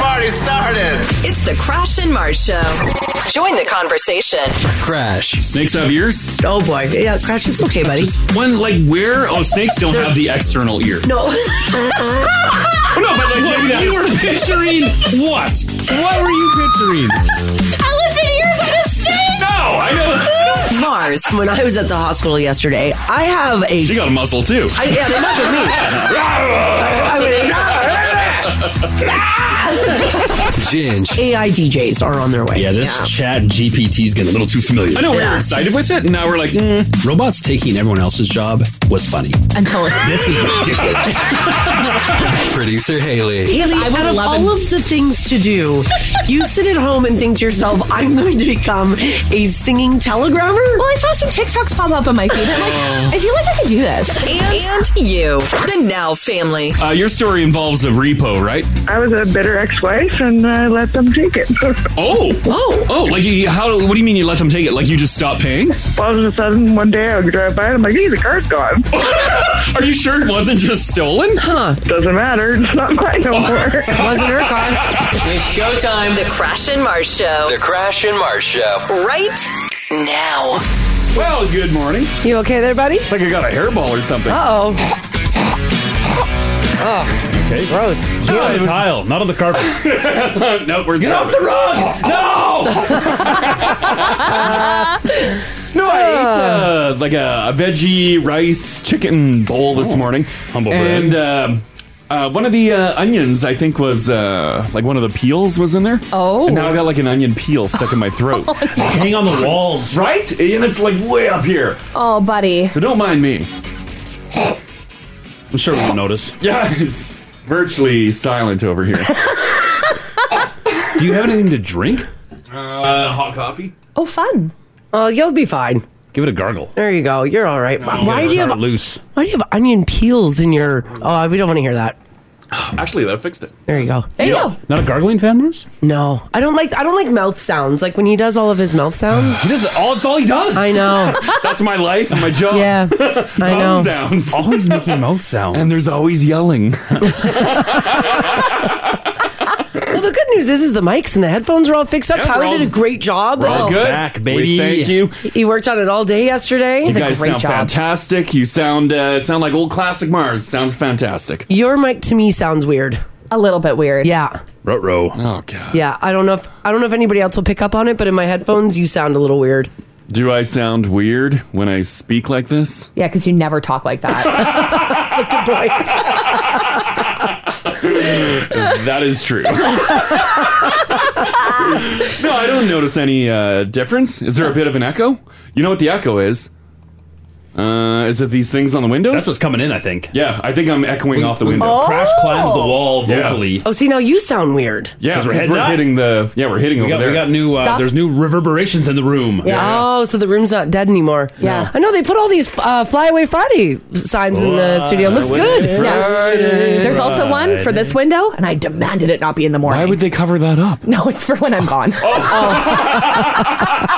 already started. It's the Crash and Mars Show. Join the conversation. Crash. Snakes have ears? Oh boy. Yeah, Crash, it's okay, buddy. Just one, like, where? Oh, snakes don't have the external ear. No. No, but like, maybe that's- you were picturing what? What were you picturing? Elephant ears on a snake. No, I know. Mars. When I was at the hospital yesterday, I have a She got a muzzle, too. I, yeah, they must have me. I mean, Ginge. AI DJs are on their way. Yeah, this chat GPT's getting a little too familiar. I know we were excited with it, and now we're like, mm. Robots taking everyone else's job was funny. Until it's This is ridiculous. Producer Haley. Haley, I would out of love all him. of the things to do, you sit at home and think to yourself, "I'm going to become a singing telegrammer." Well, I saw some TikToks pop up on my feed. Oh. I'm like, I feel like I could do this. And, and you, the Now family. uh, your story involves a repo, right? I was a bitter ex-wife, and uh, I let them take it. Oh, Whoa. oh, like, you, how? What do you mean you let them take it? Like, you just stop paying? all of a sudden, one day I would drive by, and I'm like, "Hey, the car's gone. Are you sure it wasn't just stolen? Doesn't matter. It's not mine no more." Wasn't her car. It's showtime. The Crash and Mars Show. The Crash and Mars Show. Right now. Well, good morning. You okay there, buddy? It's like I got a hairball or something. Oh, Okay. gross. No, it was- tile, not on the carpet. no, we're Get off the rug! No! no, I Ah. ate uh, like a, a veggie rice chicken bowl this morning. Oh. Humble brag. and, um uh, one of the uh, onions, I think, was uh, like one of the peels was in there. Oh. And now I got like an onion peel stuck in my throat. Hang Oh, on the walls. right? And it's like way up here. Oh, buddy. So don't mind me. I'm sure we won't notice. Yeah, it's virtually silent over here. Do you have anything to drink? uh, hot coffee? Oh, fun. Oh, you'll be fine. Give it a gargle. There you go. You're all right. why do you Shot it have loose? Why do you have onion peels in your? Oh, we don't want to hear that. Actually, that fixed it. There you go. There you Yeah. go. Not a gargling fan, Mars? No, I don't like. I don't like mouth sounds. Like when he does all of his mouth sounds. He does all. It's all he does. I know. That's my life and my job. Yeah, I know. Sounds. Always making mouth sounds. And there's always yelling. Well, the good news is, is the mics and the headphones are all fixed up. Yeah, we're Tyler all- did a great job. All good. Oh. back, We baby. thank you. He worked on it all day yesterday. You guys great sound job. fantastic. You sound uh, sound like old classic Mars. Sounds fantastic. Your mic to me sounds weird. A little bit weird. Yeah, Rut row. Oh god. yeah. I don't know if I don't know if anybody else will pick up on it, but in my headphones, you sound a little weird. Do I sound weird when I speak like this? Yeah, because you never talk like that. That's a good point. That is true. no, I don't notice any uh, difference. Is there a bit of an echo? You know what the echo is? Uh, is it these things on the windows? That's what's coming in, I think. yeah, I think I'm echoing off the window. Crash climbs the wall Yeah. vocally. oh, see, now you sound weird. Yeah, 'Cause because we're we're, heading up. hitting the yeah we're hitting We over got, there. we got new. Uh, Stop. there's new reverberations in the room. Yeah. Oh, so the room's not dead anymore. Yeah. I know they put all these uh, Fly Away Friday signs in the studio. Looks good. Friday. There's also one for this window, and I demanded it not be in the morning. Why would they cover that up? Oh. no, it's for when I'm gone.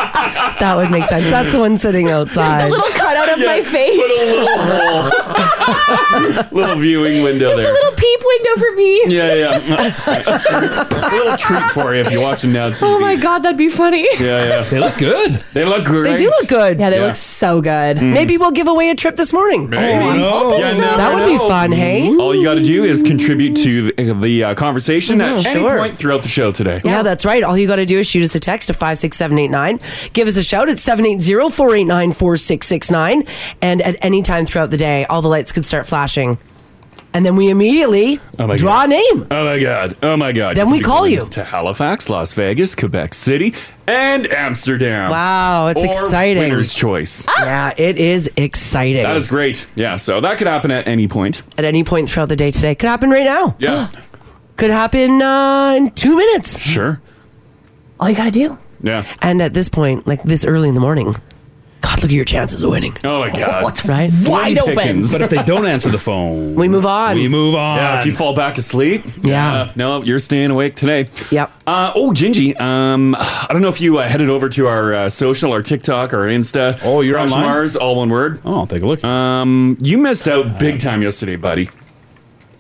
That would make sense. That's the one sitting There's a outside. little cutout of my Put face. a little hole. little viewing window there. Little peep window for me. Yeah, yeah. a little treat for you if you're watching now TV. Oh my god, that'd be funny. Yeah, Yeah, yeah. They look good. They look great. They do look good. they Yeah. look so good. Maybe we'll give away a trip this morning. Maybe. Oh, Yeah, never That would be know. fun, hey? All you got to do is contribute to the, the uh, conversation at Mm-hmm, Sure. any point throughout the show today. Yeah, that's right. All you got to do is shoot us a text to 56789. Give us a shout at 780 489 4669. And at any time throughout the day, all the lights could start flashing. And then we immediately Oh my draw a God. name. Oh my god. Oh my god. Then Could we be call going you. to Halifax, Las Vegas, Quebec City, and Amsterdam. Wow, it's Or exciting. Winner's choice. Yeah, it is exciting. Ah. That is great. Yeah, so that could happen at any point. at any point throughout the day today. Could happen right now. Yeah. Could happen uh, in two minutes. sure. All you gotta do. Yeah. And at this point, like this early in the morning, God, look at your chances of winning. Oh my god. Right? Wide Slim open. pickings. But if they don't answer the phone, We move on. We move on. Yeah, if you fall back asleep. Yeah. uh, no, you're staying awake today. Yep. Uh, oh, Gingy. Um, I don't know if you uh, headed over to our uh, social, our TikTok, our Insta. Oh, you're Crush online? Mars, all one word. oh, I'll take a look. Um, you missed out big time yesterday, buddy.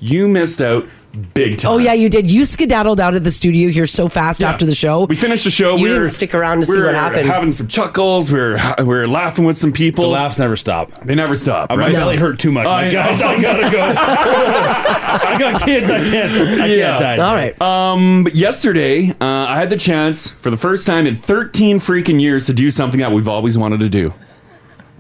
You missed out big time. Oh yeah, you did. You skedaddled out of the studio here so fast after the show. We finished the show. You we didn't stick around to we see what were happened. Having some chuckles. We were we were laughing with some people. The laughs never stop. They never stop. My right? belly hurt too much. I Like, guys, know. I gotta go. I got kids. I can't. I can't die. right. Um, but yesterday, uh, I had the chance for the first time in 13 freaking years to do something that we've always wanted to do.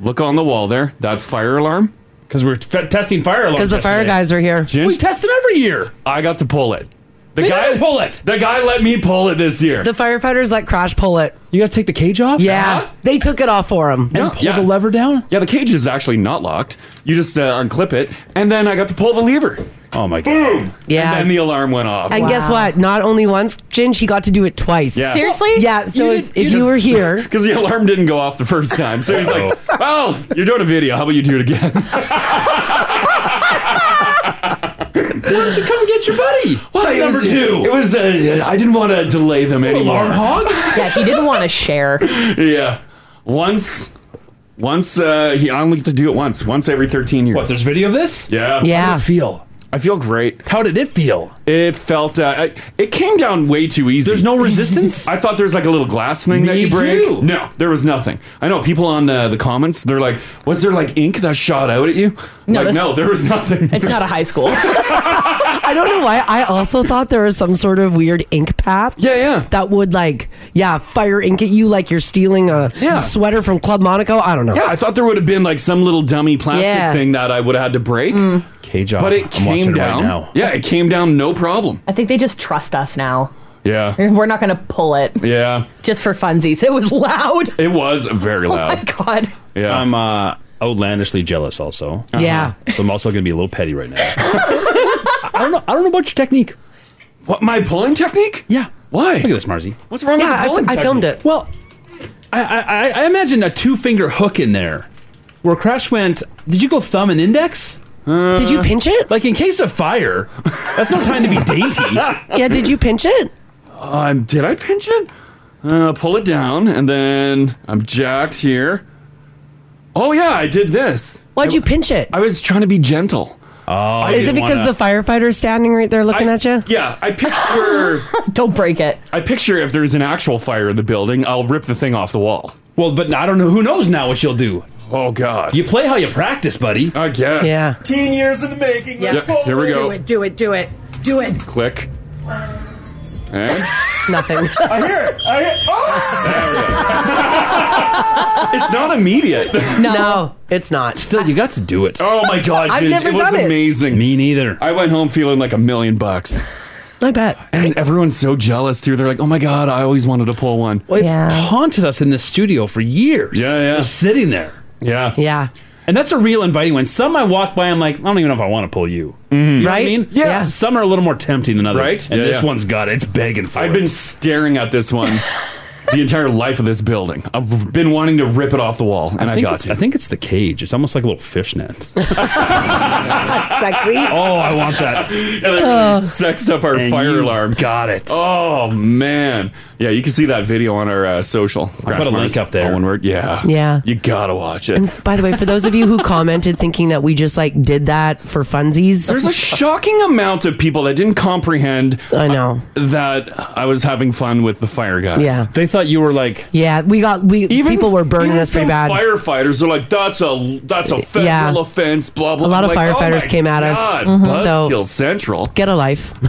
Look on the wall there, that fire alarm. Because we're testing fire alarms. Because the fire guys are here. We test them every year. I got to pull it. The They guy never pull it. The guy let me pull it this year. The firefighters let Crash pull it. You got to take the cage off. Yeah, they took it off for him. No, yeah. lever down? Yeah, the cage is actually not locked. You just uh, unclip it, and then I got to pull the lever. Oh my god! Boom! Yeah. And then the alarm went off. And guess what? Not only once, Jin, she got to do it twice. Yeah. Seriously? Yeah. So if, if you were here, because the alarm didn't go off the first time, so he's like, "Well, you're doing a video. How about you do it again?" Why don't you come get your buddy? Well, it number was- two. It was. Uh, I didn't want to delay them anymore. Alarm hog. Yeah, he didn't want to share. Yeah. Once. Once. Uh, he I only get to do it once. Once every thirteen years. What? There's video of this. Yeah. How did it feel? I feel great. How did it feel? It felt. Uh, I- it came down way too easy. There's no resistance. I thought there was like a little glass thing that Me you break. too. No, there was nothing. I know people on uh, the comments. They're like, "Was there like ink that shot out at you?" No, like, that's- no, there was nothing. It's not a high school. I don't know why. I also thought there was some sort of weird ink path. Yeah, yeah. That would like, yeah, fire ink at you like you're stealing a Yeah. sweater from Club Monaco. I don't know. Yeah, I thought there would have been like some little dummy plastic Yeah. thing that I would have had to break, Mm. Cage off. but it I'm watching came it down. right now. Yeah, it came down no problem. I think they just trust us now. Yeah, We're not going to pull it yeah. just for funsies. It was loud. It was Oh very My loud. God. Yeah. I'm uh, outlandishly jealous. Also. Yeah. So I'm also gonna be a little petty right now. I don't know. I don't know about your technique. What my pulling technique? Yeah. Why? Look at this, Marzi. What's wrong Yeah, with the I, pulling I filmed it. Well, I, I I- I imagine a two finger hook in there. Where Crash went, did you go thumb and index? Did Uh. you pinch it? Like in case of fire, that's no time to be dainty. Yeah, did you pinch it? Um, did I pinch it? Uh, pull it down, and then I'm jacked here. Oh yeah, I did this. Why'd you pinch it? I was trying to be gentle. Oh, Is it because the firefighter's standing right there looking I- at you? Yeah, I picture. Don't break it. I picture if there's an actual fire in the building, I'll rip the thing off the wall. Well, but I don't know. Who knows now what you'll do? Oh God. You play how you practice, buddy. I guess. Yeah. Yeah, here we go. do it, do it, do it. Click. And Nothing. Oh! it's not immediate. No. it's not. Still, you got to do it. oh my God! I've Ginge, never it was done it. amazing. Me neither. I went home feeling like a million bucks. I bet. And everyone's so jealous too. They're like, "Oh my god, I always wanted to pull one." Well, it's Yeah. haunted us in this studio for years. Yeah, yeah. Just sitting there. Yeah, Yeah. And that's a real inviting one. Some I walk by, I'm like, I don't even know if I want to pull you. Mm-hmm. You know what Right? I mean? Yeah. Some are a little more tempting than others. Right? And Yeah, this yeah. one's got it. It's begging for I've it. been staring at this one the entire life of this building. I've been wanting to rip it off the wall, and I, I think, got it's, to. I think it's the cage. It's almost like a little fishnet. Sexy. oh, I want that. Yeah, they really sexed up our And fire you alarm. Got it. Oh man, yeah, you can see that video on our uh, social. I put a link up there. One word, yeah, Yeah. You gotta watch it. By the way, for those of you who commented thinking that we just like did that for funsies, There's a shocking amount of people that didn't comprehend I know. that I was having fun with the fire guys. Yeah. They thought you were like, Yeah, we got we people were burning even us pretty some bad. Firefighters are like, that's a that's a federal Yeah. offense. Blah blah. A lot I'm of like, "Oh firefighters my came at us. God, Mhm. Buzzkill So- Central. Get a life.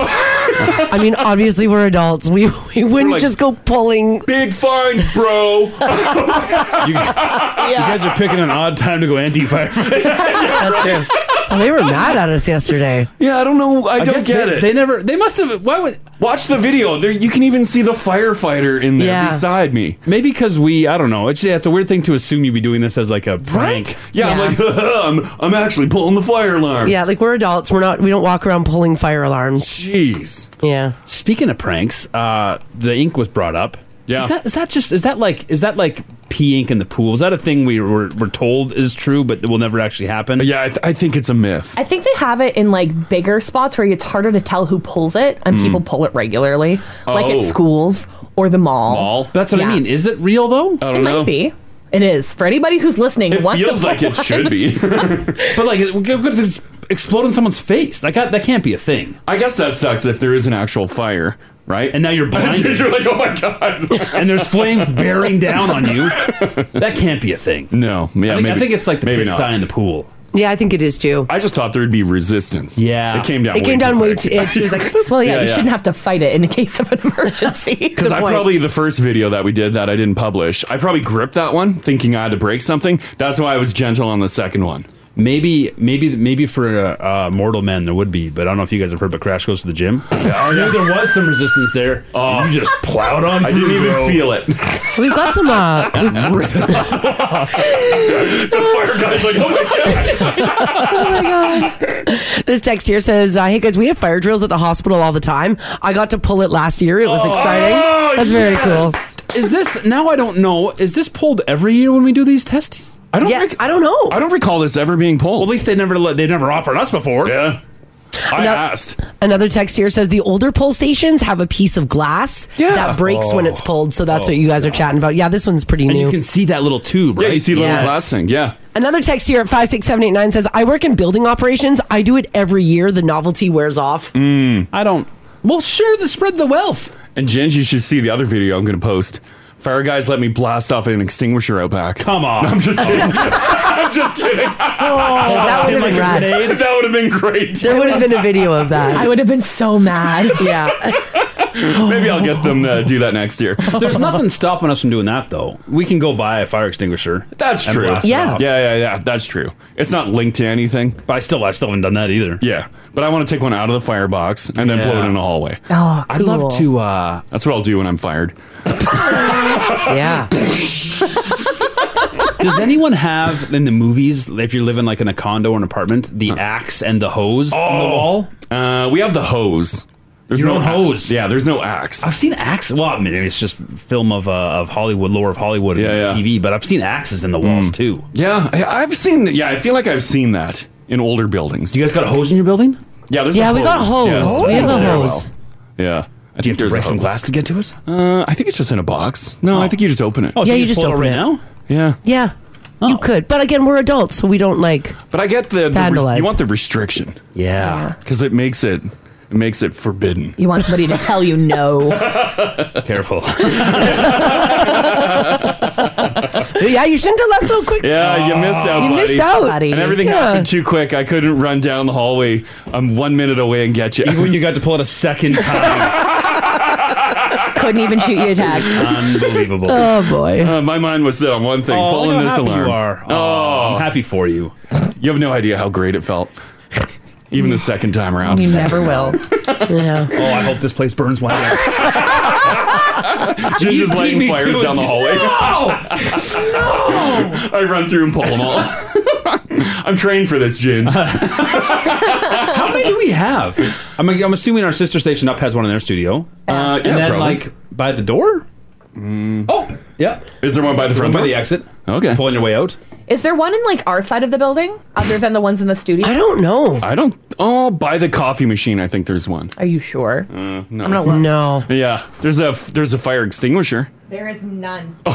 I mean, obviously we're adults. We we wouldn't like- just go pulling. Big fines, bro. you, you guys are picking an odd time to go anti fire. That's true. Well, they were mad at us yesterday. yeah, I don't know. I, I don't guess get they, it. They never, they must have, why would, Watch the video. There, you can even see the firefighter in there Yeah. beside me. maybe because we, I don't know. It's, yeah, it's a weird thing to assume you'd be doing this as like a prank. Yeah, I'm Yeah. like, I'm, I'm actually pulling the fire alarm. Yeah, like we're adults. We're not. We don't walk around pulling fire alarms. Jeez. Yeah. Speaking of pranks, uh, the ink was brought up. Yeah. Is that, is that just, is that like, is that like pee ink in the pool? Is that a thing we were, were told is true, but it will never actually happen? Yeah, I, th- I think it's a myth. I think they have it in like bigger spots where it's harder to tell who pulls it, and people pull it regularly, like at Oh. schools or the mall. All That's what I Yeah. mean. Is it real though? I It don't might know. be. It is for anybody who's listening. who It wants to feels like pull it should be. But like, it- because it's- explode in someone's face. Like that, that can't be a thing. I guess that sucks if there is an actual fire, right? And now you're blinded. you're like, oh my god! and there's flames bearing down on you. That can't be a thing. No, yeah, I think, I maybe- think it's like the maybe pigsty not. in the pool. Yeah, I think it is too. I just thought there'd be resistance. Yeah. it came down. It came down way too. It was like, well, yeah, Yeah, you yeah. shouldn't have to fight it in the case of an emergency. Because I probably the first video that we did that I didn't publish, I probably gripped that one thinking I had to break something. That's why I was gentle on the second one. Maybe, maybe, maybe for uh, uh, mortal men there would be, but I don't know if you guys have heard. But Crash goes to the gym. I knew there was some resistance there. Oh, you just plowed on. I didn't through, even bro. feel it. we've got some. Uh, we've- the fire guy's like, oh my god! Oh this text here says, uh, "Hey guys, we have fire drills at the hospital all the time. I got to pull it last year. It was Oh, Oh, exciting. That's very cool. Is this now? I don't know. Is this pulled every year when we do these tests? I don't. Yeah, rec- I don't know. I don't recall this ever being pulled. Well, at least they never let, they never offered us before. yeah. I No. asked. Another text here says the older pull stations have a piece of glass Yeah. that breaks when Oh. it's pulled. So that's what you guys are chatting about. Yeah, this one's pretty And new. you can see that little tube, right? Yeah, you see the little Yes. glass thing. Yeah. Another text here at 56789 says, I work in building operations. I do it every year. The novelty wears off. I don't. Well, share the spread the wealth. Mm. And Ginge, you should see the other video I'm going to post. Fire guys let me blast off an extinguisher out back. Come on. I'm just kidding. I'm just Oh, kidding. that would have been rad. that would have been great. There would have been a video of that. I would have been so mad. Yeah. Maybe I'll get them to do that next year. There's nothing stopping us from doing that, though. We can go buy a fire extinguisher. That's And true. blast it Yeah. off. Yeah, yeah, yeah. That's true. It's not linked to anything. But I still, I still haven't done that either. Yeah. But I want to take one out of the firebox and then Yeah. blow it in the hallway. Oh, I'd cool. love to. uh That's what I'll do when I'm fired. Yeah. Does anyone have in the movies, if you're living like in a condo or an apartment, the axe and the hose on the wall? Oh. Uh, we have the hose. There's Your no own hose. Yeah, there's no axe. I've seen axe. Well, I mean, it's just film of uh, of Hollywood, lore of Hollywood, and Yeah, yeah. TV. But I've seen axes in the walls too. Yeah, I, I've seen. Yeah, I feel like I've seen that in older buildings. Do you guys got a hose in your building? Yeah, there's Yeah, a we got hose. Yeah, We have there's a stairwell. hose. Yeah. I Do you think have to there's a break some hose. glass to get to it? Oh. Uh, I think it's just in a box. No, I think you just open it. so Yeah, you just pull it open right it. now. Yeah. Yeah. Oh. You could. But again, we're adults, so we don't like. But I get the, the Vandalize. you want the restriction Yeah, because it makes it it makes it forbidden. You want somebody to tell you no. careful. Yeah, you shouldn't have left so quick. Yeah, you missed Ah. out. You buddy. missed out. Buddy. And everything Yeah. happened too quick. I couldn't run down the hallway. I'm one minute away and get you. Even when you got to pull it a second time, Couldn't even shoot you a text. unbelievable. Oh, boy. Uh, my mind was set on one thing: Oh, look following how this happy alarm. You are. Oh, I'm happy for you. You have no idea how great it felt. Even the second time around. You never will. Yeah. Oh, I hope this place burns one day. Ginger's You beat me lighting fires to it. down the hallway. No! I run through and pull them all. I'm trained for this, Ginge. How many do we have? I'm, I'm assuming our sister station up has one in their studio. Uh, and then, probably. like, by the door? Oh, yep. is there one by the front by door? the exit. Okay. Pulling your way out. Is there one in like our side of the building other than the ones in the studio? I don't know. I don't. Oh, by the coffee machine. I think there's one. Uh, Are you sure? No. I'm gonna look. No. Yeah. There's a there's a fire extinguisher. There is none.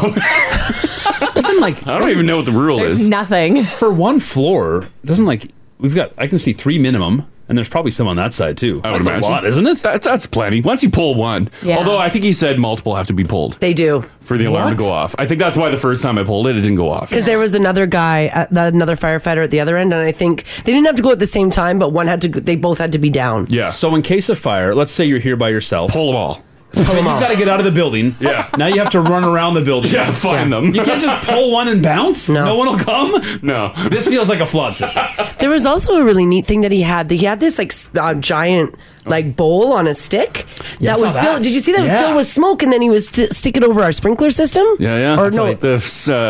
Even like, I don't even know what the rule There's is. nothing. for one floor, doesn't like, we've got, I can see three minimum, and there's probably some on that side too. I would That's imagine. a lot, isn't it? That, that's plenty. Once you pull one. Yeah. Although I think he said multiple have to be pulled They do. for the alarm What? to go off. I think that's why the first time I pulled it, it didn't go off. Because there was another guy, at that another firefighter at the other end, and I think they didn't have to go at the same time, but one had to. go- They both had to be down. Yeah. So So, in case of fire, let's say you're here by yourself. pull them all. Pull them You've got off. to get out of the building. Yeah. Now you have to run around the building. Yeah. Find Yeah. them. You can't just pull one and bounce. No. one will come. no. This feels like a flawed system. There was also a really neat thing that he had. That he had this like s- uh, giant like bowl on a stick I that saw was filled. that. Did you see that Yeah. was filled with smoke, and then he was st- stick it over our sprinkler system. Yeah, yeah. Or That's no, like the uh,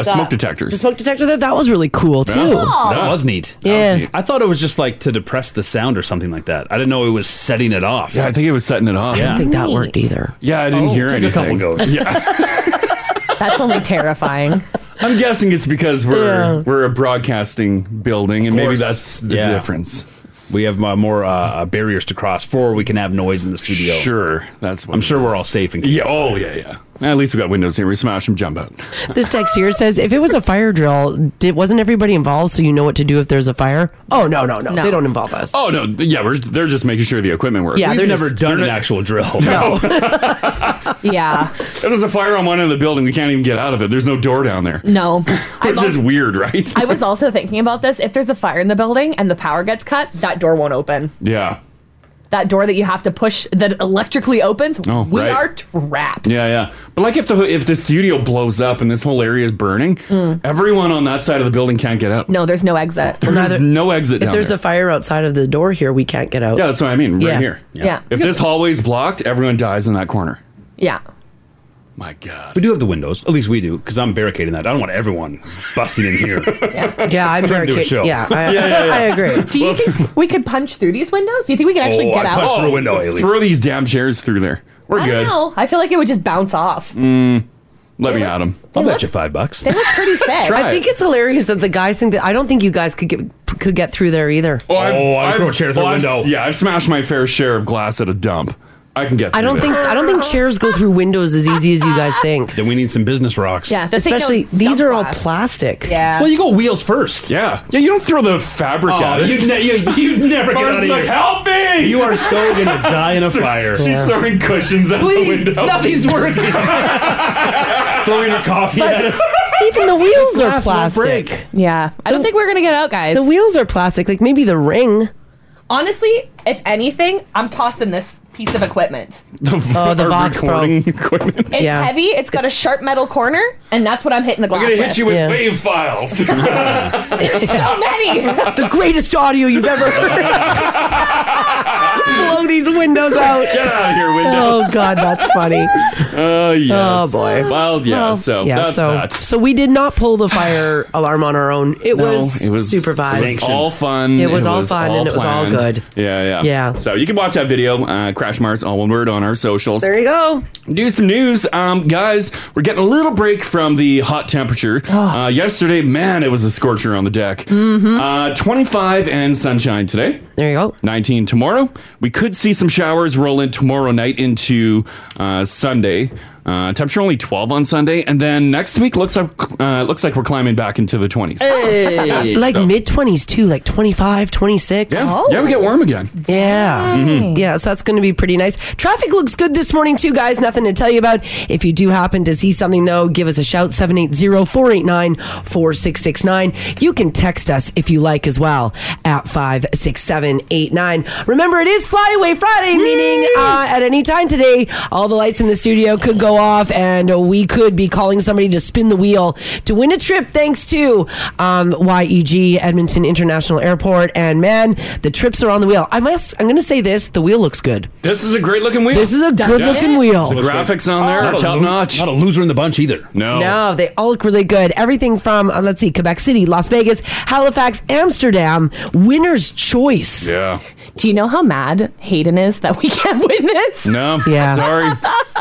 smoke detectors. Oh. the smoke detector. That that was really cool too. That was neat. Yeah. I thought it was just like to depress the sound or something like that. I didn't know it was setting it off. Yeah, I think it was setting it off. I Yeah. Oh, don't think that worked either. Yeah, I didn't hear Took a anything. couple goes. That's only terrifying. I'm guessing it's because we're we're a broadcasting building, and maybe course. that's the Yeah. difference. We have uh, more uh, barriers to cross. Four, we can have noise in the studio. Sure, that's. What I'm sure we're all safe in case. Yeah. Oh yeah, yeah. At least we got windows here. We smash them, jump out. This text here says, if it was a fire drill, did, wasn't everybody involved so you know what to do if there's a fire? Oh, no, no, no. No. They don't involve us. Oh no, th- yeah, we're they're just making sure the equipment works. Yeah, We've they're never just- done an actual drill. No. yeah. if there's a fire on one end of the building, we can't even get out of it. There's no door down there. No. Which I've is al- weird, right? I was also thinking about this. If there's a fire in the building and the power gets cut, that door won't open. yeah. That door that you have to push that electrically opens, Oh, we right. are trapped. Yeah, yeah. But like if the if the studio blows up and this whole area is burning, Hmm. Mm. everyone on that side of the building can't get out. No, there's no exit. There's no exit If down there's there. a fire outside of the door here, we can't get out. yeah, that's what I mean. Right Yeah. here. Yeah. Yeah. If this hallway's blocked, everyone dies in that corner. Yeah. My God. We do have the windows. At least we do, because I'm barricading that. I don't want everyone busting in here. Yeah, yeah I'm Trying to do a barricade- show. yeah, I- Yeah, yeah, yeah. I agree. Do you think we could punch through these windows? Do you think we could actually get out? Oh, Throw these damn chairs through there. We're I good. don't know. I feel like it would just bounce off. Mm, let me at him. I'll bet you five bucks. They look pretty thick. I think it's hilarious that the guys think that I don't think you guys could get could get through there either. well, Oh, I've- Yeah, I've smashed my fair share of glass at a dump. I can get. I don't think I don't think chairs go through windows as easy as you guys think. Then we need some business rocks. Yeah, this ain't Especially- no these are all glass. plastic. Yeah. Well, you go wheels first. Yeah. Yeah, you don't throw the fabric Oh, at it. you'd ne- you- you'd never get Mar's out of like, here. Help me! You are so gonna die in a fire. She's Yeah. throwing cushions out Please, the window. nothing's working. Throwing her coffee But at us. even the wheels This are glass won't break. plastic. Yeah, I don't think we're gonna get out, guys. The wheels are plastic. Like maybe the ring. Honestly, if anything, I'm tossing this piece of equipment. oh, the Our Vox Pro. recording equipment. It's heavy. It's got a sharp metal corner, and that's what I'm hitting the glass. I'm gonna hit you with Yeah. wave files. so many. the greatest audio you've ever heard. Blow these windows out. Get out of here, window. Oh God, that's funny. Oh yes. Oh, boy. Well, yeah. Well, so yeah, that's so that. so we did not pull the fire alarm on our own. It, No, was, supervised. It was all fun. It was all fun and it was all planned. good. Yeah, yeah, Yeah. So you can watch that video, uh, Crash Mars, all one word on our socials. There you go. Do some news, um, guys. We're getting a little break from the hot temperature. Oh. Uh, yesterday, man, it was a scorcher on the deck. Uh, 25 and sunshine today. Mm-hmm. There you go. 19 tomorrow. We could see some showers roll in tomorrow night into uh, Sunday. Uh, temperature only 12 on Sunday, and then next week looks like uh, looks like we're climbing back into the 20s. Uh, like Oh. So- mid 20s too, like 25, 26. Yeah. Yeah, we get warm again. Yeah. Mhm. Yeah, so that's going to be pretty nice. Traffic looks good this morning too, guys. Nothing to tell you about. If you do happen to see something though, give us a shout 780-489-4669. You can text us if you like as well at 56789. Remember it is Flyaway Friday, meaning uh, at any time today, all the lights in the studio could go off and we could be calling somebody to spin the wheel to win a trip thanks to um, YEG Edmonton International Airport. And man, the trips are on the wheel. I must, I'm going to say this the wheel looks good. This is a great looking wheel. This is a good looking wheel. The graphics on there Not are a top lo- notch. not a loser in the bunch either. No, they all look really good. Everything from, uh, let's see, Quebec City, Las Vegas, Halifax, Amsterdam, winner's choice. Yeah. Do you know how mad Hayden is that we can't win this? No. Yeah. Sorry.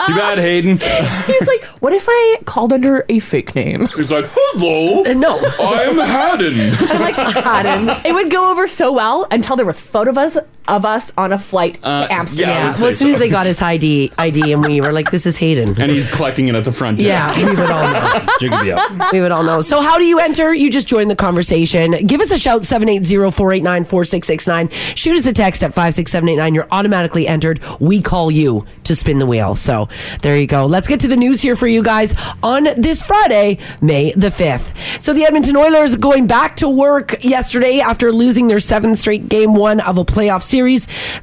Too bad, Hayden. He's like, what if I called under a fake name? He's like, hello. No. I'm Haddon. I'm like, Adam. It would go over so well until there was photo of us of us on a flight Uh, to Amsterdam. Uh, Yeah. Well, as soon as they got his ID, ID, and we were like, "This is Hayden," and he's collecting it at the front Yeah, desk. we would all Jiggly up. we would all know. So, how do you enter? You just join the conversation. Give us a shout, 780 489 4669. Shoot us a text at 56789. You're automatically entered. We call you to spin the wheel. So, there you go. Let's get to the news here for you guys on this Friday, May the 5th. So, the Edmonton Oilers going back to work yesterday after losing their seventh straight game one of a playoff series.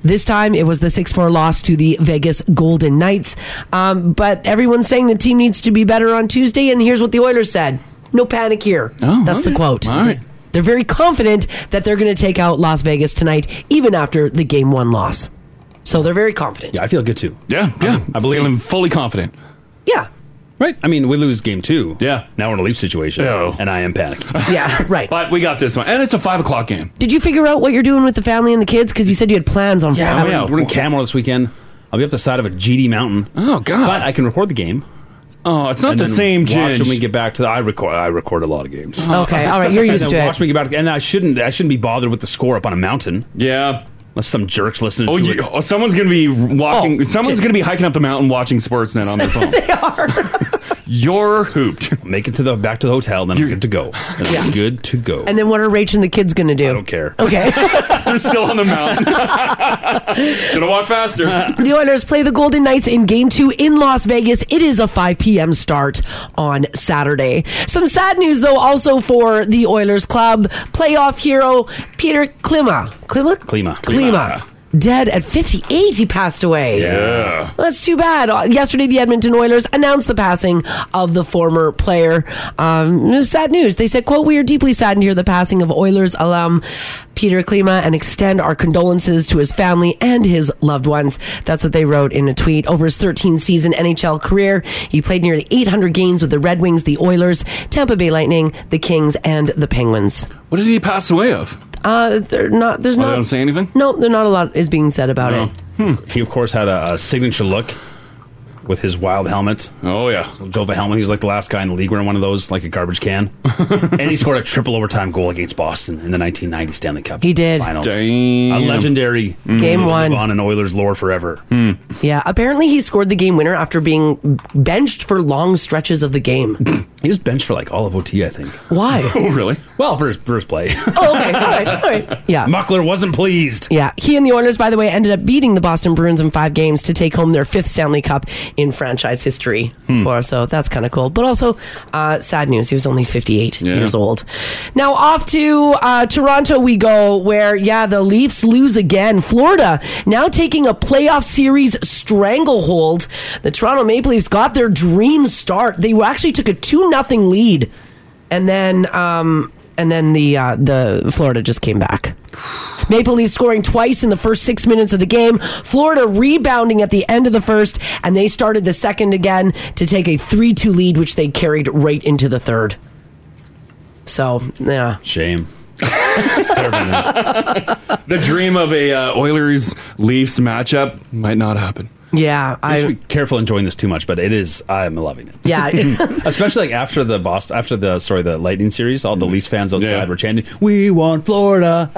This time it was the 6 4 loss to the Vegas Golden Knights. Um, but everyone's saying the team needs to be better on Tuesday, and here's what the Oilers said No panic here. That's the quote. All right. They're very confident that they're going to take out Las Vegas tonight, even after the game one loss. So they're very confident. Yeah, I feel good too. Yeah, yeah. I believe Feeling fully confident. Yeah. Right. I mean, we lose game two. Yeah. Now we're in a leaf situation. And I am panicking. Yeah, right. But we got this one. And it's a five o'clock game. Did you figure out what you're doing with the family and the kids? Because you said you had plans on Yeah, Friday. I'm in- we're in Camel this weekend. I'll be up the side of a GD mountain. Oh God! But I can record the game. Oh, it's not the same, Watch Ginge. Oh, when we get back to the. I record. I record a lot of games. Okay, all right, you're And used then to it. Watch me get back, and I shouldn't. I shouldn't be bothered with the score up on a mountain. Yeah. Unless some jerks listening Oh, to you- it. oh, someone's gonna be Oh, walking. someone's gonna be hiking up the mountain watching Sportsnet on their phone. they are. You're hooped. Make it to the back to the hotel, then I'm good to go. Then I'm Yeah. good to go. And then what are Rach and the kids going to do? I don't care. Okay. They're still on the mountain. Should have walked faster. the Oilers play the Golden Knights in Game 2 in Las Vegas. It is a 5 p.m. start on Saturday. Some sad news, though, also for the Oilers club. Playoff hero Peter Klima. Klima? Klima. Klima. Dead at 58, he passed away. Yeah. That's too bad. Uh, Yesterday, the Edmonton Oilers announced the passing of the former player. Um, it was sad news. They said, "quote We are deeply saddened to hear the passing of Oilers alum Peter Klima and extend our condolences to his family and his loved ones." That's what they wrote in a tweet. Over his 13 season NHL career, he played nearly 800 games with the Red Wings, the Oilers, Tampa Bay Lightning, the Kings, and the Penguins. What did he pass away of? Uh, they're not. There's Oh, not. they don't say anything? No, there's not a lot is being said about No. it. Hmm. He, of course, had a, a signature look with his wild helmet. Oh yeah. Drove a helmet. He was like the last guy in the league wearing one of those, like a garbage can. and he scored a triple overtime goal against Boston in the 1990 Stanley Cup. He did. Finals. Damn. A legendary Game Will live one. on an Oilers lore forever. Hmm. Yeah, apparently he scored the game winner after being benched for long stretches of the game. He was benched for like all of OT, I think. Why? Oh really? Well, first first play, Oh, okay. All right. All right. Yeah. Muckler wasn't pleased. Yeah. He and the Oilers, by the way, ended up beating the Boston Bruins in five games to take home their fifth Stanley Cup in franchise history. For, so that's kind of cool. But also, uh, sad news. He was only 58 Yeah. years old. Now, off to uh, Toronto we go, where, yeah, the Leafs lose again. Florida now taking a playoff series stranglehold. The Toronto Maple Leafs got their dream start. They actually took a 2 nothing lead. And then. Um, and then the uh, the Florida just came back. Maple Leafs scoring twice in the first six minutes of the game. Florida rebounding at the end of the first, and they started the second again to take a 3 2 lead, which they carried right into the third. So, yeah. Shame. It's terrible news. The dream of a uh, Oilers Leafs matchup might not happen. Yeah. I should I. be careful enjoying this too much, but it is. I'm loving it. Yeah. Especially like after the Boston, after the sorry, the Lightning series, all the Leafs fans outside Yeah. were chanting, "We want Florida,"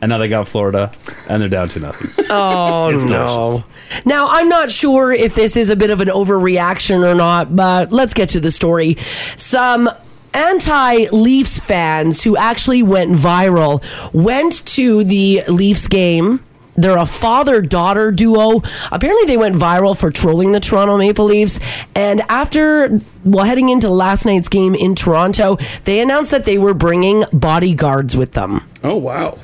and now they got Florida, and they're down to nothing. Oh it's No. Now, I'm not sure if this is a bit of an overreaction or not, but let's get to the story. Some anti Leafs fans who actually went viral went to the Leafs game. They're a father daughter duo. Apparently, they went viral for trolling the Toronto Maple Leafs. And after, well, heading into last night's game in Toronto, they announced that they were bringing bodyguards with them. Oh wow.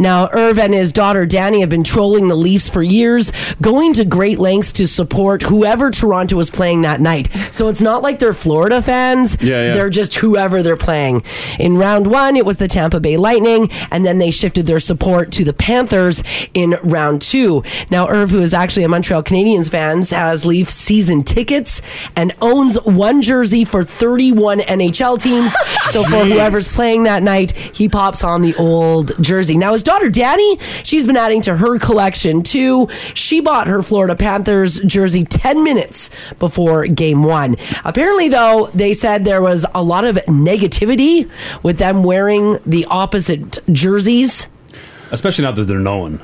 Now, Irv and his daughter Danny have been trolling the Leafs for years, going to great lengths to support whoever Toronto was playing that night. So it's not like they're Florida fans. Yeah, yeah. They're just whoever they're playing. In round one, it was the Tampa Bay Lightning, and then they shifted their support to the Panthers in round two. Now, Irv, who is actually a Montreal Canadiens fan, has Leafs season tickets and owns one jersey for 31 NHL teams. so for whoever's playing that night, he pops on the old jersey. Now, his daughter Danny, she's been adding to her collection too. She bought her Florida Panthers jersey 10 minutes before game one. Apparently, though, they said there was a lot of negativity with them wearing the opposite jerseys Especially now that they're known.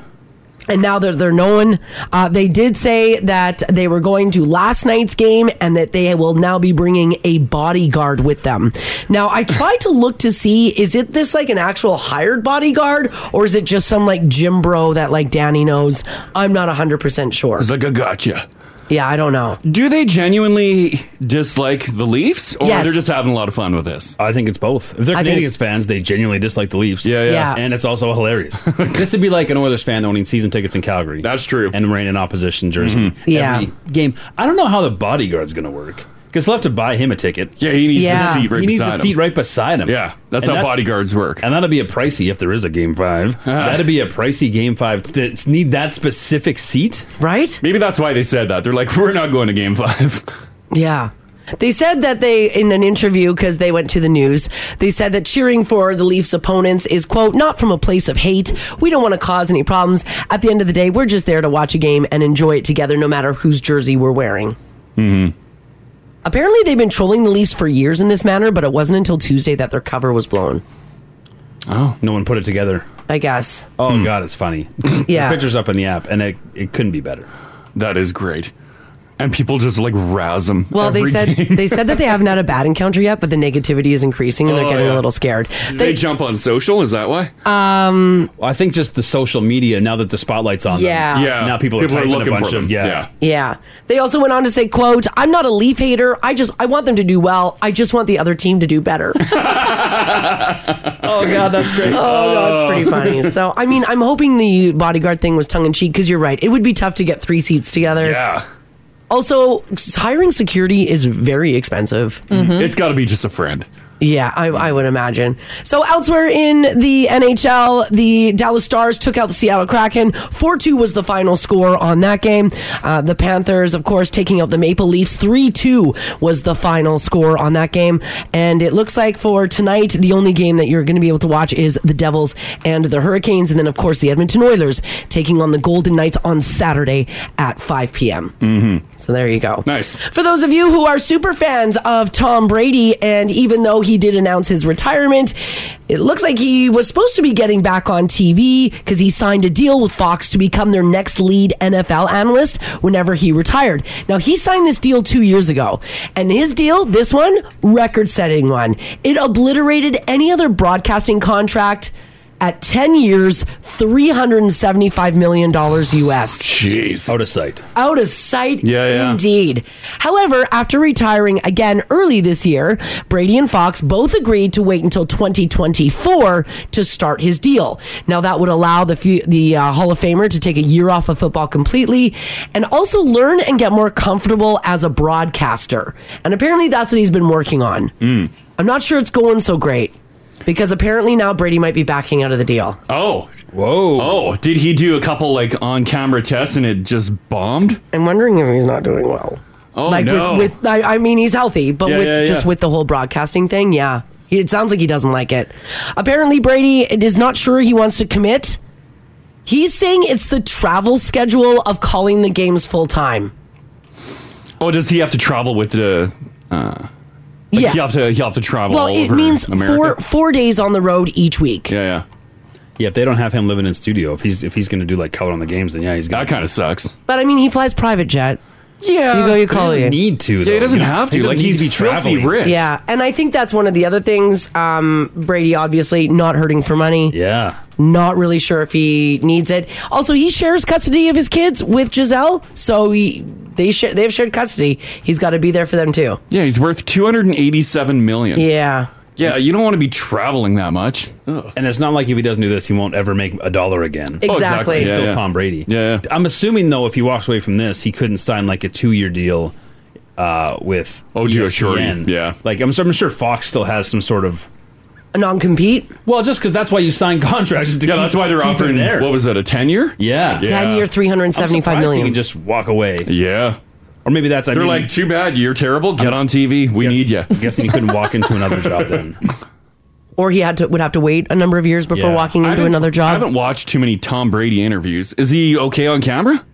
and now that they're known, uh, they did say that they were going to last night's game and that they will now be bringing a bodyguard with them. Now, I tried to look to see is it this like an actual hired bodyguard or is it just some like gym bro that like Danny knows? I'm not 100% sure. It's like a gotcha. Yeah, I don't know. Do they genuinely dislike the Leafs, or Yes. they're just having a lot of fun with this? I think it's both. If they're I think Canadians fans, they genuinely dislike the Leafs. Yeah, yeah. Yeah. And it's also hilarious. this would be like an Oilers fan owning season tickets in Calgary. That's true. Mm-hmm. And wearing an opposition jersey. Yeah. Every game. I don't know how the bodyguard's going to work because he'll have to buy him a ticket. Yeah, he needs Yeah. a seat right he needs beside a seat him. right beside him. Yeah, that's And how bodyguards work. And that'll be a pricey if there is a game five. That'd be a pricey game five. To s- need that specific seat. Right? Maybe that's why they said that. They're like, we're not going to game five. Yeah. They said that they, in an interview, because they went to the news, they said that cheering for the Leafs opponents is, quote, not from a place of hate. We don't want to cause any problems. At the end of the day, we're just there to watch a game and enjoy it together, no matter whose jersey we're wearing. Mm-hmm. Apparently, they've been trolling the Leafs for years in this manner, but it wasn't until Tuesday that their cover was blown. No one put it together. I guess. Oh Hmm. god, it's funny. Yeah. the pictures up in the app, and it, it couldn't be better. That is great, and people just like razz them. Well, they said they said that they haven't had a bad encounter yet, but the negativity is increasing and they're Oh, getting yeah. a little scared. they, jump on social. Is that why? Um, Well, I think just the social media now that the spotlight's on. Yeah. them. Yeah. Now people, People are are typing looking a bunch for of them. yeah. Yeah. yeah. They also went on to say, "quote I'm not a Leaf hater. I just I want them to do well. I just want the other team to do better." Oh god, that's great. oh no, it's pretty funny. So I mean, I'm hoping the bodyguard thing was tongue in cheek because you're right. It would be tough to get three seats together. Yeah. Also, s- hiring security is very expensive. It's got to be just a friend. Yeah, I, I would imagine. So elsewhere in the NHL, the Dallas Stars took out the Seattle Kraken. 4-2 was the final score on that game. Uh, the Panthers, of course, taking out the Maple Leafs. 3-2 was the final score on that game. And it looks like for tonight, the only game that you're going to be able to watch is the Devils and the Hurricanes. And then, of course, the Edmonton Oilers taking on the Golden Knights on Saturday at 5 p.m. Mm-hmm. So there you go. Nice. For those of you who are super fans of Tom Brady, and even though he did announce his retirement, it looks like he was supposed to be getting back on TV because he signed a deal with Fox to become their next lead NFL analyst whenever he retired. Now, he signed this deal two years ago, and his deal, this one, record setting one, it obliterated any other broadcasting contract. At 10 years, $375 million US Jeez. Out of sight. out of sight Yeah, yeah. indeed however after retiring again early this year brady and fox both agreed to wait until 2024 to start his deal now that would allow the few, the uh, hall of famer to take a year off of football completely and also learn and get more comfortable as a broadcaster and apparently that's what he's been working on Hmm. i'm not sure it's going so great because apparently now brady might be backing out of the deal Oh. Whoa. Oh, did he do a couple like on camera tests and it just bombed? I'm wondering if he's not doing well. Oh, like no. with, with I, I mean he's healthy, but Yeah, with yeah, just yeah. with the whole broadcasting thing, yeah. He, it sounds like he doesn't like it. Apparently Brady is not sure he wants to commit. He's saying it's the travel schedule of calling the games full time. Oh, does he have to travel with the? Uh, like Yeah. He have to. He have to travel. Well, all it over means America? four four days on the road each week. Yeah, yeah. Yeah, if they don't have him living in studio, if he's if he's gonna do like color on the games, then yeah, he's gonna That kind of sucks. But I mean, he flies private jet. Yeah. You go, you call He you. doesn't need to. Yeah, he doesn't have to. like he's be filthy traveling. rich. Yeah, and I think that's one of the other things. Um, Brady obviously not hurting for money. Yeah. Not really sure if he needs it. Also, he shares custody of his kids with Giselle, so he, they sh- they have shared custody. He's got to be there for them too. Yeah, he's worth two hundred and eighty-seven million. Yeah. Yeah, you don't want to be traveling that much. And it's not like if he doesn't do this, he won't ever make a dollar again. Oh, Exactly. He's Yeah, still yeah. Tom Brady. Yeah, yeah. I'm assuming though, if he walks away from this, he couldn't sign like a two year deal uh, with Oh, dear, sure, ESPN. yeah. Like I'm, I'm sure Fox still has some sort of A non compete, well, just because that's why you sign contracts. is To Yeah, keep- that's why they're keep him offering. there. What was that? A ten-year? yeah. Yeah. ten year, three hundred I'm seventy five surprised million. He can just walk away, Yeah. or maybe that's I They're mean, like, too bad. You're terrible. Get on TV. We guess- need you. I'm guessing he couldn't walk into another job then. or he had to would have to wait a number of years before Yeah. walking I into haven't- another I job. haven't watched too many Tom Brady interviews. Is he okay on camera?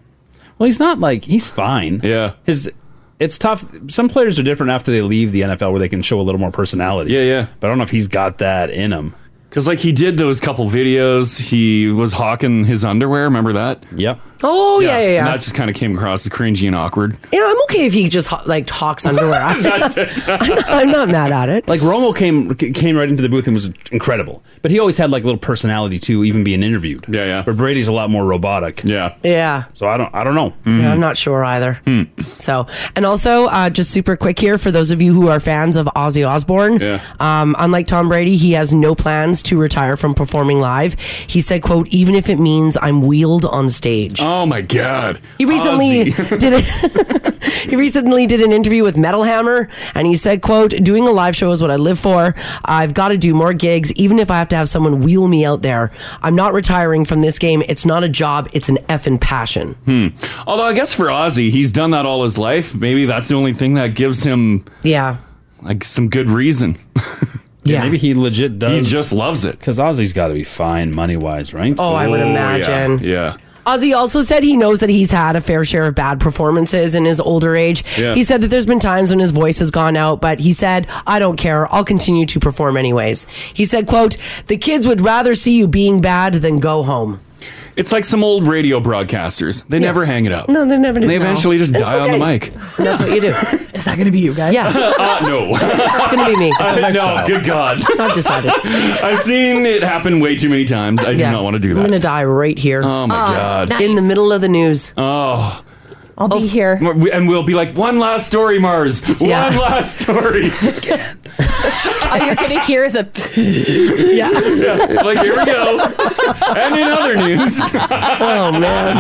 Well, he's not like he's fine. Yeah. his it's tough. Some players are different after they leave the NFL, where they can show a little more personality. Yeah, yeah. But I don't know if he's got that in him. Because like he did those couple videos. He was hawking his underwear. Remember that? Yep. Oh yeah, yeah, And yeah. that just kind of came across as cringy and awkward. yeah, I'm okay if he just ho- like hawks underwear. I'm not, I'm not mad at it. Like Romo came came right into the booth and was incredible, but he always had like a little personality too, even being interviewed. Yeah, yeah. But Brady's a lot more robotic. Yeah. Yeah. So I don't I don't know. Yeah, I'm not sure either. Hmm. So, and also, uh, just super quick here for those of you who are fans of Ozzy Osbourne. Yeah. Um, unlike Tom Brady, he has no plans to retire from performing live. He said, "quote Even if it means I'm wheeled on stage." Oh my God. He recently Ozzy. did a, he recently did an interview with Metal Hammer, and he said, "quote Doing a live show is what I live for. I've got to do more gigs, even if I have to have someone wheel me out there. I'm not retiring from this game. It's not a job. It's an effing passion." Hmm. Although I guess for Ozzy, he's done that all his life. Maybe that's the only thing that gives him Yeah. like some good reason. Yeah. Maybe he legit He does. just loves it. because Ozzy's got to be fine money wise, right? Oh, I would Oh, yeah. imagine. Yeah. Ozzy also said he knows that he's had a fair share of bad performances in his older age. Yeah. He said that there's been times when his voice has gone out, but he said, "I don't care. I'll continue to perform anyways." He said, "quote The kids would rather see you being bad than go home." It's like some old radio broadcasters. They never hang it up. No, they never do. They No. eventually just It's die on the mic. okay. That's what you do. Is that going to be you guys? Yeah. Uh, no. it's going to be me. Uh, no, good God. I've decided. I've seen it happen way too many times. I do Yeah. not want to do I'm that. going to die right here. Oh my God. In the middle of the news. Oh. I'll be here. And we'll be like, one last story, Mars. Yeah. One last story. All you're going to hear is a. yeah. Yeah, like, here we go. And in other news. oh, man.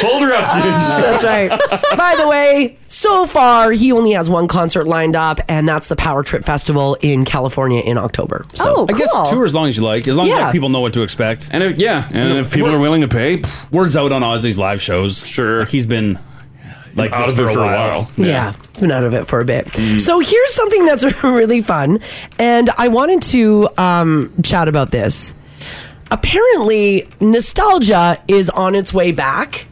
Hold her up, Ginger. That's right. By the way, so far he only has one concert lined up, and that's the Power Trip Festival in California in October. So I guess tour as long as you like, as long Yeah. as people know what to expect. And if, yeah, and if people are willing to pay, words out on Ozzy's live shows. Sure, like he's been like Out this of it for, a while. Yeah. it's been out of it for a bit. Mm. So here's something that's really fun, and I wanted to um, chat about this. Apparently, nostalgia is on its way back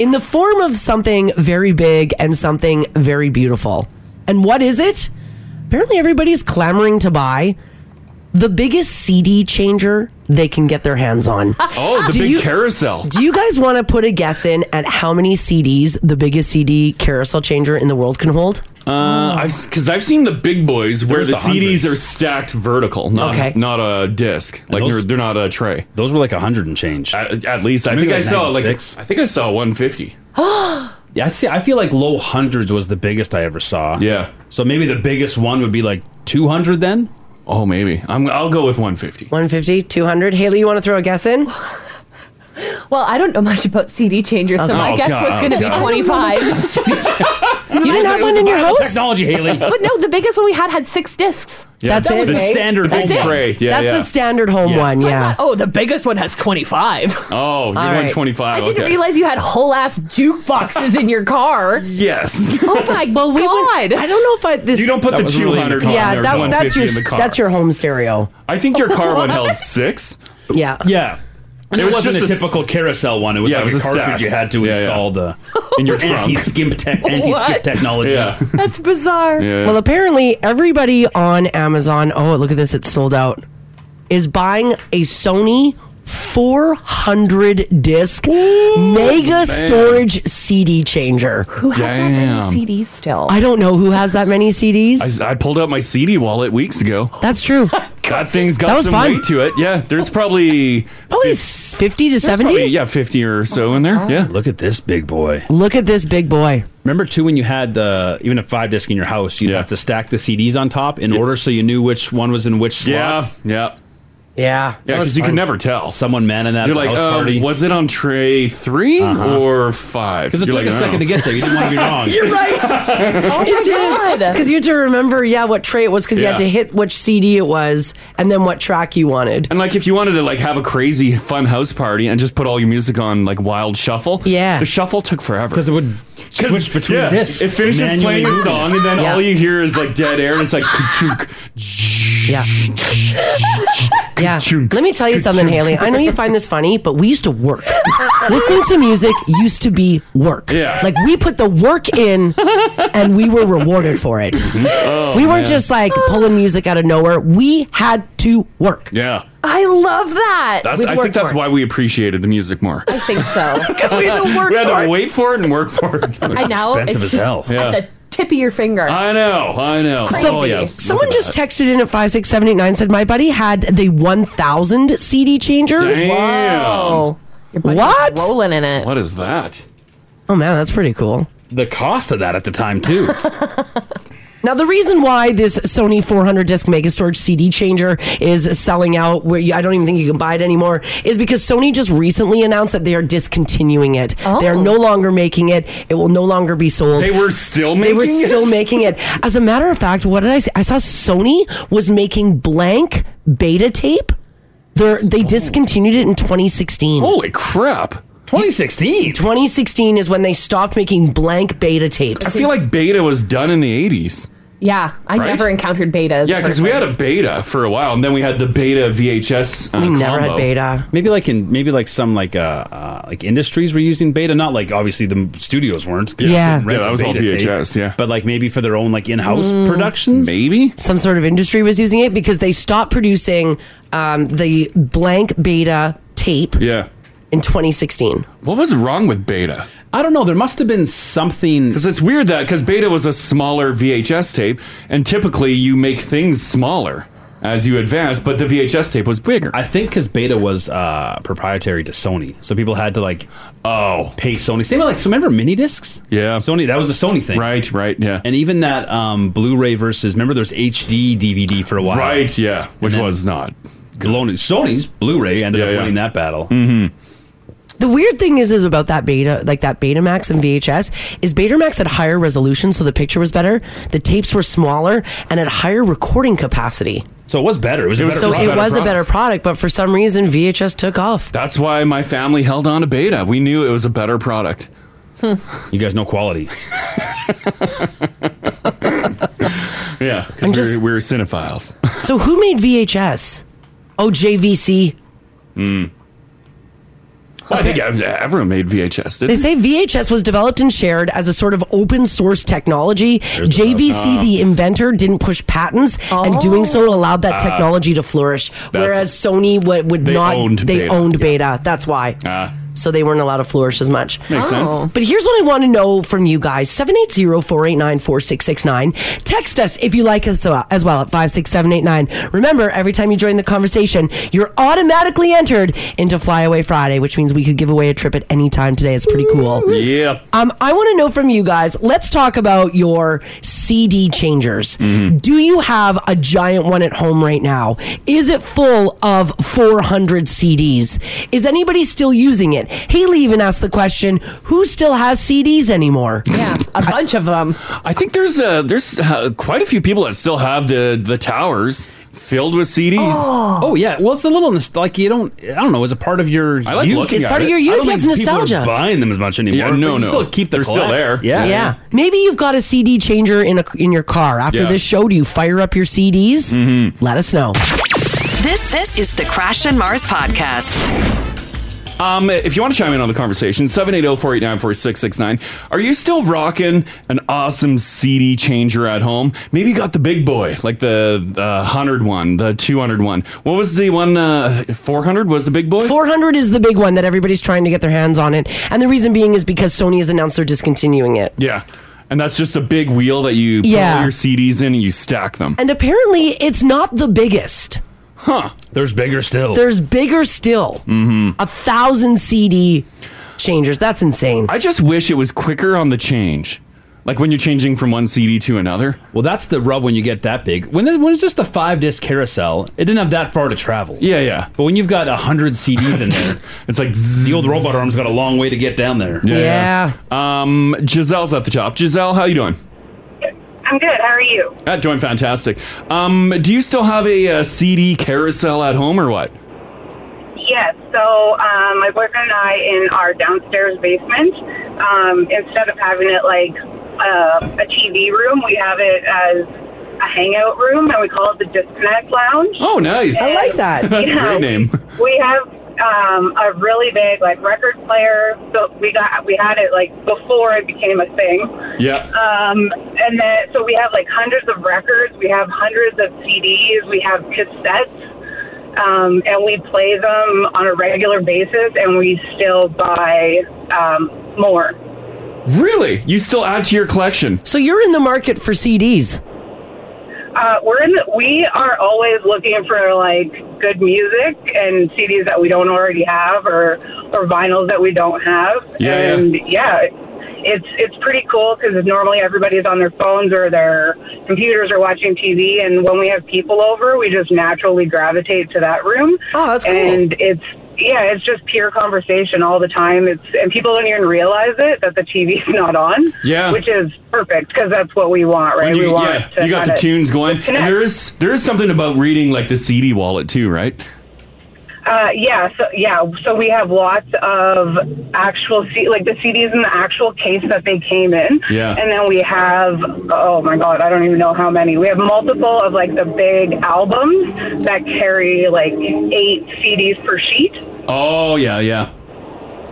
in the form of something very big and something very beautiful. And what is it? Apparently, everybody's clamoring to buy the biggest CD changer they can get their hands on. Oh, the Do big you- carousel. Do you guys want to put a guess in at how many CDs the biggest CD carousel changer in the world can hold? Uh, I've because I've seen the big boys where There's the, the CDs hundreds. are stacked vertical, not Okay. not a disc. Like they're, they're not a tray. Those were like hundred and change. At, at least I Maybe think I like saw 96. like I think I saw one fifty. Yeah, I see. I feel like low hundreds was the biggest I ever saw. Yeah. So maybe the biggest one would be like two hundred then. Oh, maybe I'm, I'll go with one fifty. 150, 200. Haley, you want to throw a guess in? Well, I don't know much about CD changers, so Okay. my Oh, guess God, was going to God. be 25. You didn't have one in your house? Technology, Haley. but no, the biggest one we had had six discs. That's That it. was eh? That's it. That's the standard home one. So I yeah. thought, oh, the biggest one has 25. Oh, you All went right. twenty five. I didn't okay. realize you had whole ass jukeboxes in your car. Yes. Oh my god! I don't know if I this. You don't put That the was really in the 200 car. Yeah, There's that, that's 150 your in the car. that's your home stereo. I think your car one held six. Yeah. Yeah. And It it, was wasn't a, just a s- typical carousel one. It was Yeah, it like was a a cartridge stack. you had to Yeah, yeah. install the In your trunk. anti skimp tech anti skip What? technology. Yeah. That's bizarre. Well, apparently everybody on Amazon. Oh, look at this! It's sold out. Is buying a Sony 400 disc mega man. storage CD changer. Who has that many CDs still? Um, I don't know who has that many CDs. I, I pulled out my CD wallet weeks ago. That's true. That thing's got That was some fun. weight to it. Yeah, there's probably probably fifty to seventy. Yeah, fifty or so in there. Yeah. Oh. Look at this big boy. Look at this big boy. Remember too when you had the even a five disc in your house, you'd have to stack the CDs on top in order so you knew which one was in which Yeah, slots. yeah, yeah. Oh Yeah, because you could never tell. Someone manning that You're at the house like, uh, party. was it on tray 3 Uh-huh. or five? 'Cause it You're took like, a I second don't to know. get there. You didn't want to be wrong. You're right. Oh my God. Because you had to remember, yeah, what tray it was because you had Yeah. to hit which CD it was and then what track you wanted. And like, if you wanted to like have a crazy fun house party and just put all your music on like wild shuffle, Yeah. the shuffle took forever because it would switch between discs, It finishes manually playing the moving song, it. and then Yeah. all you hear is like dead air, and it's like ka-chunk. Yeah. yeah. Let me tell you something, Haley. I know you find this funny, but we used to work. Listening to music used to be work. Yeah. Like we put the work in and we were rewarded for it. Oh, we weren't man. just like pulling music out of nowhere. We had to work. Yeah, I love that. that's. I think that's why we appreciated the music more. I think so. Because we had to work we had for to it. wait for it and work for it. I know. it's just At Yeah. the tip of your finger. I know. I know. Crazy. Oh yeah. Someone just texted in at 56789 said, My buddy had the 1000 CD changer. Damn. Wow. Your buddy's What? Rolling in it. What is that? Oh, man, that's pretty cool. The cost of that at the time too. Now, the reason why this Sony 400 disc mega storage CD changer is selling out, where you, I don't even think you can buy it anymore, is because Sony just recently announced that they are discontinuing it. They are no longer making it. It will no longer be sold. Oh. They were still They were making it? still making it. As a matter of fact, what did I say? I saw Sony was making blank beta tape. They're, they discontinued it in 2016. Oh. Holy crap. 2016. 2016 is when they stopped making blank beta tapes. I feel like beta was done in the 80s. Yeah, I Right? never encountered beta. as a Yeah, because we person. had a beta for a while, and then we had the beta VHS. Uh, combo. Maybe like in maybe like some like uh, uh like industries were using beta. Not like obviously the m- studios weren't. Yeah. Yeah, that was all VHS. yeah, but like maybe for their own like in-house Mm. productions. Maybe some sort of industry was using it because they stopped producing um, the blank beta tape. Yeah. In 2016. What was wrong with beta? I don't know. There must have been something because it's weird that because beta was a smaller VHS tape, and typically you make things smaller as you advance, but the VHS tape was bigger. I think because beta was uh, proprietary to Sony, so people had to like oh pay Sony. Same like so. Remember mini discs? Yeah, Sony. That was a Sony thing, right? Right. Yeah. And even that um, Blu-ray versus remember there's HD DVD for a while, Right, yeah, which was not Blown. Sony's Blu-ray ended up winning that battle. Mm-hmm. The weird thing is, is about that beta, like that Betamax and VHS, is Betamax had higher resolution, so the picture was better. The tapes were smaller and at higher recording capacity. So it was better. It was, a better so product. it was a better product, but for some reason VHS took off. That's why my family held on to beta. We knew it was a better product. Hmm. You guys know quality. yeah, because we're, we're cinephiles. so who made VHS? Oh, JVC. Mm. Well, I think ev- everyone made VHS. Didn't They say VHS was developed and shared as a sort of open source technology. JVC, Ah. the inventor, didn't push patents, and doing so allowed that Ah. technology to flourish. Whereas Sony would, would They not, owned they beta. Uh. owned beta. That's why. So they weren't allowed to flourish as much. Makes sense. Oh. But here's what I want to know from you guys 780 489 4669. Text us if you like us uh, as well at 56789. Remember, every time you join the conversation, you're automatically entered into Flyaway Friday, which means we could give away a trip at any time today. It's pretty cool. Yeah. Um, I want to know from you guys. Let's talk about your CD changers. Mm-hmm. Do you have a giant one at home right now? Is it full of 400 CDs? Is anybody still using it? Haley even asked the question who still has CDs anymore? Yeah, a bunch of them. I think there's uh, there's uh, quite a few people that still have the the towers filled with CDs. Oh. yeah, well it's a little nostalgic. Like you don't, I don't know. It's a part of your. I like youth. looking It's at part of it. your youth, I don't yeah, it's think people are nostalgia. buying them as much anymore. Yeah, but no, you no. Still keep the They're still collect. there. Yeah, yeah. Maybe you've got a CD changer in a in your car. After Yeah. Mm-hmm. this show, do you fire up your CDs? Let us know. This this is the Crash and Mars podcast. Um, if you want to chime in on the conversation, oh, 780-489-4669. Are you still rocking an awesome CD changer at home? Maybe you got the big boy, like the, the 100 one, the 200 one. What was the one, uh, 400 was the big boy? 400 is the big one that everybody's trying to get their hands on it. And the reason being is because Sony has announced they're discontinuing it. Yeah. And that's just a big wheel that you put Yeah. all your CDs in and you stack them. And apparently, it's not the biggest. Huh. There's bigger still. There's bigger still. Mm-hmm. A thousand CD changers. That's insane. I just wish it was quicker on the change. Like when you're changing from one CD to another. Well, that's the rub when you get that big. When the, when it's just a five disc carousel, it didn't have that far to travel. Yeah, yeah. But when you've got a hundred CDs in there, it's like the old robot arm's got a long way to get down there. yeah. Um, Giselle's at the top. Giselle, how you doing? I'm good. How are you? At doing fantastic. Um, do you still have a, uh CD carousel at home or what? Yes. So um, my boyfriend and I in our downstairs basement. Um, instead of having it like uh, a TV room, we have it as a hangout room, and we call it the Disconnect Lounge. Oh, nice. And, That's you a know, great name. We have um, a really big like record player. So we got we had it like before it became a thing. Yeah. Um, and then, so we have like hundreds of records, we have hundreds of CDs, we have cassettes, um, and we play them on a regular basis, and we still buy um, more. Really? You still add to your collection? So you're in the market for CDs. Uh, we're in the, we are always looking for like good music and CDs that we don't already have, or or vinyls that we don't have, Yeah, yeah. and yeah. it's it's pretty cool because normally everybody's on their phones or their computers or watching TV, and when we have people over, we just naturally gravitate to that room. Oh, that's cool. And it's yeah, it's just pure conversation all the time. It's and people don't even realize it that the TV's not on. Yeah. which is perfect because that's what we want, right? When we you, want yeah, you got the kinda- tunes going. And there is there is something about reading like the CD wallet too, right? Uh, yeah, so yeah, so we have lots of actual C- like the CDs in the actual case that they came in. Yeah. And then we have oh my god, I don't even know how many. We have multiple of like the big albums that carry like eight CDs per sheet. Oh yeah, yeah.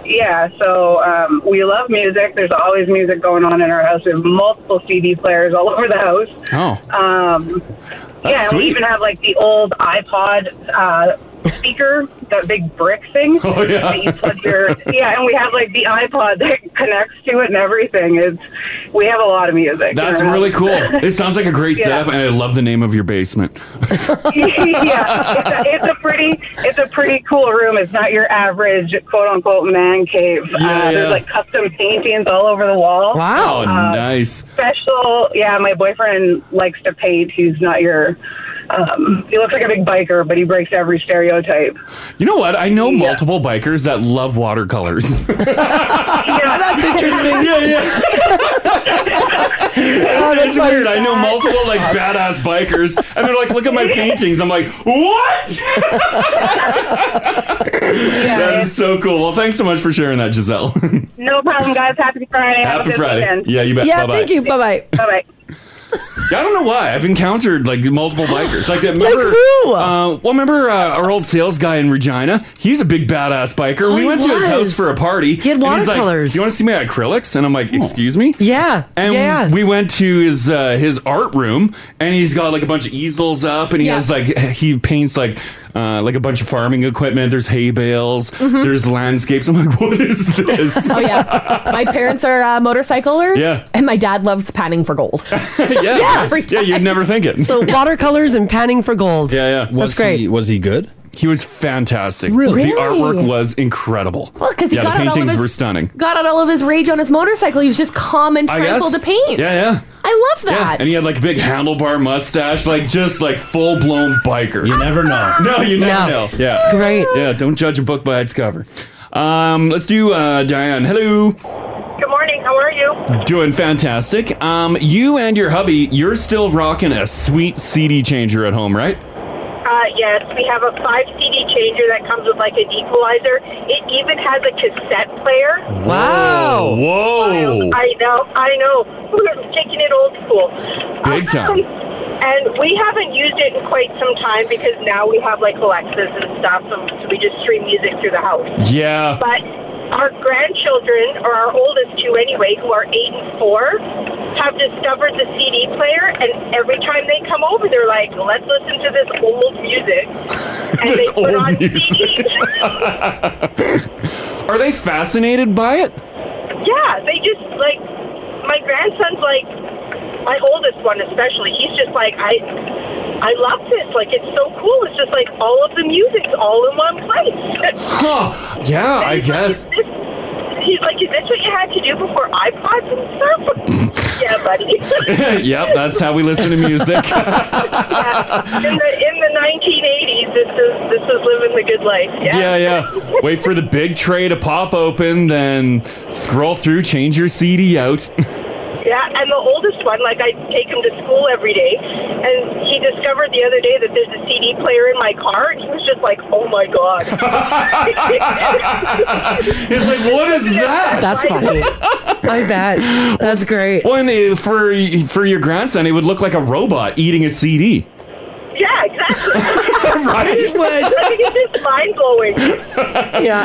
Yeah, so um, we love music. There's always music going on in our house. We have multiple CD players all over the house. Oh. Um, That's yeah, and sweet. we even have like the old iPod uh, speaker, that big brick thing. Oh, yeah. That you plug your, yeah, and we have like the iPod that connects to it and everything. It's, we have a lot of music. in That's our really house. cool. It sounds like a great Yeah. setup, and I love the name of your basement. yeah, it's a, it's a pretty, it's a pretty cool room. It's not your average quote unquote man cave. Yeah, uh, yeah. There's like custom paintings all over the wall. Oh, Uh, nice. special. Yeah, my boyfriend likes to paint. He's not your. Um, he looks like a big biker, but he breaks every stereotype. You know what? I know multiple bikers that love watercolors. Oh, That's interesting. yeah, yeah. it's weird. I know multiple like badass bikers, and they're like, "Look at my paintings." I'm like, "What?" That is so cool. Well, thanks so much for sharing that, Giselle. No problem, guys. Happy Friday. Have a Happy good Friday. Weekend. Yeah, you bet. Yeah, Bye-bye. thank you. Bye bye. Bye bye. I don't know why. I've encountered like multiple bikers. Like that. Remember, Uh, well, remember uh, our old sales guy in Regina? He's a big badass biker. Oh, we he went to his was. house for a party. He had and he's like, watercolors. Oh. you want to see my acrylics? And I'm like, excuse me? Yeah. And yeah. we went to his uh, his art room, and he's got like a bunch of easels up, and he Yeah. has like he paints like uh, like a bunch of farming equipment. There's hay bales. Mm-hmm. Mhm. There's landscapes. I'm like, what is this? oh yeah, my parents are uh, motorcyclers. Yeah. and my dad loves panning for gold. yeah, yeah. you'd never think it. So watercolors and panning for gold. Yeah, yeah. That's great. was he good? He was fantastic. Really? The artwork was incredible. Well, 'cause he yeah, got the it all of paintings his- were stunning. Got out all of his rage on his motorcycle. He was just calm and I guess. tranquil to paint. Yeah, yeah. I love that. And he had like a big handlebar mustache, like just like full blown biker. You never know. No, you never No. know. Yeah. It's great. Yeah, don't judge a book by its cover. Um, let's do uh Diane. Hello. Good morning. How are you? Doing fantastic. Um, you and your hubby, you're still rocking a sweet CD changer at home, right? Uh, yes, we have a five CD changer that comes with like an equalizer. It even has a cassette player. Wow. Whoa. I know. I know. We're taking it old school. Um, Big time. And we haven't used it in quite some time because now we have like Alexas and stuff, and so we just stream music through the house. Yeah. But our grandchildren, or our oldest two anyway, who are eight and four, have discovered the CD player, and every time they come over, they're like, "Let's listen to this old music." And This they put old on music. CDs. Are they fascinated by it? yeah, they just like my grandson's like my oldest one, especially. He's just like I. I love this. Like it's so cool. It's just like all of the music's all in one place. Huh. Yeah, I guess. He's like, is this what you had to do before iPods and stuff? yeah, buddy. yep, that's how we listen to music. in the in the 1980s, this is this is living the good life. Yeah. Yeah, yeah. Wait for the big tray to pop open, then scroll through, change your CD out. Yeah, and the oldest one, like I take him to school every day, and he discovered the other day that there's a CD player in my car, and he was just like, "Oh my god!" He's like, what is that? That's funny. I bet. That's great. Well, and uh, for for your grandson, it would look like a robot eating a CD. yeah, exactly. Right? It would. I think it's just mind blowing. Yeah,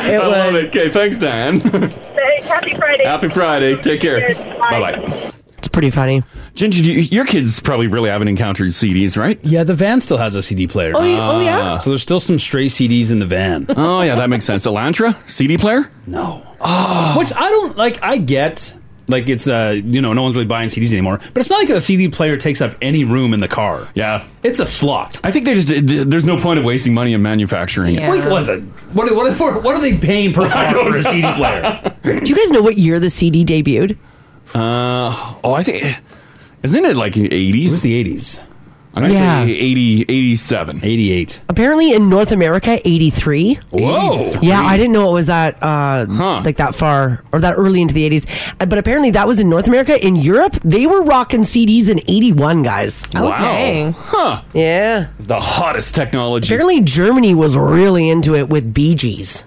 I love it. Okay, thanks, Dan. Happy Friday. Happy Friday. Take care. Cheers. Bye Bye. bye. It's pretty funny. Ginger, do you, your kids probably really haven't encountered CDs, right? Yeah, the van still has a CD player. Ah. Oh, y- oh, yeah? So there's still some stray CDs in the van. Oh yeah, that makes sense. Elantra CD player? Ah. No. Which I don't like. I get like it's uh you know no one's really buying CDs anymore, but it's not like a CD player takes up any room in the car. Yeah, it's a slot. I think they just th- there's no point of wasting money in manufacturing it. What is- what is it? What, what, what, what are they paying per car for a CD player? Do you guys know what year the CD debuted? Uh, oh, I think isn't it like in eighties? It was the eighties. I'm gonna Yeah. say 80, 87. 88. Apparently in North America, 83. Whoa. 83? Yeah, I didn't know it was that uh, like that far or that early into the 80s. Uh, But apparently that was in North America. In Europe, they were rocking CDs in 81, guys. Wow. Huh. Yeah. It's the hottest technology. Apparently Germany was really into it with Bee Gees.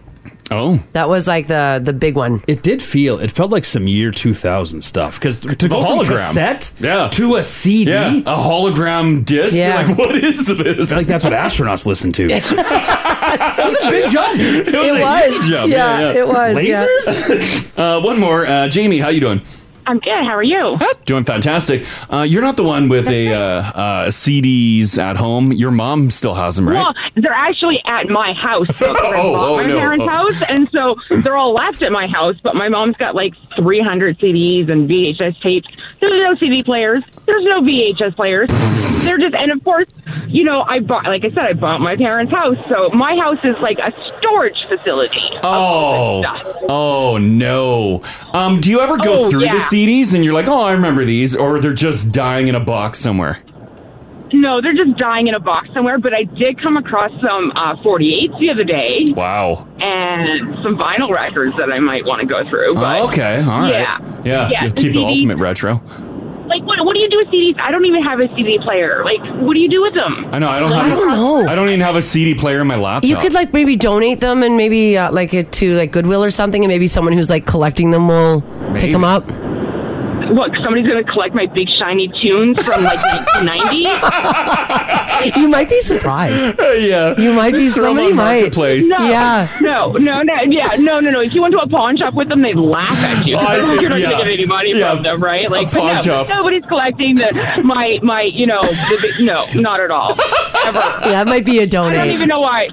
Oh. That was like the the big one. It did feel. It felt like some year 2000 stuff because to The go hologram. from cassette Yeah. to a CD, Yeah, a hologram disc. You're Yeah. like, what is this? I feel like that's what astronauts listen to. that was a big jump. It was, It a was. huge jump. Yeah, it was, yeah. Lasers. uh, one more, uh, Jamie. How you doing? I'm good. How are you? Doing fantastic. Uh, you're not the one with a uh, uh, CDs at home. Your mom still has them, right? Well, they're actually at my house. So I Oh, bought oh, my no. parents' Oh. house, and so they're all left at my house. But my mom's got like 300 CDs and VHS tapes. There's no CD players. There's no VHS players. They're just, and of course, you know, I bought, like I said, I bought my parents' house. So my house is like a storage facility. Oh, oh no. Um, do you ever go Oh, through yeah. the CDs and you're like, oh, I remember these, or they're just dying in a box somewhere? No, they're just dying in a box somewhere. But I did come across some uh, 48s the other day. Wow. And some vinyl records that I might want to go through. But Oh, okay, all right. Yeah. yeah. Yeah, you'll keep it CDs. ultimate retro. Like, what, what do you do with CDs? I don't even have a CD player. Like, what do you do with them? I know. I don't have. I don't know. I don't even have a CD player in my laptop. You could like maybe donate them and maybe uh, like it to like Goodwill or something, and maybe someone who's like collecting them will pick them up. What, somebody's going to collect my big shiny tunes from, like, 1990? you might be surprised. yeah. You might be Throw 'em somebody on might. Marketplace. No, Yeah. No, no, no, yeah, no, no, no. If you went to a pawn shop with them, they'd laugh at you. I think- You're not yeah. going to get any money Yeah. from them, right? Like, A but pawn no, shop. nobody's collecting the, my, my, you know, the, big- no, not at all. Ever. Yeah, it might be a I donate. don't even know why.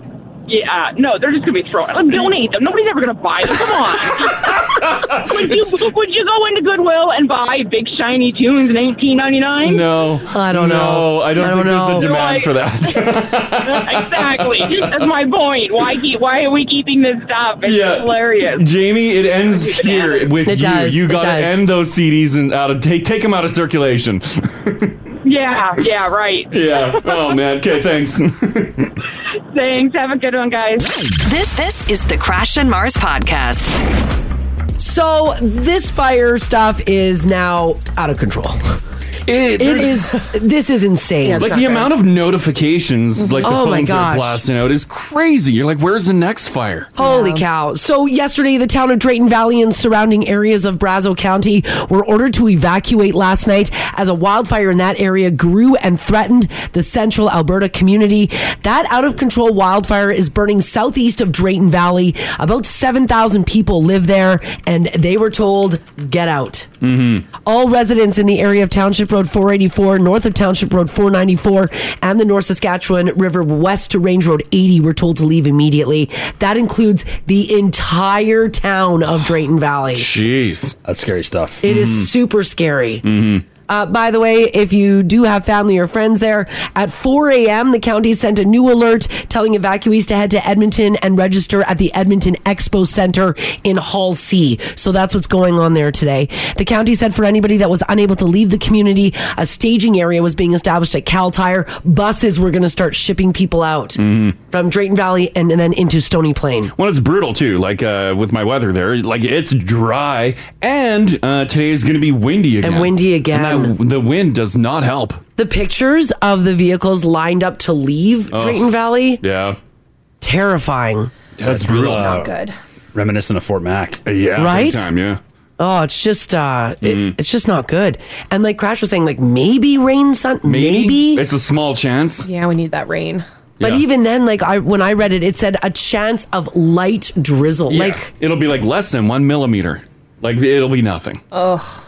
Yeah, no, they're just gonna be thrown. Like, donate them. Nobody's ever gonna buy them. Come on. would, you, would you go into Goodwill and buy big shiny tunes in 1999? No, I don't know. No, I don't, I think don't there's a know. demand Like- for that. exactly. That's my point. Why keep? Why are we keeping this up? It's Yeah. hilarious. Jamie, it ends here with It you. does, You it got to does. end those CDs and out of take take them out of circulation. Yeah. Yeah. Right. yeah. Oh man. Okay. Thanks. Thanks. Have a good one, guys. This this is the Crash and Mars podcast. So this fire stuff is now out of control. It, it is. This is insane. like the amount of notifications, like the Oh, my phones are gosh. blasting out, is crazy. You're like, where's the next fire? Holy cow. So, yesterday, the town of Drayton Valley and surrounding areas of Brazo County were ordered to evacuate last night as a wildfire in that area grew and threatened the central Alberta community. That out of control wildfire is burning southeast of Drayton Valley. About 7,000 people live there, and they were told, get out. Mm-hmm. All residents in the area of Township Road 484, north of Township Road 494, and the North Saskatchewan River west to Range Road 80 were told to leave immediately. That includes the entire town of Drayton Valley. Jeez, that's scary stuff. Mm. It is super scary. Mm-hmm. Uh, by the way, if you do have family or friends there, at 4 a.m., the county sent a new alert telling evacuees to head to Edmonton and register at the Edmonton Expo Center in Hall C. So that's what's going on there today. The county said for anybody that was unable to leave the community, a staging area was being established at Caltire. Buses were going to start shipping people out from Drayton Valley and, and then into Stony Plain. Mm-hmm. Well, it's brutal too. Like uh, with my weather there, like it's dry, and uh, today is going to be windy again. And windy And again. that- the wind does not help. The pictures of the vehicles lined up to leave Oh. Drayton Valley. Yeah. Terrifying. That's brutal. Uh, Not good. Reminiscent of Fort Mac. Yeah. Right? time, yeah. Mm. Oh, it's just uh it, it's just not good. And like Crash was saying, like maybe rain sun maybe, It's a small chance. Yeah, we need that rain. But Yeah. even then, like I when I read it, it said a chance of light drizzle. Yeah. Like it'll be like less than one millimeter. Like it'll be nothing. Ugh,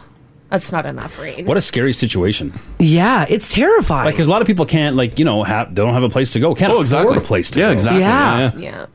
that's not enough rain. What a scary situation. Yeah, it's terrifying. Like, because a lot of people can't, like, you know, have, don't have a place to go. Can't Oh, afford exactly. a place to Yeah, go. exactly. Yeah. Yeah, yeah.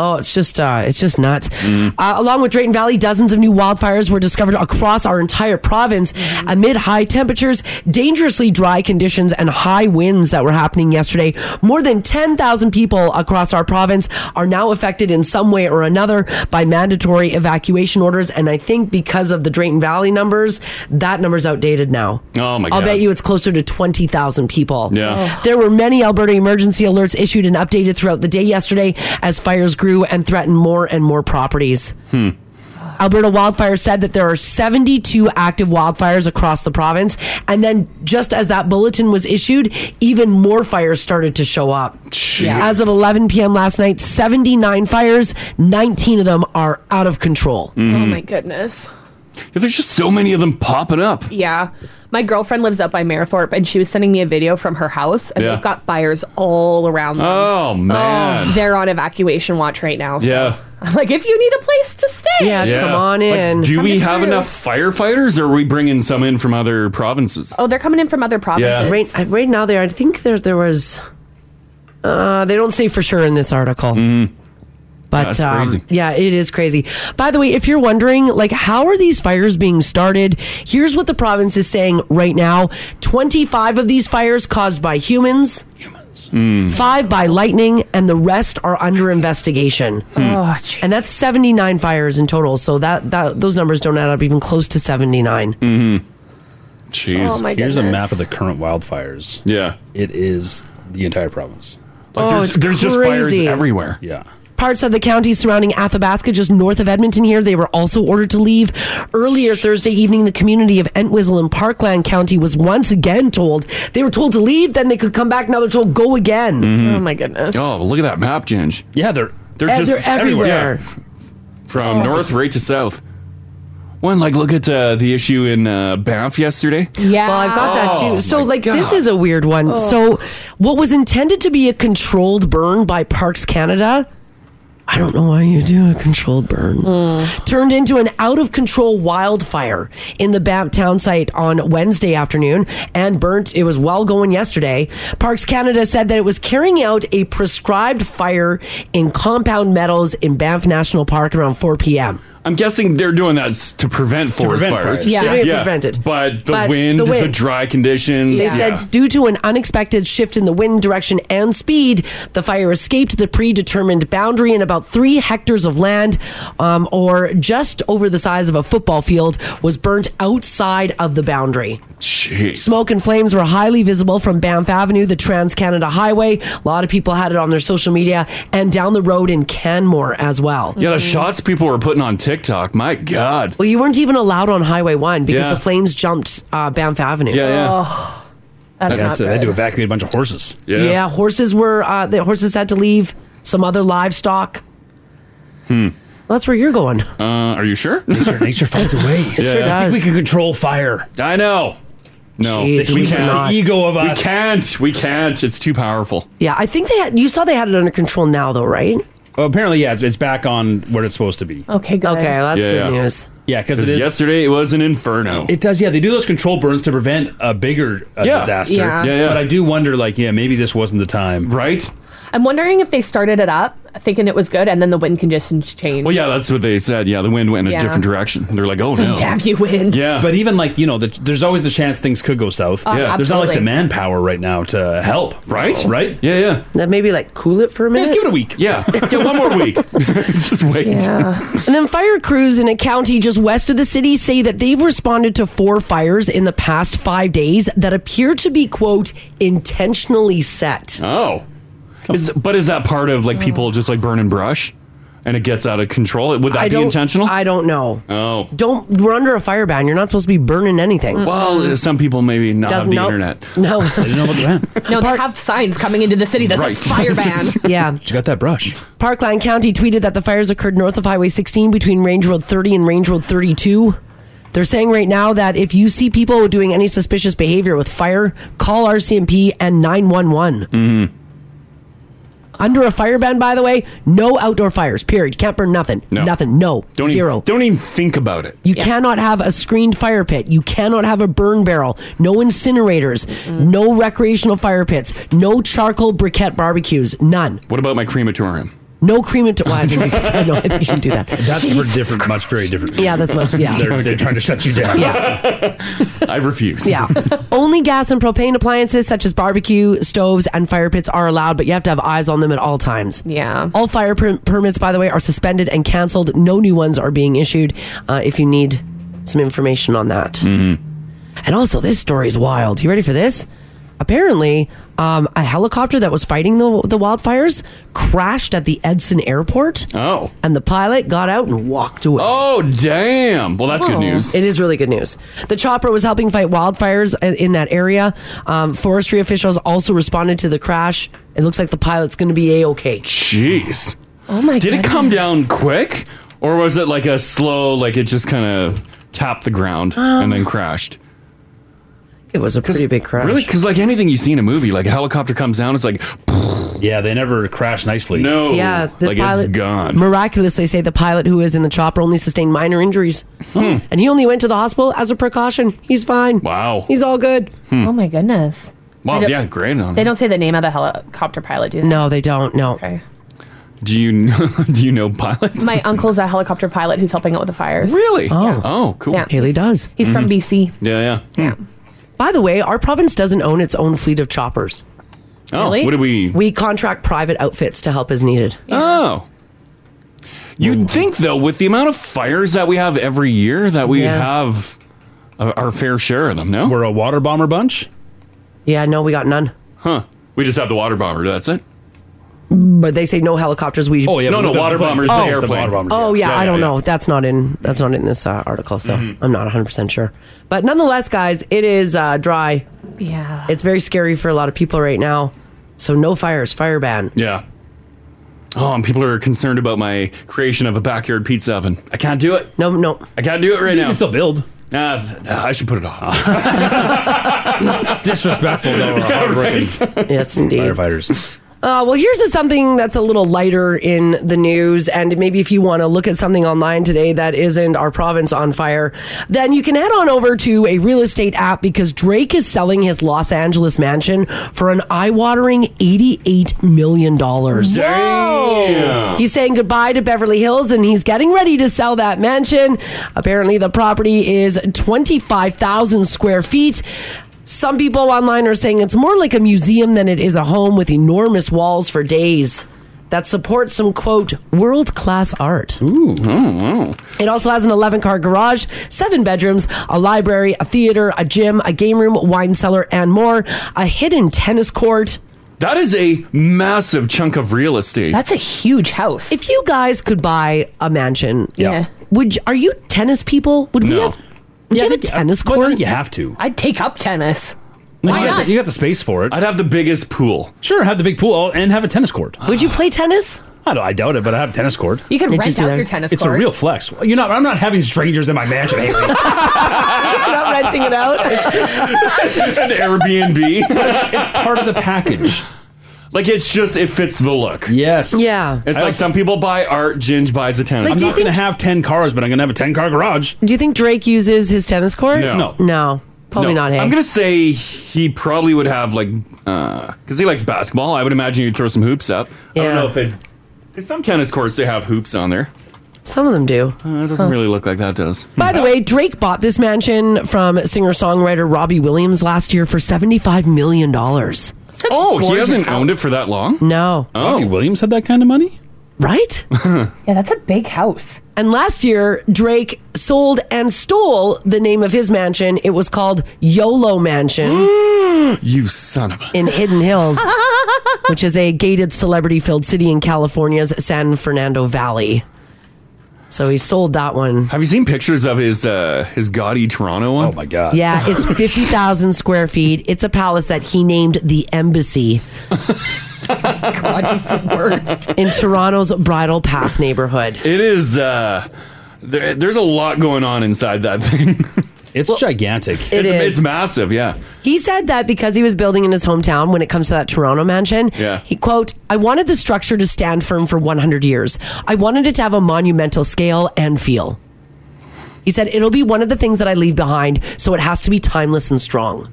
Oh, it's just uh, it's just nuts. Mm, Uh, along with Drayton Valley, dozens of new wildfires were discovered across our entire province amid high temperatures, dangerously dry conditions, and high winds that were happening yesterday. More than ten thousand people across our province are now affected in some way or another by mandatory evacuation orders, and I think because of the Drayton Valley numbers, that number's outdated now. Oh my I'll God. bet you it's closer to 20,000 people. Yeah. Oh. There were many Alberta emergency alerts issued and updated throughout the day yesterday as fires grew and threatened more and more properties. Hmm. Alberta Wildfire said that there are 72 active wildfires across the province. And then, just as that bulletin was issued, even more fires started to show up. As of 11 p.m. last night, 79 fires, 19 of them are out of control. Oh my goodness. Yeah, Mm-hmm. there's just so many of them popping up. Yeah. My girlfriend lives up by Marathorpe and she was sending me a video from her house and Yeah. they've got fires all around them. Oh, man. they're on evacuation watch right now. so- Yeah. I'm like, if you need a place to stay. Like, do Come we to have Peru. enough firefighters, or are we bringing some in from other provinces? Oh, they're coming in from other provinces. Yeah. Right, uh, right now, there. I think there there was. Uh, they don't say for sure in this article. But Mm-hmm. That's um, crazy. yeah, it is crazy. By the way, if you're wondering, like, how are these fires being started? Here's what the province is saying right now: 25 of these fires caused by humans, Mm. five by lightning, and the rest are under investigation. Oh, and that's 79 fires in total. So that, that those numbers don't add up even close to 79. Mm-hmm. Jeez. Oh, my Here's a goodness. map of the current wildfires. Yeah. It is the entire province. Oh, there's it's There's just fires crazy. everywhere. Yeah. Parts of the counties surrounding Athabasca, just north of Edmonton here, they were also ordered to leave. Earlier Thursday evening, the community of Entwistle in Parkland County was once again told they were told to leave, then they could come back. Now they're told go again. Mhm. goodness. Oh, look at that map, Ginge. Yeah, they're they're Eh, just they're everywhere. Yeah. From north right to south. One like look at uh, the issue in uh, Banff yesterday. Yeah. Well, I've got that Oh, too. So, my like, God. this is a weird one. Oh. So, what was intended to be a controlled burn by Parks Canada. I don't know why you do a controlled burn. Turned into an out of control wildfire in the Banff town site on Wednesday afternoon and burnt. It was well going yesterday. Parks Canada said that it was carrying out a prescribed fire in compound meadows in Banff National Park around 4 p.m. I'm guessing they're doing that s- to prevent forest prevent fires. fires. Yeah, to prevent it. But the But wind, the the wind. dry conditions. They yeah. said due to an unexpected shift in the wind direction and speed, the fire escaped the predetermined boundary in about three hectares of land, um, or just over the size of a football field, was burnt outside of the boundary. Smoke and flames were highly visible from Banff Avenue, the Trans Canada Highway. A lot of people had it on their social media and down the road in Canmore as well. yeah, the shots people were putting on TikTok. My God. Mm-hmm. Well, you weren't even allowed on Highway 1 because Yeah. the flames jumped uh, Banff Avenue. Yeah, yeah. that's They had not to- They had to good. evacuate a bunch of horses. Yeah. horses were uh, the horses had to leave. Some other livestock. Hmm. That's where you're going. Uh, are you sure? Nature, nature finds a way. It sure I does. think we can control fire. I know. No, Jeez, we cannot. The ego of us. We can't. We can't. It's too powerful. Yeah, I think they had. You saw they had it under control now, though, right? Oh, apparently, yeah, it's, it's back on where it's supposed to be. Okay, good. Okay, that's good yeah. news. Yeah, because it is. yesterday it was an inferno. It does, yeah. They do those control burns to prevent a bigger uh, Yeah. disaster. Yeah. Yeah, yeah. But I do wonder, like, yeah, maybe this wasn't the time, right? I'm wondering if they started it up thinking it was good and then the wind conditions changed. Well, yeah, that's what they said. Yeah, the wind went in Yeah. a different direction. They're like, oh no. Damn you, wind. Yeah. But even like you know, the, there's always the chance things could go south. Oh, Yeah. There's not like the absolutely. manpower right now to help. Right. Right. Yeah. Yeah. That maybe like cool it for a minute. Just give it a week. Yeah. yeah one more week. Just wait. and then fire crews in a county just west of the city say that they've responded to four fires in the past five days that appear to be quote intentionally set. Oh. Is, but is that part of Oh. like people just like burning brush, and it gets out of control? Would that I be don't. intentional? I don't know. Oh. Don't. We're under a fire ban. You're not supposed to be burning anything. Well, uh, some people maybe not have Doesn't- the nope. internet. No. They didn't know about the ban. No, they have signs coming into the city that Right. says fire ban. yeah. She got that brush. Parkland County tweeted that the fires occurred north of Highway 16 between Range Road 30 and Range Road 32. They're saying right now that if you see people doing any suspicious behavior with fire, call RCMP and 911. Mm-hmm. Under a fire ban, by the way, no outdoor fires, period. Can't burn nothing. No. Nothing. No. Don't Zero. Even, don't even think about it. You cannot have a screened fire pit. You cannot have a burn barrel. No incinerators. No recreational fire pits. No charcoal briquette barbecues. None. What about my crematorium? No cream and well, I think you can, I know, I think you can do that. That's for different, much very different. Yeah, that's reasons. much- yeah. They're, they're trying to shut you down. Yeah. I refuse. Yeah. Only gas and propane appliances such as barbecue, stoves, and fire pits are allowed, but you have to have eyes on them at all times. Yeah. All fire per- permits, by the way, are suspended and canceled. No new ones are being issued uh, if you need some information on that. And also, this story is wild. You ready for this? Apparently, um, a helicopter that was fighting the, the wildfires crashed at the Edson airport. Oh. And the pilot got out and walked away. Oh, damn. Well, that's good news. Oh. It is really good news. The chopper was helping fight wildfires i- in that area. Um, forestry officials also responded to the crash. It looks like the pilot's going to be a okay. Jeez. Oh my! Did it come down quick, or was it like a slow, like it just kind of tapped the ground and then crashed? Um. It was a pretty big crash. Really? Because like anything you see in a movie, like a helicopter comes down, it's like, yeah, they never crash nicely. No, Yeah, this Oh, like pilot it's gone. Miraculously, say the pilot who was in the chopper only sustained minor injuries, Hmm. and he only went to the hospital as a precaution. He's fine. Wow. Hmm. He's all good. Oh my goodness. Well, They don't- yeah, great on. They don't say the name of the helicopter pilot, do they? No, they don't. No. Okay. Do you know, do you know pilots? My uncle's a helicopter pilot who's helping out with the fires. Really? Mm-hmm. Oh. Oh, cool. Yeah. Haley does. He's from BC. Yeah, yeah. yeah. By the way, our province doesn't own its own fleet of choppers. Oh, Really? what do we- We contract private outfits to help as needed. Oh. You'd think though, with the amount of fires that we have every year, that we Yeah. have a, our fair share of them. No, we're a water bomber bunch. Yeah, no, we got none. Huh? We just have the water bomber. That's it. But they say no helicopters. We Oh, yeah, No, but no, the- water the plane- bombers, the Oh, airplane. water bombers, oh yeah. yeah, Yeah, I yeah, don't yeah. Mm-hmm. know. That's not in. That's not in this uh, article, so I'm not 100 percent sure. But nonetheless, guys, it is uh, dry. Yeah, it's very scary for a lot of people right now. So no fires, fire ban. Yeah. Oh, and people are concerned about my creation of a backyard pizza oven. I can't do it. No, no. I can't do it right You now. can still build. Uh, th- I should put it off. Disrespectful though. Yeah, yes, indeed. Firefighters. Uh, well, here's a, something that's a little lighter in the news, and maybe if you want to look at something online today that isn't our province on fire, then you can head on over to a real estate app because Drake is selling his Los Angeles mansion for an eye-watering eighty-eight million dollars. Damn. He's saying goodbye to Beverly Hills, and he's getting ready to sell that mansion. Apparently, the property is twenty-five thousand square feet. Some people online are saying it's more like a museum than it is a home with enormous walls for days that support some quote world class art. Ooh. Oh, wow. It also has an 11 car garage, seven bedrooms, a library, a theater, a gym, a game room, wine cellar, and more. A hidden tennis court. That is a massive chunk of real estate. a huge house. If you guys could buy a mansion, Yeah. Would you- are you tennis people? Would we have? Would you have a tennis court? You have to. I'd take up tennis. you, got the, you got the space for it. I'd have the biggest pool. Sure, have the big pool and have a tennis court. Would you play tennis? I, don't, I doubt it, but I have a tennis court. You could It'd rent just be out there. your tennis it's court. a real flex. You're not. I'm not having strangers in my mansion. Haley. You're not renting it out. It's an Airbnb. it's part of the package. Like it's just it fits the look. Yes. Yeah. It's I like also- some people buy art, Ginge buys a tennis. Like, do you think- have ten cars, but I'm gonna have a ten car garage. Do you think Drake uses his tennis court? No. No. no, probably No. not. Hey, I'm gonna say he probably would have like because he likes basketball. I would imagine he'd throw some hoops up. I Yeah. don't know if it because some tennis courts they have hoops on there. some of them do. Uh, it doesn't Huh. really look like that does. By the way, Drake bought this mansion from singer songwriter Robbie Williams last year for $75 million. Oh, he gorgeous hasn't house. owned it for that long. No. Oh, Williams had that kind of money, right? Yeah, that's a big house. And last year, Drake sold and stole the name of his mansion. It was called YOLO Mansion you son of a. in Hidden Hills, which is a gated, celebrity filled city in California's San Fernando Valley. So he sold that one. Have you seen pictures of his uh, his gaudy Toronto one? Oh my god! Yeah, it's 50,000 square feet. It's a palace that he named the Embassy. God, he's the worst. In Toronto's Bridal Path neighborhood. It is. Uh, there, there's a lot going on inside that thing. it's gigantic. it it's, is. it's massive. Yeah. He said that because he was building in his hometown when it comes to that Toronto mansion. Yeah. He quote, I wanted the structure to stand firm for 100 years. I wanted it to have a monumental scale and feel. He said it'll be one of the things that I leave behind, so it has to be timeless and strong.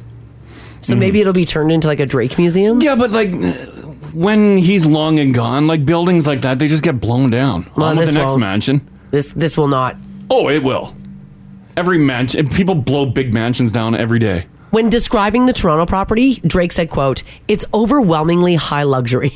So maybe it'll be turned into like a Drake museum. Yeah, but Mm-hmm. like uh, when he's long and gone, like buildings like that, they just get blown down. Well, On with this the next won't. mansion. This this will not. Oh, it will. Every mansion, people blow big mansions down every day. When describing the Toronto property, Drake said, "quote It's overwhelmingly high luxury."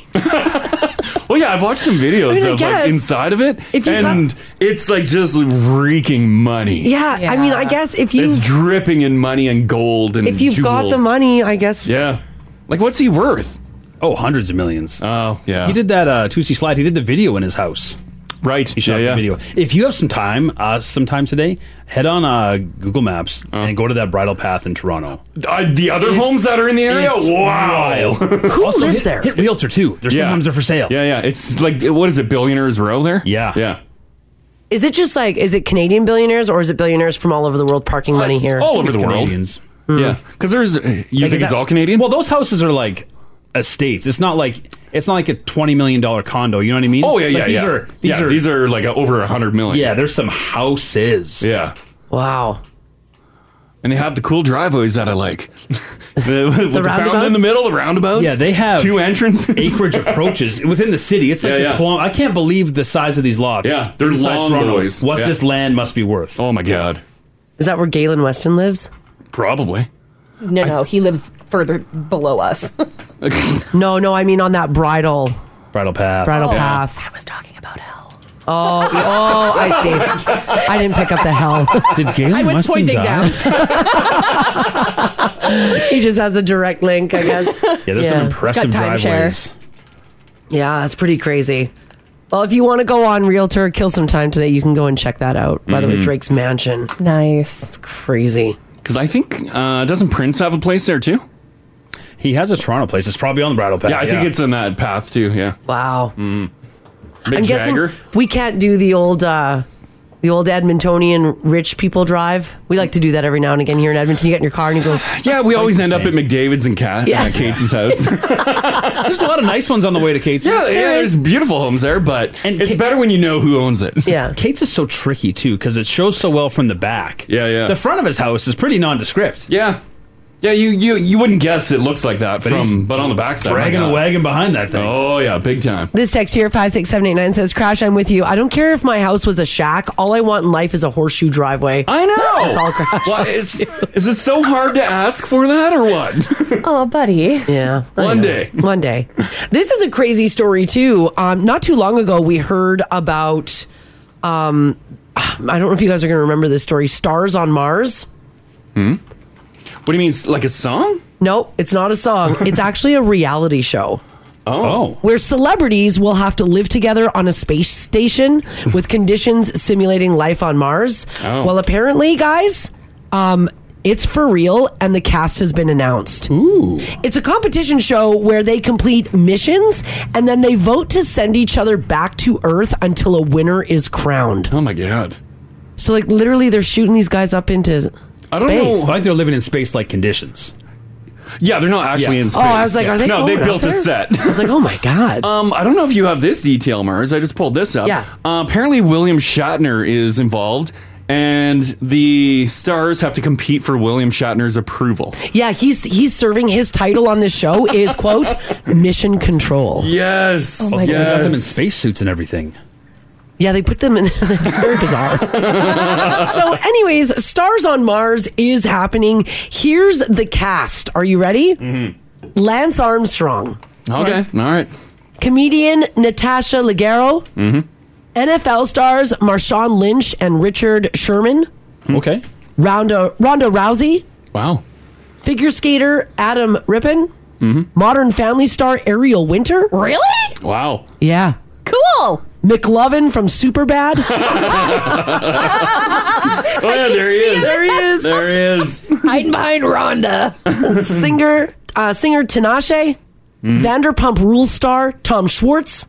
Well, yeah, I've watched some videos I mean, I of like guess. inside of it, If you got- and it's like just reeking money. Yeah, I mean, I guess if you- it's dripping in money and gold and if you've got the jewels. money, I guess. yeah, like what's he worth? Oh, hundreds of millions. Oh, yeah. He did that uh, two C slide. He did the video in his house. Right. He shot the video. If you have some time, uh, sometime today, head on uh, Google Maps and go to that bridal path in Toronto. Uh, the other homes that are in the area. it's Wow. wild. Who Also, lives hit- there? hit realtor too. There's sometimes they're for sale. Yeah, yeah. It's like what is it? Billionaires Row there. Yeah, yeah. Is it just like is it Canadian billionaires or is it billionaires from all over the world parking money It's here? all over the world. Hmm. Yeah, because there's uh, you Like, is think it's that- all Canadian? Well, those houses are like estates. It's not like it's not like a twenty million dollar condo. You know what I mean? Oh yeah, Like, yeah, these yeah. Are, these Yeah, are these are like over a hundred million. Yeah, there's some houses. Yeah. Wow. And they have the cool driveways that I like. the, with the fountain in roundabouts? the middle, the roundabouts. Yeah, they have two entrances, acreage approaches within the city. It's like Yeah, a yeah. kilom- I can't believe the size of these lots. Yeah, they're inside long boys. What Yeah. this land must be worth. Oh my god, Is that where Galen Weston lives? Probably. No, no, he lives further below us. no, no, I mean on that bridal bridal path. bridal Oh. path. I was talking about hell. Oh, oh, I see. I didn't pick up the hell. Did Galen I was Weston pointing die? down. he just has a direct link, I guess. Yeah, there's some impressive driveways. Yeah, that's pretty crazy. Well, if you want to go on Realtor Kill some time today, you can go and check that out. By the way, Mm-hmm. Mhm. Drake's mansion. Nice. It's crazy. Because I think uh, doesn't Prince have a place there too? He has a Toronto place. It's probably on the bridal path. Yeah, I think yeah. it's in that path too. Yeah. Wow. Mm. Mick Jagger. we can't do the old uh the old Edmontonian rich people drive. We like to do that every now and again here in Edmonton. You get in your car and you go. Yeah, we always end up at McDavid's and Cat, Yeah. uh, Kate's house. There's a lot of nice ones on the way to Kate's. yeah, yeah, there's beautiful homes there, but it's better when you know who owns it. Yeah. Kate's is so tricky too because it shows so well from the back. Yeah, yeah. The front of his house is pretty nondescript. Yeah. Yeah, you you you wouldn't guess it looks like that But he's from, but on the backside, dragging a wagon behind that thing. Oh yeah, big time. This text here five six seven eight nine says, "Crash, I'm with you. I don't care if my house was a shack. All I want in life is a horseshoe driveway. I know. That's all Crash. Why, wants. is, is it so hard to ask for that or what? oh, buddy. Yeah. I One know. day. One day. This is a crazy story too. Um, not too long ago, we heard about. Um, I don't know if you guys are going to remember this story. Stars on Mars. Hmm? What do you mean, like a song? No, it's not a song. It's actually a reality show. Oh. Where celebrities will have to live together on a space station with conditions simulating life on Mars. Oh. Well, apparently, guys, um, it's for real, and the cast has been announced. Ooh. It's a competition show where they complete missions and then they vote to send each other back to Earth until a winner is crowned. Oh, my God. So, like, literally, they're shooting these guys up into space. I think they're living in space-like conditions. Yeah, they're not actually Yeah. in Oh, space. I was like, are they No, they going built out a there? set. I was like, oh my god. Um, I don't know if you have this detail, Mars. I just pulled this up. Yeah. Uh, apparently, William Shatner is involved, and the stars have to compete for William Shatner's approval. Yeah, he's he's serving his title on this show is quote mission control. Yes. Oh my yeah, they got them in goodness. spacesuits and everything. Yeah, they put them in. it's very bizarre. so, anyways, Stars on Mars is happening. Here's the cast. Are you ready? Mm-hmm. Lance Armstrong, Okay. All right. Mm-hmm. comedian Natasha Leggero, NFL stars Marshawn Lynch and Richard Sherman, Okay. Ronda Ronda Rousey, Wow. figure skater Adam Rippon, Modern Family star Ariel Winter. Really? Wow. Yeah. Cool. McLovin from Superbad. Oh yeah, there he is. There he is. There he is. Hiding behind Rhonda. singer uh, singer Tinashe, Mm-hmm. Vanderpump Rules star Tom Schwartz,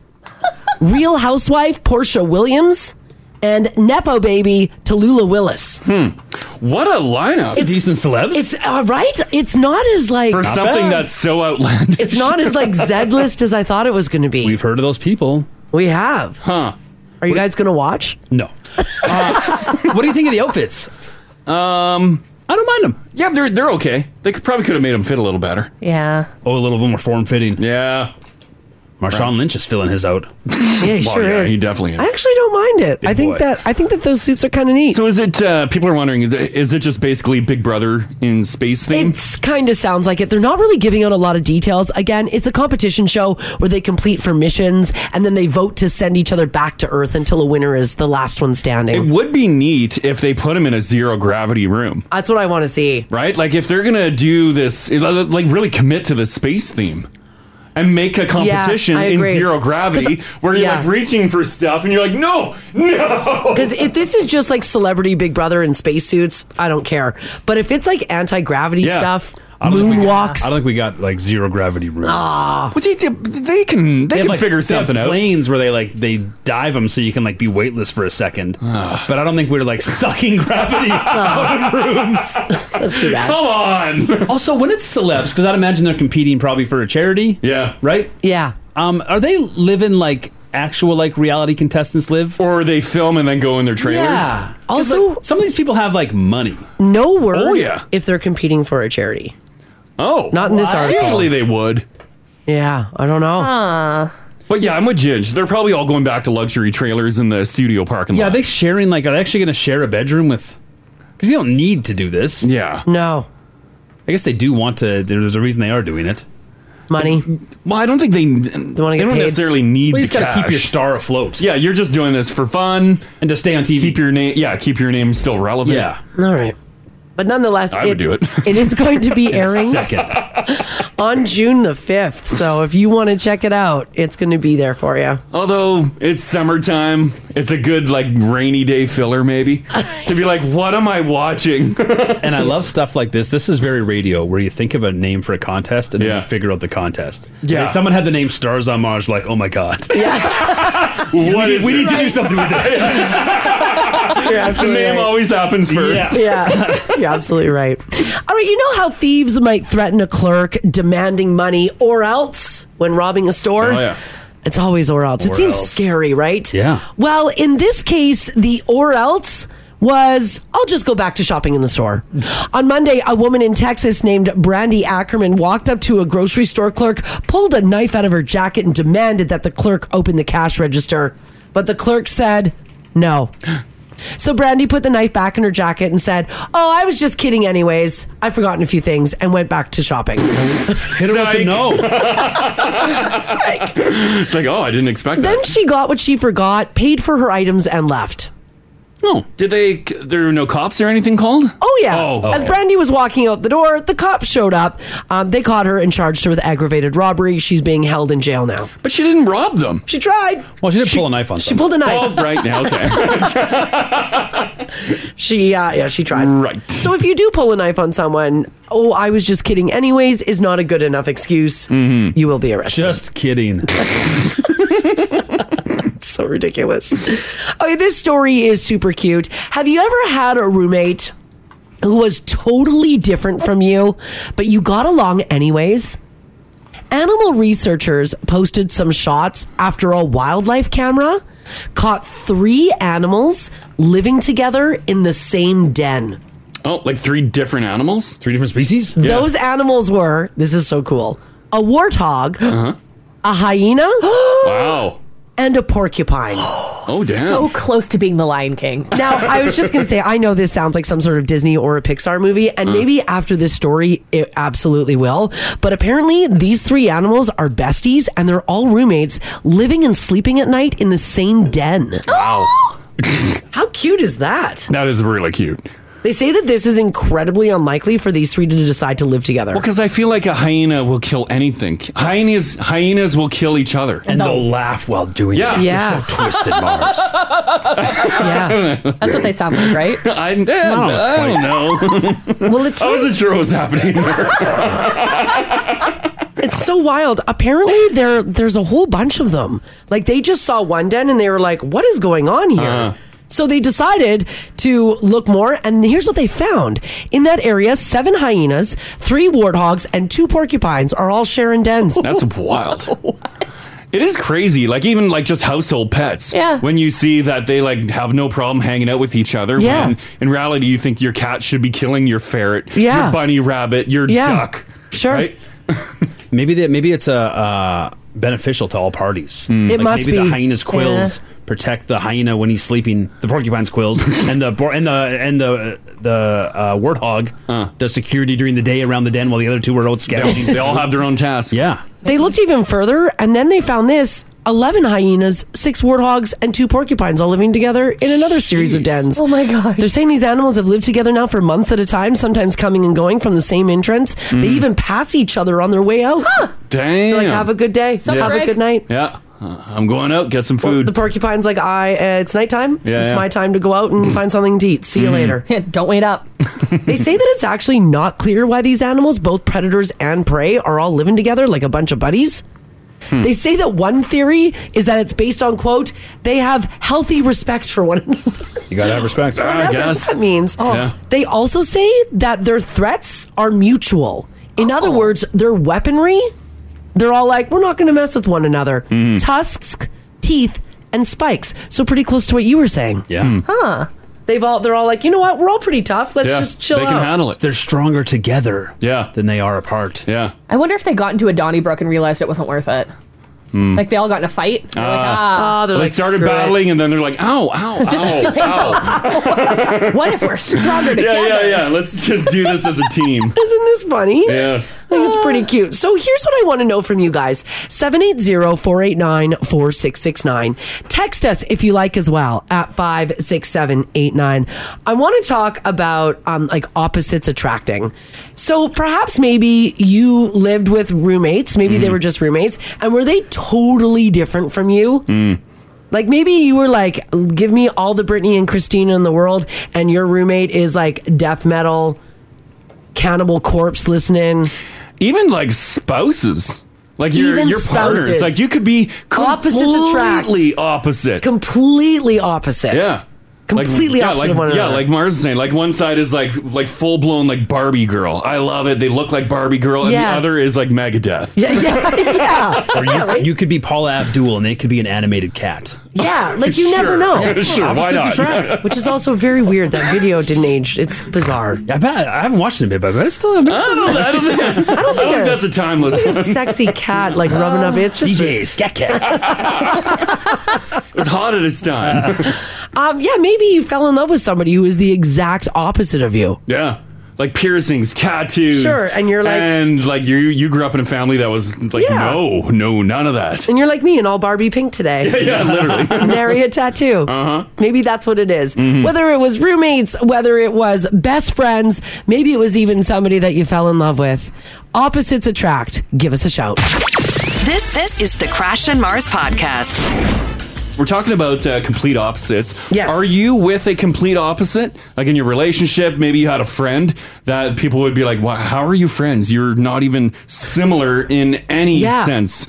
Real Housewife Portia Williams, and Nepo baby Tallulah Willis. Hmm. What a lineup. It's- Decent celebs. It's uh, right. It's not as like for something that's so uh, outlandish. It's not as like Z list as I thought it was going to be. We've heard of those people. We have. Huh. Are you guys going to watch? No. Uh, what do you think of the outfits? Um, I don't mind them. Yeah, they're they're okay. They could, probably could have made them fit a little better. Yeah. Oh, a little of them were form fitting. Yeah. Marshawn Lynch is filling his out. Yeah, he sure is. He definitely I is. actually don't mind it. I think boy. that I think that those suits are kind of neat. So is it? Uh, people are wondering: is it, is it just basically Big Brother in space theme? It's kind of sounds like it. They're not really giving out a lot of details. Again, it's a competition show where they complete for missions and then they vote to send each other back to Earth until a winner is the last one It standing. would be neat if they put him in a zero gravity room. That's what I want to see. Right? Like if they're gonna do this, like really commit to the space theme. And make a competition I in agree. zero gravity 'Cause- where you're yeah. like reaching for stuff and you're like, no, no. Because if this is just like celebrity Big Brother in spacesuits, I don't care. But if it's like anti gravity Yeah. stuff, I don't think we got- moonwalks, I don't think we got like zero gravity rooms. Ah. But they, they, they can they, have, can like, figure they have something out. Planes where they like they dive them so you can like be weightless for a second. Ah. but I don't think we're like sucking gravity out of rooms. Oh. That's too bad. Come on. also, when it's celebs, because I'd imagine they're competing probably for a charity. Yeah. Right. yeah. Um, are they living like actual like reality contestants live? Or they film and then go in their trailers. Yeah. 'Cause, Also- like, some of these people have like money. No word Oh, yeah. if they're competing for a charity. Oh. Not in this wow. article. Usually they would. Uh, Yeah, I don't know. But yeah, I'm with Ginge. They're probably all going back to luxury trailers in the studio parking Yeah, are lot. they sharing like are they actually going to share a bedroom with? Because you don't need to do this. yeah. No. I guess they do want to. There's a reason they are doing it. Money. Well, I don't think they they wanna get don't paid. necessarily need Well, you the just got to keep cash. your star afloat. Yeah, you're just doing this for fun. and to stay on TV. Keep your name. Yeah, keep your name still relevant. yeah, All right. But nonetheless, I would do it. it is going to be airing second. on June the 5th. So if you want to check it out, it's going to be there for you. Although it's summertime, it's a good like rainy day filler maybe to be like, what am I watching? and I love stuff like this. This is very radio, where you think of a name for a contest and then Yeah. you figure out the contest. Yeah. Like, someone had the name Stars on Mars. Like, oh my god, what we, is need, we it? need to do something with this. the name always happens first. Yeah. Yeah, you're absolutely right. All right, you know how thieves might threaten a clerk demanding money or else when robbing a store? Oh, yeah. It's always or else. it Or seems else. scary, right? Yeah. Well, in this case, the or else was I'll just go back to shopping in the store. On Monday, a woman in Texas named Brandy Ackerman walked up to a grocery store clerk, pulled a knife out of her jacket, and demanded that the clerk open the cash register. But the clerk said no. So Brandy put the knife back in her jacket and said, "Oh, I was just kidding anyways. I've forgotten a few things and went back to shopping." Hit her with Psych. the no. It's like, oh, I didn't expect then that. she got what she forgot, paid for her items and left. No, did they? There were no cops or anything called? Oh yeah. Oh, As okay. Brandy was walking out the door, the cops showed up. Um, they caught her and charged her with aggravated robbery. She's being held in jail now. But she didn't rob them. She tried. Well, she did pull a knife on. She pulled Oh, a knife. right now, okay, She uh, yeah, she tried. right. So if you do pull a knife on someone, oh, I was just kidding. Anyways, is not a good enough excuse. Mm-hmm. You will be arrested. Just kidding. so ridiculous. Okay, this story is super cute. Have you ever had a roommate who was totally different from you, but you got along anyways? Animal researchers posted some shots after a wildlife camera caught three animals living together in the same den. Oh, like three different animals. Three different species. Those animals were, this is so cool, a warthog, a hyena, Uh-huh. Oh Wow. and a porcupine. Oh damn. So close to being the Lion King. Now, I was just going to say, I know this sounds like some sort of Disney or a Pixar movie, and maybe after this story, it absolutely will. But apparently, these three animals are besties, and they're all roommates living and sleeping at night in the same den. wow. How cute is that? That is really cute. They say that this is incredibly unlikely for these three to decide to live together. Because I feel like a hyena will kill anything. Hyenas hyenas will kill each other. And they'll laugh while doing Yeah. it. Yeah. You're so twisted, Mars. Yeah. That's what they sound like, right? I, I don't know. well, it I turns- wasn't sure what was happening. It's so wild. Apparently, there there's a whole bunch of them. Like they just saw one den and they were like, "What is going on here?" So they decided to look more, and here's what they found: in that area, seven hyenas, three warthogs, and two porcupines are all sharing dens. That's wild. It is crazy. Like even like just household pets. Yeah. When you see that they like have no problem hanging out with each other. Yeah. When in reality you think your cat should be killing your ferret, Yeah. your bunny rabbit, your Yeah. duck. Sure. Right? Maybe that. Maybe it's a uh, beneficial to all parties. It Like, must maybe be. the hyena's quills Yeah. protect the hyena when he's sleeping, the porcupine's quills, and the por- and the and the the uh, warthog does security during the day around the den while the other two are out scavenging. They all have their own tasks. Yeah, They looked even further, and then they found this 11 hyenas, six warthogs, and two porcupines all living together in another series of dens. Oh my gosh. They're saying these animals have lived together now for months at a time, sometimes coming and going from the same entrance. They Mm. even pass each other on their way out. Damn. They're like, have a good day. Sup, have a Greg?" good night. Yeah. Uh, I'm going out, get some food. The porcupine's like, I, uh, it's nighttime. Yeah, it's yeah. my time to go out and find something to eat. See you Mhm. later. Don't wait up. they say that it's actually not clear why these animals, both predators and prey, are all living together like a bunch of buddies. Hmm. They say that one theory is that it's based on quote they have healthy respect for one another. you gotta have respect. Whatever that means. Oh. Yeah. They also say that their threats are mutual. In other words, their weaponry, they're all like, we're not going to mess with one another. Mm-hmm. Tusks, teeth, and spikes. So pretty close to what you were saying. Yeah. Hmm. Huh. They've all they're all like, you know what? We're all pretty tough. Let's just chill out. it. They're stronger together. Yeah. Than they are apart. Yeah. I wonder if they got into a Donnybrook and realized it wasn't worth it. Like they all got in a fight. They're like, Oh, ah. Hmm. they started battling and then they're like, ow, ow, This is too ow, ow. what if we're stronger together? Yeah, yeah, yeah. Let's just do this as a team. Isn't this funny? Yeah. I think it's pretty cute. So here's what I want to know from you guys 780 489 4669. Text us if you like as well at 56789. I want to talk about um, like opposites attracting. So perhaps maybe you lived with roommates, maybe Mm-hmm. they were just roommates, and were they totally different from you? Hmm. Like maybe you were like, give me all the Britney and Christina in the world, and your roommate is like death metal, cannibal corpse listening. Even like spouses. Like your Even your spouses. partners. Like you could be Opposites attract. completely opposite. Completely opposite. Yeah. like, Completely yeah, opposite like, of one another. Yeah, like Mars is saying, like one side is like like full blown like Barbie girl. I love it. They look like Barbie girl, and Yeah. the other is like Megadeth. Yeah, yeah, yeah. Or you, you could be Paula Abdul and they could be an animated cat. Yeah, like you never Sure. know. Sure, why Opposites not? attract. Which is also very weird. That video didn't age. It's bizarre. I bet I haven't watched it in a bit, but I still. I don't, I don't think, I don't think that's a timeless Like a one. sexy cat, like rubbing up. It's just DJ Scat Cat. It was hot at its time. Um, yeah, maybe you fell in love with somebody who is the exact opposite of you. yeah. Like piercings, tattoos. Sure, and you're like- and like you you grew up in a family that was like Yeah. no, no, none of that. And you're like me in all Barbie pink today. Yeah, yeah, literally. Nary a tattoo. Uh-huh. Mm-hmm. Maybe that's what it is. Whether it was roommates, whether it was best friends, maybe it was even somebody that you fell in love with. Opposites attract. Give us a shout. This this is the Crash and Mars podcast. We're talking about uh, complete opposites. Yes. Are you with a complete opposite? Like in your relationship, maybe you had a friend that people would be like, wow, how are you friends? You're not even similar in any Yeah. sense,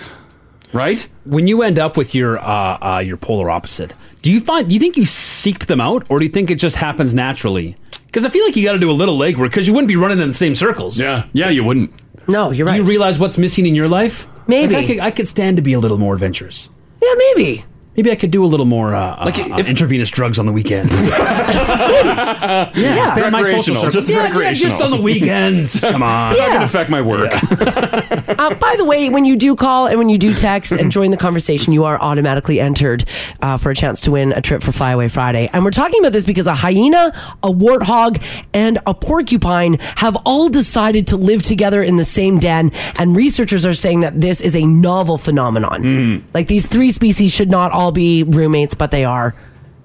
right? When you end up with your uh, uh, your polar opposite, do you find do you think you seeked them out, or do you think it just happens naturally? Because I feel like you got to do a little legwork because you wouldn't be running in the same circles. Yeah, yeah, you wouldn't. No, you're right. Do you realize what's missing in your life? Maybe. Like, I, could, I could stand to be a little more adventurous. Yeah, maybe. Maybe I could do a little more uh, like uh, intravenous drugs on the weekend. yeah, expand my social recreational. circle. Just Yeah, yeah, recreational. just on the weekends. Come on. Uh, It's not Yeah. going to affect my work. uh, by the way, when you do call and when you do text and join the conversation, you are automatically entered uh, for a chance to win a trip for Flyaway Friday. And we're talking about this because a hyena, a warthog, and a porcupine have all decided to live together in the same den. And researchers are saying that this is a novel phenomenon. Mm. Like these three species should not all be roommates, but they are.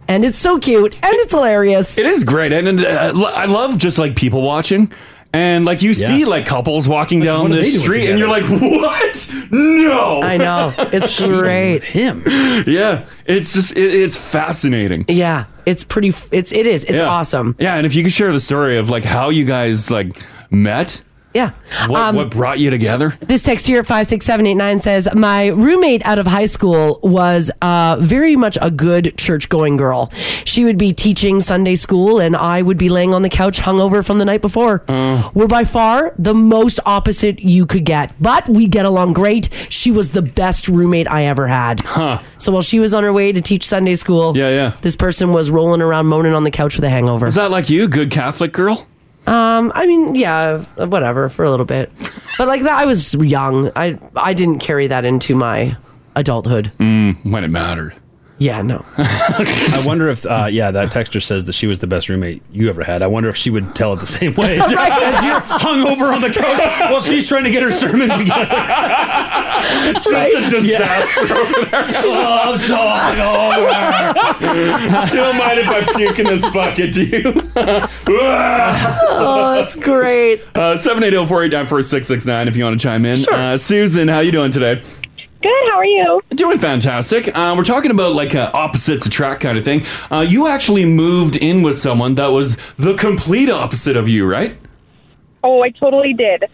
And it's so cute and it's hilarious. It is great, and, and uh, lo- I love just like people watching, and like you see Yes. like couples walking down what are the they doing street, and you're like, together? "What? No!" I know. It's Cheating great. Him. Yeah, it's just it, it's fascinating. Yeah, it's pretty. f- It's it is. It's yeah. awesome. Yeah, and if you could share the story of like how you guys like met, Yeah, what Um, what brought you together? This text here, 56789, says, My roommate out of high school was uh, very much a good church going girl. She would be teaching Sunday school, and I would be laying on the couch hungover from the night before. Mm. We're by far the most opposite you could get, but we get along great. She was the best roommate I ever had. So while she was on her way to teach Sunday school, yeah, yeah. this person was rolling around moaning on the couch with a hangover. Is that like you, good Catholic girl? Um, I mean, yeah, whatever, for a little bit. But like that, I was young. I I didn't carry that into my adulthood. Mm, when it mattered. Yeah, no. I wonder if, uh, yeah, that texter says that she was the best roommate you ever had. I wonder if she would tell it the same way. Right. As you're hung over on the couch while she's trying to get her sermon together. Just Right? a disaster over there. I'm sorry, Don't mind if I puke in this bucket, do you? oh, that's great. Uh, Seven eight zero four eight nine four six six nine. If you want to chime in, uh, Susan, how you doing today? Good. How are you? Doing fantastic. Uh, we're talking about like uh, opposites attract kind of thing. Uh, you actually moved in with someone that was the complete opposite of you, right? Oh, I totally did.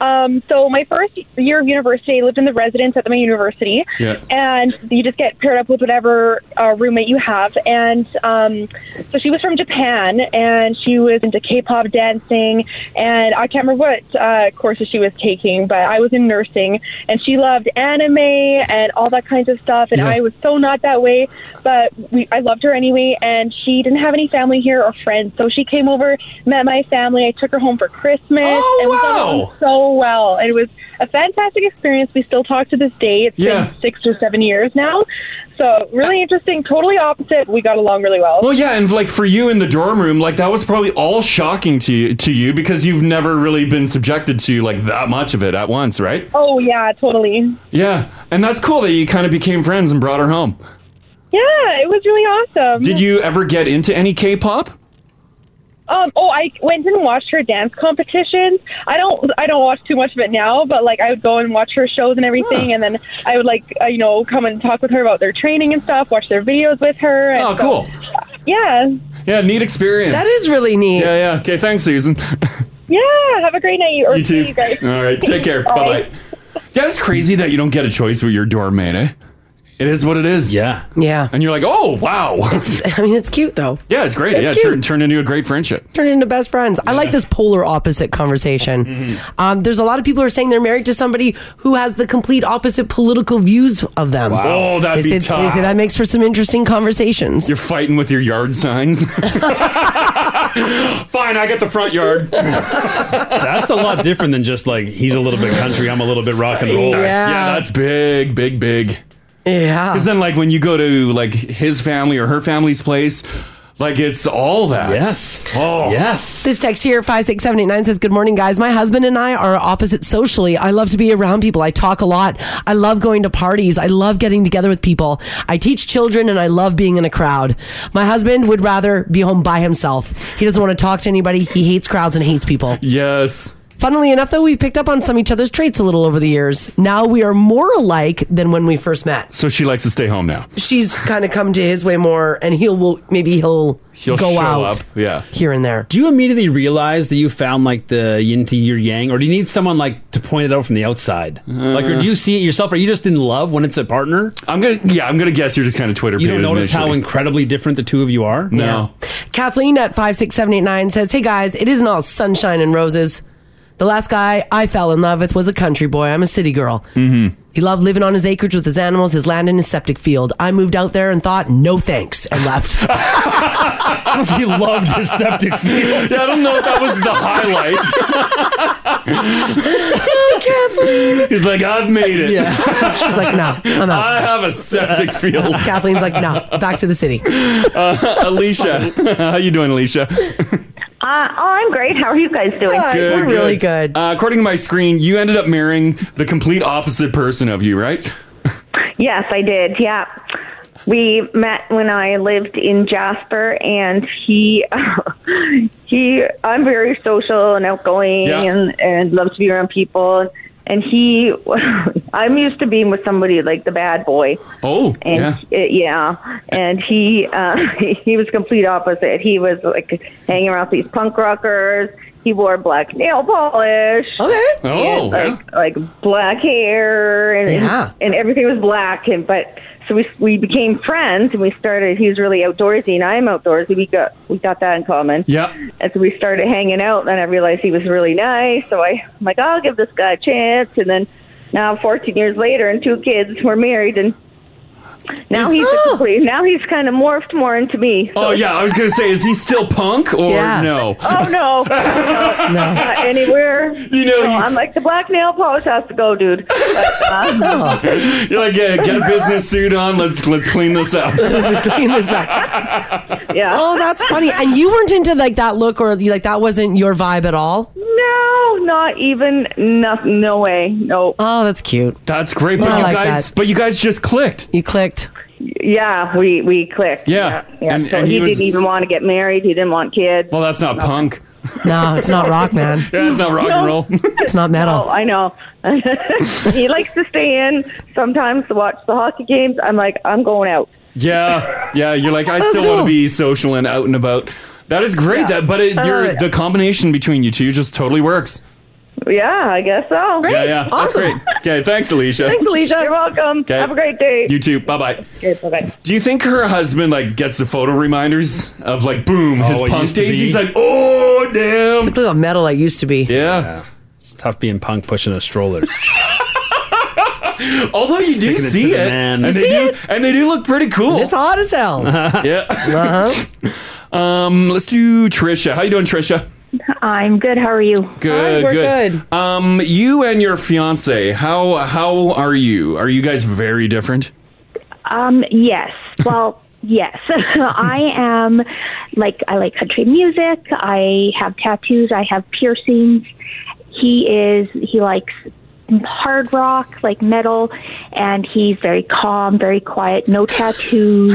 Um, so my first year of university, I lived in the residence at my university, Yeah. and you just get paired up with whatever uh, roommate you have. And um, so she was from Japan, and she was into K-pop dancing, and I can't remember what uh, courses she was taking, but I was in nursing, and she loved anime and all that kinds of stuff, and Yeah. I was so not that way, but we, I loved her anyway, and she didn't have any family here or friends, so she came over, met my family, I took her home for Christmas, and we got along wow. so well. It was a fantastic experience. We still talk to this day. It's Yeah. been six or seven years now. So really interesting, totally opposite. We got along really well. Well, yeah, and like for you in the dorm room, like that was probably all shocking to you, to you because you've never really been subjected to like that much of it at once, right? Oh yeah, totally. Yeah, and that's cool that you kind of became friends and brought her home. Yeah, it was really awesome. Did you ever get into any K-pop? Um, oh, I went and watched her dance competitions. I don't, I don't watch too much of it now, but like I would go and watch her shows and everything, and then I would like, uh, you know, come and talk with her about their training and stuff, watch their videos with her. And Oh, so- cool. Yeah, Yeah, neat experience. That is really neat. Yeah, yeah. Okay, thanks, Susan. yeah. Have a great night. Or you see too. You guys. All right, take care. Bye bye. Yeah, it's crazy that you don't get a choice with your dorm mate. Eh? It is what it is. Yeah. Yeah. And you're like, oh wow. It's, I mean, it's cute though. yeah, it's great. It's yeah, cute. Turn, turned into a great friendship. Turn into best friends. I like this polar opposite conversation. Mm-hmm. Um, there's a lot of people who are saying they're married to somebody who has the complete opposite political views of them. Wow. Oh, that'd be they say, They say tough. that makes for some interesting conversations. You're fighting with your yard signs. Fine, I get the front yard. That's a lot different than just like, he's a little bit country, I'm a little bit rock and roll. Yeah. Yeah, that's big, big, big. Yeah. Because then, like, when you go to like his family or her family's place, like it's all that. Yes. Oh. Yes. This text here, 56789, says, Good morning, guys. My husband and I are opposite socially. I love to be around people. I talk a lot. I love going to parties. I love getting together with people. I teach children and I love being in a crowd. My husband would rather be home by himself. He doesn't want to talk to anybody. He hates crowds and hates people. Yes. Funnily enough, though, we've picked up on some each other's traits a little over the years. Now we are more alike than when we first met. So she likes to stay home now. She's kind of come to his way more, and he'll will maybe he'll, She'll go show out up. Yeah. here and there. Do you immediately realize that you found like the yin to your yang, or do you need someone like to point it out from the outside? Uh. like, or do you see it yourself? Are you just in love when it's a partner? I'm gonna, yeah, I'm gonna guess you're just kind of Twitter. You don't pated notice how initially. incredibly different the two of you are. No. Kathleen at 56789 says, Hey guys, it isn't all sunshine and roses. The last guy I fell in love with was a country boy. I'm a city girl. Mm-hmm. He loved living on his acreage with his animals, his land, and his septic field. I moved out there and thought, no thanks, and left. he loved his septic field. Yeah, I don't know if that was the Oh, highlight. He's like, I've made it. Yeah. She's like, no, I'm out. I have a septic field. Kathleen's like, no, back to the city. Uh, Alicia, how you doing, Alicia? Uh, oh, I'm great. How are you guys doing? good. Uh, according to my screen, you ended up marrying the complete opposite person of you, right? Yes, I did. Yeah. We met when I lived in Jasper, and he, he, I'm very social and outgoing, Yeah. and and love to be around people. And he, I'm used to being with somebody like the bad boy. Oh, and yeah, yeah. and he uh, he was complete opposite. He was like hanging around with these punk rockers. He wore black nail polish. Okay. Oh, and, like like black hair and Yeah. and everything was black. And but so we we became friends and we started. He was really outdoorsy and I'm outdoorsy. We got we got that in common. Yeah. And so we started hanging out. And then I realized he was really nice. So I I'm like I'll give this guy a chance. And then now 14 years later and two kids, we're married and Now he's a complete, now he's kind of morphed more into me. Oh yeah, I was gonna say, is he still punk or Yeah. no? Oh no, no, not anywhere. You know, No, I'm like the black nail polish has to go, dude. But, uh, You're like, yeah, get a business suit on. Let's let's clean this up. clean this up. Yeah. Oh, that's funny. And you weren't into like that look, or you like that wasn't your vibe at all. no, not even no, no way, no. Oh, that's cute. That's great, but I you like guys, that. but you guys just clicked. You clicked. Yeah, we we clicked. Yeah, Yeah, and, so and he, he, was, didn't even want to get married. He didn't want kids. Well, that's not punk. No, it's not rock, man. Yeah, it's not rock and roll. It's not metal. Oh, I know. he likes to stay in sometimes to watch the hockey games. I'm like, I'm going out. Yeah, yeah. You're like, I Let's still want go. to be social and out and about. That is great. That, but it, I you're, love it. the combination between you two just totally works. Yeah, I guess so. Yeah, yeah. That's great. Okay, thanks, Alicia. Alicia. You're welcome. Okay. Have a great day. You too. Bye bye. Okay, bye bye. Do you think her husband like gets the photo reminders of like boom his Oh, it punk used to days? be. He's like, oh damn. It's like a metal I used to be. Yeah. It's tough being punk pushing a stroller. Although you do Sticking it see to the it, man. and You they see do, and they do look pretty cool. It's hot as hell. yeah. Uh-huh. Um, let's do Trisha. How you doing, Trisha? I'm good. How are you? Good, good. Um, you and your fiance, how how are you? Are you guys very different? Um, yes. Well, yes. I am like I like country music. I have tattoos. I have piercings. He is he likes hard rock, like metal, and he's very calm, very quiet, no tattoos,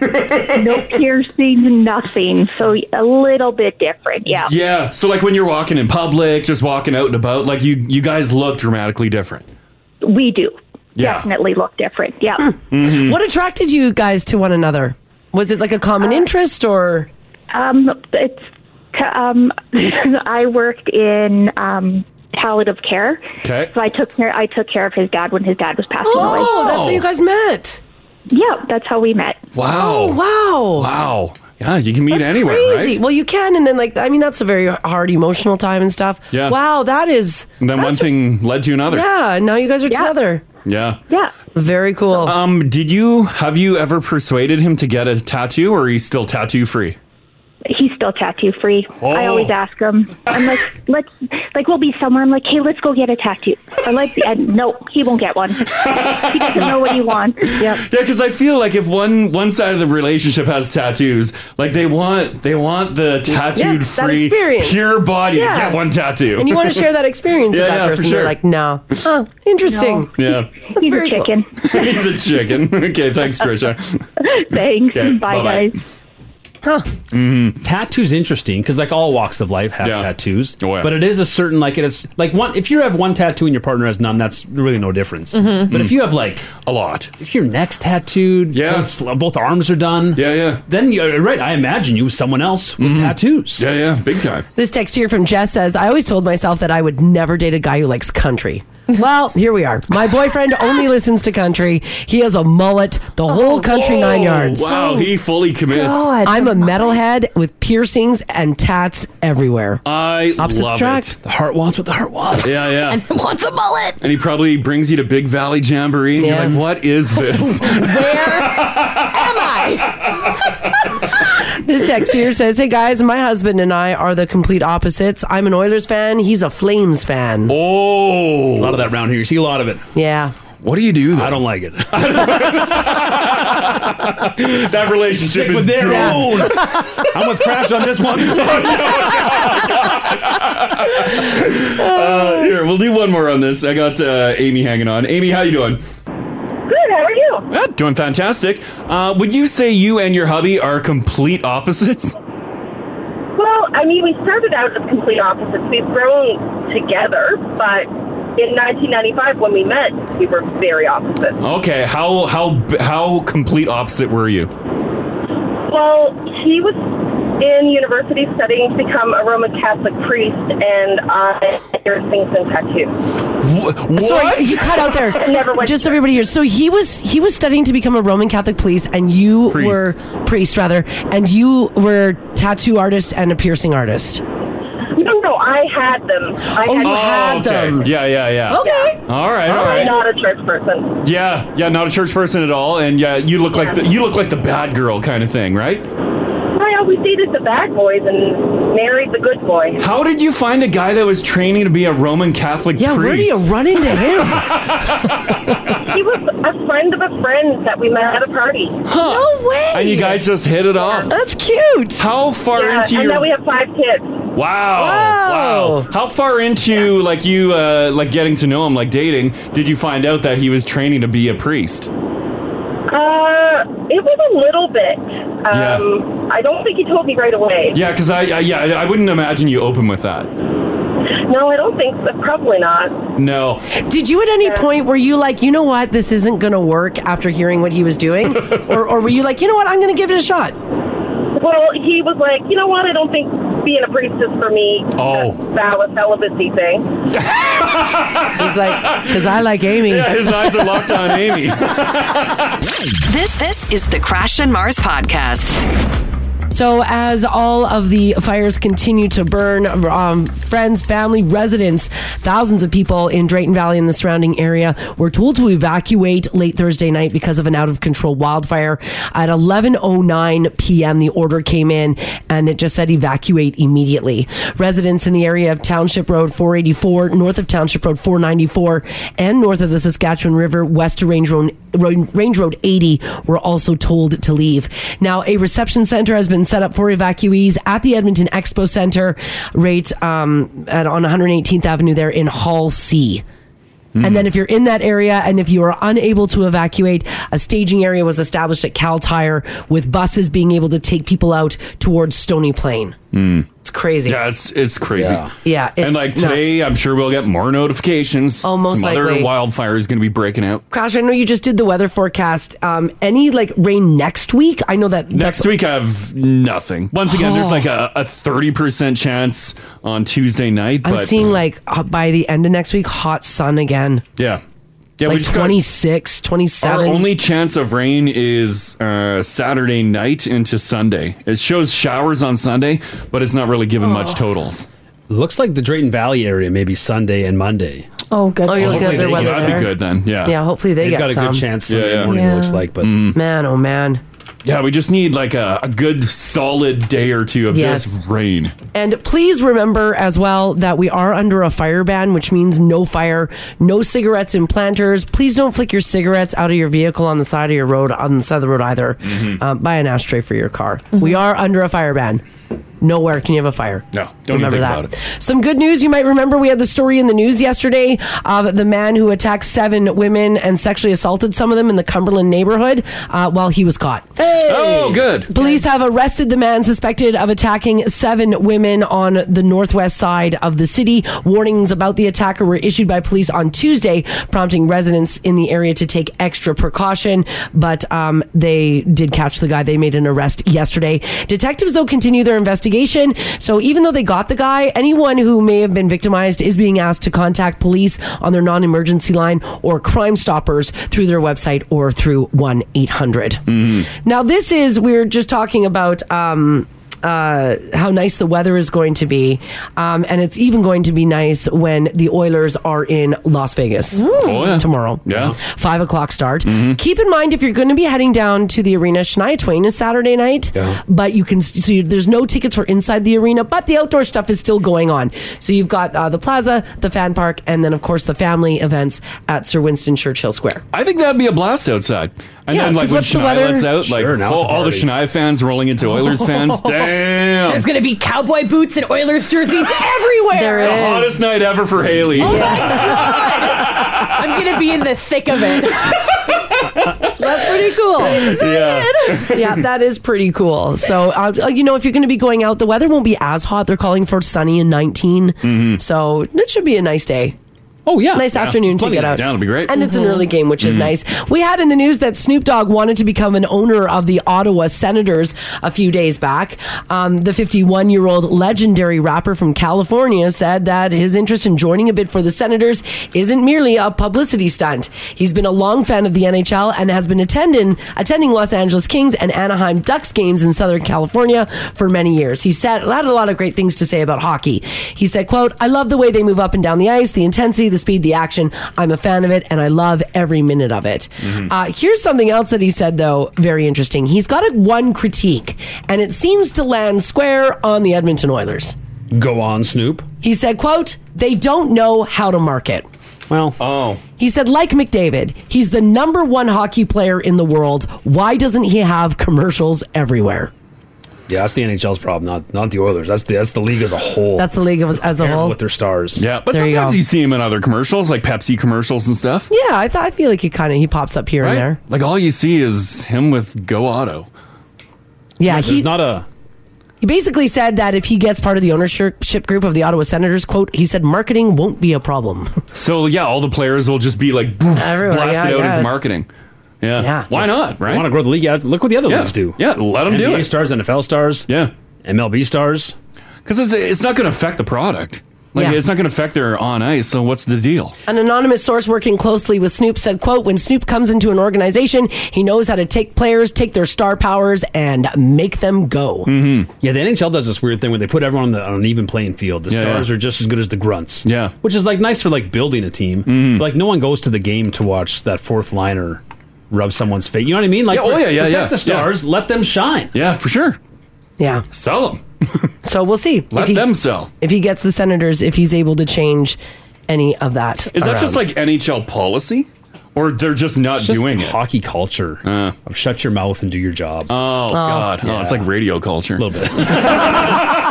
no piercings, nothing. So a little bit different. Yeah. Yeah. So like when you're walking in public, just walking out and about, like you you guys look dramatically different. We do. Yeah. Definitely look different. Yeah. Mhm. Hmm. What attracted you guys to one another? Was it like a common interest or? Uh, Um, it's to, um, I worked in um, palliative care. Okay. So I took care. I took care of his dad when his dad was passing away. Oh, that's how you guys met. Yeah, that's how we met. Wow. Oh, wow. Wow. Yeah, you can meet That's anywhere, crazy. right? Well, you can, and then like I mean, that's a very hard emotional time and stuff. Yeah. Wow, that is. And then one thing led to another. Yeah. Now you guys are together. Yeah. Yeah. Very cool. Um, did you have you ever persuaded him to get a tattoo or are you still tattoo free? He's still tattoo free. I Oh. always ask him. I'm like, let's like we'll be somewhere. I'm like, hey, let's go get a tattoo. I like. And no, he won't get one. he doesn't know what he wants. Yeah. Yeah, because I feel like if one one side of the relationship has tattoos, like they want they want the tattooed that free experience. pure body Yeah. to get one tattoo. And you want to share that experience Yeah, with that yeah, for person? They're sure. like, no. Oh, interesting. yeah. That's He's very a chicken. He's a chicken. Okay, thanks, Trisha. Thanks. Okay, Bye, bye-bye. guys. Mm-hmm. Tattoos interesting because like all walks of life have tattoos, Oh, but it is a certain like it is like one. If you have one tattoo and your partner has none, that's really no difference. Mm-hmm. Mhm. But Mm. if you have like Mm-hmm. a lot, if your neck's tattooed, yeah, both, both arms are done, yeah, yeah. Mm-hmm. Then you're right. I imagine you with someone else with tattoos, yeah, yeah, big time. This text here from Jess says, I always told myself that I would never date a guy who likes country. Well, here we are. My boyfriend only listens to country. He has a mullet, the whole country nine yards. Oh, Wow, he fully commits. I'm a metalhead with piercings and tats everywhere. I Opposites love attract. it. The heart wants what the heart wants. Yeah, yeah. And who wants a mullet? And he probably brings you to Big Valley Jamboree, and Yeah. you're like, "What is this?" This text here says, Hey guys, my husband and I are the complete opposites. I'm an Oilers fan. He's a Flames fan. Oh, a lot of that round here. You see a lot of it. Yeah. What do you do? I don't like it. that relationship Stick with is their doomed. own. I'm with Crash on this one. Uh, here, we'll do one more on this. I got uh, Amy hanging on. Amy, how you doing? Good. How are you? Yeah, doing fantastic. Uh, would you say you and your hubby are complete opposites? Well, I mean, we started out as complete opposites. We've grown together, but in 1995, when we met, we were very opposite. Okay, how how how complete opposite were you? Well, he was in university studying to become a Roman Catholic priest, and I piercings and tattoos. What? Sorry, you cut out there. Never went. Just so everybody here. So he was he was studying to become a Roman Catholic priest, and you were priest rather, and you were tattoo artist and a piercing artist. No, no, I had them. I Oh, had you had them. Yeah, yeah, yeah. Okay. All right, all I'm right. not a church person. Yeah, yeah, not a church person at all, and yeah, you look like the you look like the bad girl kind of thing, right? I always dated the bad boys and married the good boy. How did you find a guy that was training to be a Roman Catholic Yeah, where do priest? you run into him? he was a friend of a friend that we met at a party. No way. And you guys just hit it off. That's cute. How far Yeah, into Uh, and your now we have five kids. Wow. Wow. How far into like you uh like getting to know him like dating did you find out that he was training to be a priest? Uh, it was a little bit. Um, I don't think he told me right away. Yeah, cuz I, I yeah, I I wouldn't imagine you open with that. No, I don't think so. Probably not. No. Did you at any point were you like, you know what, this isn't gonna work after hearing what he was doing? or or were you like, you know what, I'm gonna give it a shot? Well, he was like, you know what? I don't think being a priest is for me. Oh. That was celibacy thing. He's like, because I like Amy. Yeah, his eyes are locked on Amy. This this is the Crash and Mars podcast. So, as all of the fires continue to burn, um, friends, family, residents, thousands of people in Drayton Valley and the surrounding area were told to evacuate late Thursday night because of an out of control wildfire. At 11:09 p.m., the order came in, and it just said evacuate immediately. Residents in the area of Township Road 484, north of Township Road 494, and north of the Saskatchewan River, west to Range Road, Range Road 80, were also told to leave. Now, a reception center has been set up for evacuees at the Edmonton Expo Center, right um, at, on 118th Avenue there in Hall C. And then, if you're in that area and if you are unable to evacuate, a staging area was established at Cal Tire with buses being able to take people out towards Stony Plain. Mm. It's crazy. Yeah, it's it's crazy. Yeah. Yeah, and it's like today, I'm sure we'll get more notifications. Oh, most Some other likely. wildfire is going to be breaking out. Crash, I know you just did the weather forecast. Um, any like rain next week? I know that Next week, I have nothing. Once again, there's Oh. like a a thirty percent chance on Tuesday night. I'm but seeing like uh, by the end of next week, hot sun again. yeah, yeah. like just got- 26, our 27. only chance of rain is uh, Saturday night into Sunday. It shows showers on Sunday, but it's not really giving Oh. much totals. Looks like the Drayton Valley area maybe Sunday and Monday. oh, good. Oh, you're looking at Hopefully their they weather. get- there. Yeah, hopefully they They've get got a some. good chance Sunday morning. It looks Yeah. like, but Man, oh man. Mm. Yeah, we just need like a, a good solid day or two of Yes. just rain. And please remember as well that we are under a fire ban, which means no fire, no cigarettes in planters. Please don't flick your cigarettes out of your vehicle on the side of your road, on the side of the road either. Mm-hmm. Um, buy an ashtray for your car. We are under a fire ban. Nowhere can you have a fire. No, don't even remember think that. about it. Some good news you might remember. We had the story in the news yesterday of the man who attacked seven women and sexually assaulted some of them in the Cumberland neighborhood uh, while he was caught. Oh, good. Police have arrested the man suspected of attacking seven women on the northwest side of the city. Warnings about the attacker were issued by police on Tuesday, prompting residents in the area to take extra precaution. But um, they did catch the guy. They made an arrest yesterday. Detectives, though, continue their investigation. So even though they got the guy, anyone who may have been victimized is being asked to contact police on their non emergency line or Crime Stoppers through their website or through 1 800. Mm-hmm. Now, this is, we are just talking about um, uh, how nice the weather is going to be. Um, and it's even going to be nice when the Oilers are in Las Vegas Oh, yeah. tomorrow. Yeah. Mm-hmm. Five o'clock start. Keep in mind if you're going to be heading down to the arena, Shania Twain is Saturday night, Yeah. but you can, so you, there's no tickets for inside the arena, but the outdoor stuff is still going on. So you've got uh, the plaza, the fan park, and then, of course, the family events at Sir Winston Churchill Square. I think that'd be a blast outside. And Yeah, then, like, 'cause when what's the Shania weather? lets out, like, Sure, now all- it's a all the party. Shania fans rolling into Oilers fans. Damn. There's gonna be cowboy boots and Oilers jerseys everywhere. There the hottest night ever for Haley. Oh, I'm gonna be in the thick of it. That's pretty cool. yeah. yeah, that is pretty cool. So, uh, you know, if you're going to be going out, the weather won't be as hot. They're calling for sunny and 19. So, it should be a nice day. Oh yeah, nice Yeah, afternoon there's to plenty get of out. it. Yeah, it'll be great. And it's an Mhm. early game, which is Mhm. nice. We had in the news that Snoop Dogg wanted to become an owner of the Ottawa Senators a few days back. Um, the 51 year old legendary rapper from California said that his interest in joining a bid for the Senators isn't merely a publicity stunt. He's been a long fan of the NHL and has been attending attending Los Angeles Kings and Anaheim Ducks games in Southern California for many years. He said had a lot of great things to say about hockey. He said, "quote I love the way they move up and down the ice, the intensity, the speed, the action. I'm a fan of it, and I love every minute of it." Mm-hmm. Uh, here's something else that he said though, very interesting. He's got a, one critique, and it seems to land square on the Edmonton Oilers. Go on, Snoop. He said, "quote They don't know how to market." Well, oh, He said, like McDavid, he's the number one hockey player in the world. Why doesn't he have commercials everywhere? yeah, that's the NHL's problem, not not the Oilers. That's the that's the league as a whole. That's the league of- as a Terrible whole. with their stars. Yeah, but There you sometimes go. you, see him in other commercials, like Pepsi commercials and stuff. Yeah, I thought I feel like he kind of he pops up here and there. Like all you see is him with Go Auto. Yeah, he's he not a. He basically said that if he gets part of the ownership group of the Ottawa Senators, quote, he said marketing won't be a problem. So yeah, all the players will just be like boof, Everywhere, blasted yeah, I out into guess. marketing. Yeah. Why not? Right. want to grow the league? Yeah, look what the other Yeah. leagues do. Yeah, let 'em do NBA it. Stars, NFL stars. Yeah, MLB stars. Because it's, it's not going to affect the product. Like Yeah. it's not going to affect their on ice. So what's the deal? An anonymous source working closely with Snoop said, quote, when Snoop comes into an organization, he knows how to take players, take their star powers, and make them go. Mm-hmm. Yeah, the NHL does this weird thing where they put everyone on, the, on an even playing field. The Yeah, stars yeah. are just as good as the grunts. Yeah, Mm-hmm. which is like nice for like building a team. But, like no one goes to the game to watch that fourth liner rub someone's face. You know what I mean? Like Yeah, oh, yeah, yeah, protect yeah, the stars, let them shine. Yeah, for sure. Yeah. Sell them. So we'll see. Let if he, them sell. If he gets the Senators, if he's able to change any of that. Is that just around. like NHL policy, or they're just not It's just doing it? Ah. Hockey culture of shut your mouth and do your job. Oh, God. Oh, it's like radio culture. A little bit.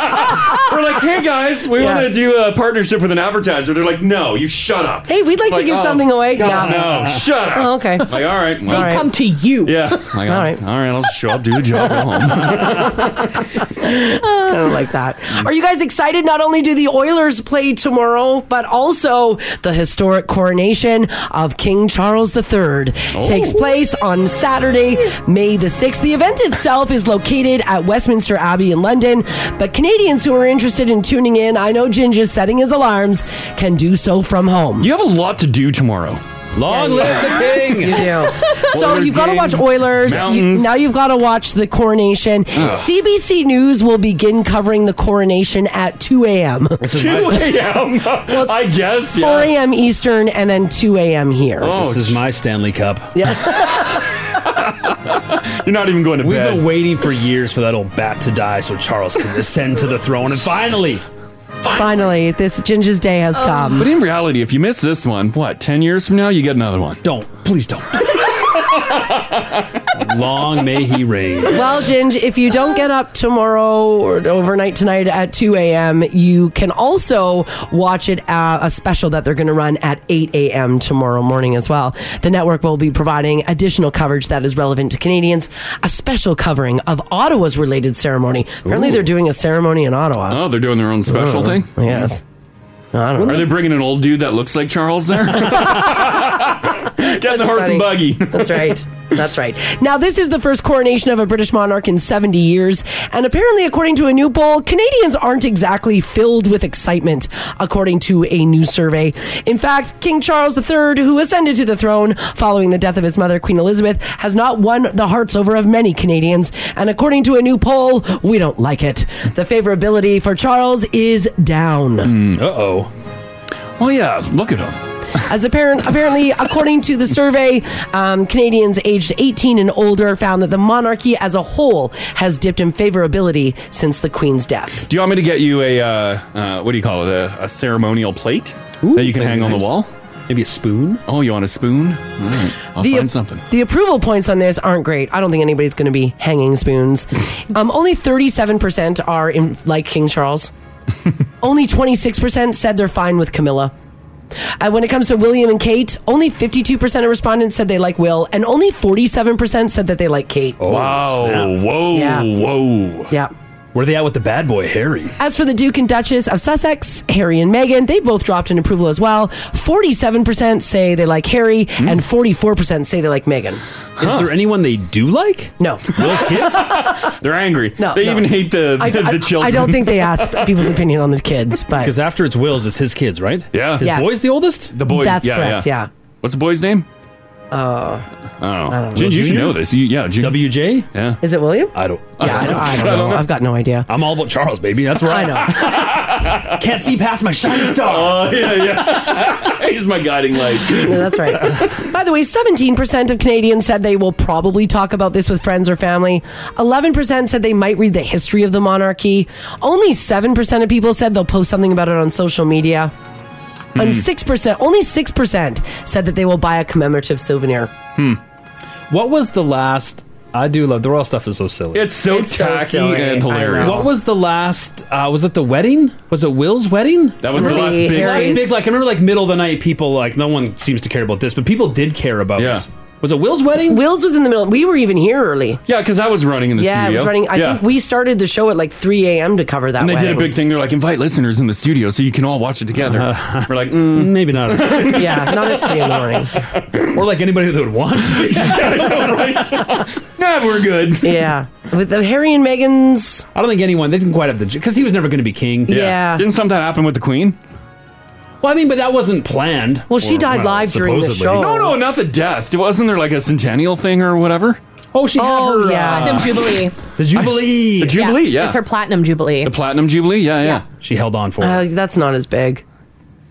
We're like, hey guys, we Yeah. want to do a partnership with an advertiser. They're like, no, you shut up. Hey, we'd like, to Like, give oh, something away. God, Nah. no, shut up. Oh, okay. Like, all right. They come to you. Yeah. Like, all right. All right. I'll just show up, do the job, go home. It's kind of like that. Mm. Are you guys excited? Not only do the Oilers play tomorrow, but also the historic coronation of King Charles III Oh. takes place on Saturday, May the 6th. The event itself is located at Westminster Abbey in London, but Canadians who are interested in tuning in, I know Ginger's setting his alarms, can do so from home. You have a lot to do tomorrow. Long live the king. You do. so Oilers you've got to game, watch Oilers. You- mountains. now you've got to watch the coronation. Ugh. CBC News will begin covering the coronation at 2 a.m. 2 a.m. I guess. 4 a.m. Eastern and then 2 a.m. here. Oh, this is my Stanley Cup. You're not even going to We've been waiting for years for that old bat to die so Charles can ascend to the throne. And finally, Finally, this Ginger's day has come. But in reality, if you miss this one, what, 10 years from now, you get another one? Don't. Please don't. long may he reign. Well, Ginge, if you don't get up tomorrow or overnight tonight at 2 a.m., you can also watch it uh, a special that they're going to run at 8 a.m. tomorrow morning as well. The network will be providing additional coverage that is relevant to Canadians, a special covering of Ottawa's related ceremony. Apparently, Ooh. they're doing a ceremony in Ottawa. Oh, they're doing their own special Oh, thing? Yes. I don't Are they bringing an old dude that looks like Charles there? Getting the horse and buggy. That's right. That's right. Now, this is the first coronation of a British monarch in 70 years. And apparently, according to a new poll, Canadians aren't exactly filled with excitement, according to a new survey. In fact, King Charles III, who ascended to the throne following the death of his mother, Queen Elizabeth, has not won the hearts over of many Canadians. And according to a new poll, we don't like it. The favorability for Charles is down. Uh oh. Well, yeah, look at him. As apparent, apparently, according to the survey, um, Canadians aged 18 and older found that the monarchy as a whole has dipped in favorability since the Queen's death. Do you want me to get you a, uh, uh, what do you call it, a, a ceremonial plate that you can hang on the wall? Maybe a spoon? Oh, you want a spoon? All right, I'll The- find something. The approval points on this aren't great. I don't think anybody's going to be hanging spoons. Um, only 37% are in, like King Charles. only 26% said they're fine with Camilla. Uh, when it comes to William and Kate, only 52% of respondents said they like Will, and Oh, Oh, only 47% said that they like Kate. wow. Whoa. Yeah. Whoa. Yeah. Where are they at with the bad boy, Harry? As for the Duke and Duchess of Sussex, Harry and Meghan, they both dropped in approval as well. 47% say they like Harry, Hmm. and 44% say they like Meghan. Is there anyone they do like? No. Those kids? They're angry. No, they no. even hate the, I- the, I- the children. I don't think they asked people's opinion on the kids, but Because after it's Will's, it's his kids, right? Yeah. His Yes. boy's the oldest? The boy. That's correct, yeah. What's the boy's name? Uh, I don't know. Jin, you should Junior? know this. You, yeah, Jin. WJ? Yeah. Is it William? I don't. Yeah, I don't- I don't know. I've got no idea. I'm all about Charles, baby. That's right. I know. Can't see past my shining star. Oh, yeah, yeah. He's my guiding light. No, that's right. By the way, 17% of Canadians said they will probably talk about this with friends or family. 11% said they might read the history of the monarchy. Only 7% of people said they'll post something about it on social media. And Hmm. 6%, only 6% said that they will buy a commemorative souvenir. Hmm. What was the last? I do love the royal stuff is so silly. It's so It's so tacky silly, and I hilarious. know. What was the last? Uh, was it the wedding? Was it Will's wedding? That was the Remember last the big- last Harry's. big. Like I remember, like middle of the night, people like no one seems to care about this, but people did care about. Yeah. Was it Will's wedding? Will's was in the middle. We were even here early. Yeah, because I was running in the yeah, studio. it was running. I Yeah. think we started the show at like 3 a.m. to cover that and they did a wedding. big thing. They're like, invite listeners in the studio so you can all watch it together. We're like, mm, maybe not. Uh, yeah, not at 3 in the morning. or like anybody that would want to. nah, we're good. Yeah, with the Harry and Meghan's. I don't think anyone. They didn't quite have the because he was never going to be king. Yeah. Yeah. Didn't something happen with the queen? Well, I mean, but that wasn't planned. Well, she died live during the show. No, no, not the death. Wasn't there like a centennial thing or whatever? Oh, she had Oh, her yeah. uh, Platinum Jubilee. The Jubilee. The Jubilee, yeah. It's her platinum jubilee. The platinum jubilee, yeah, yeah. She held on for Uh, that's not as big.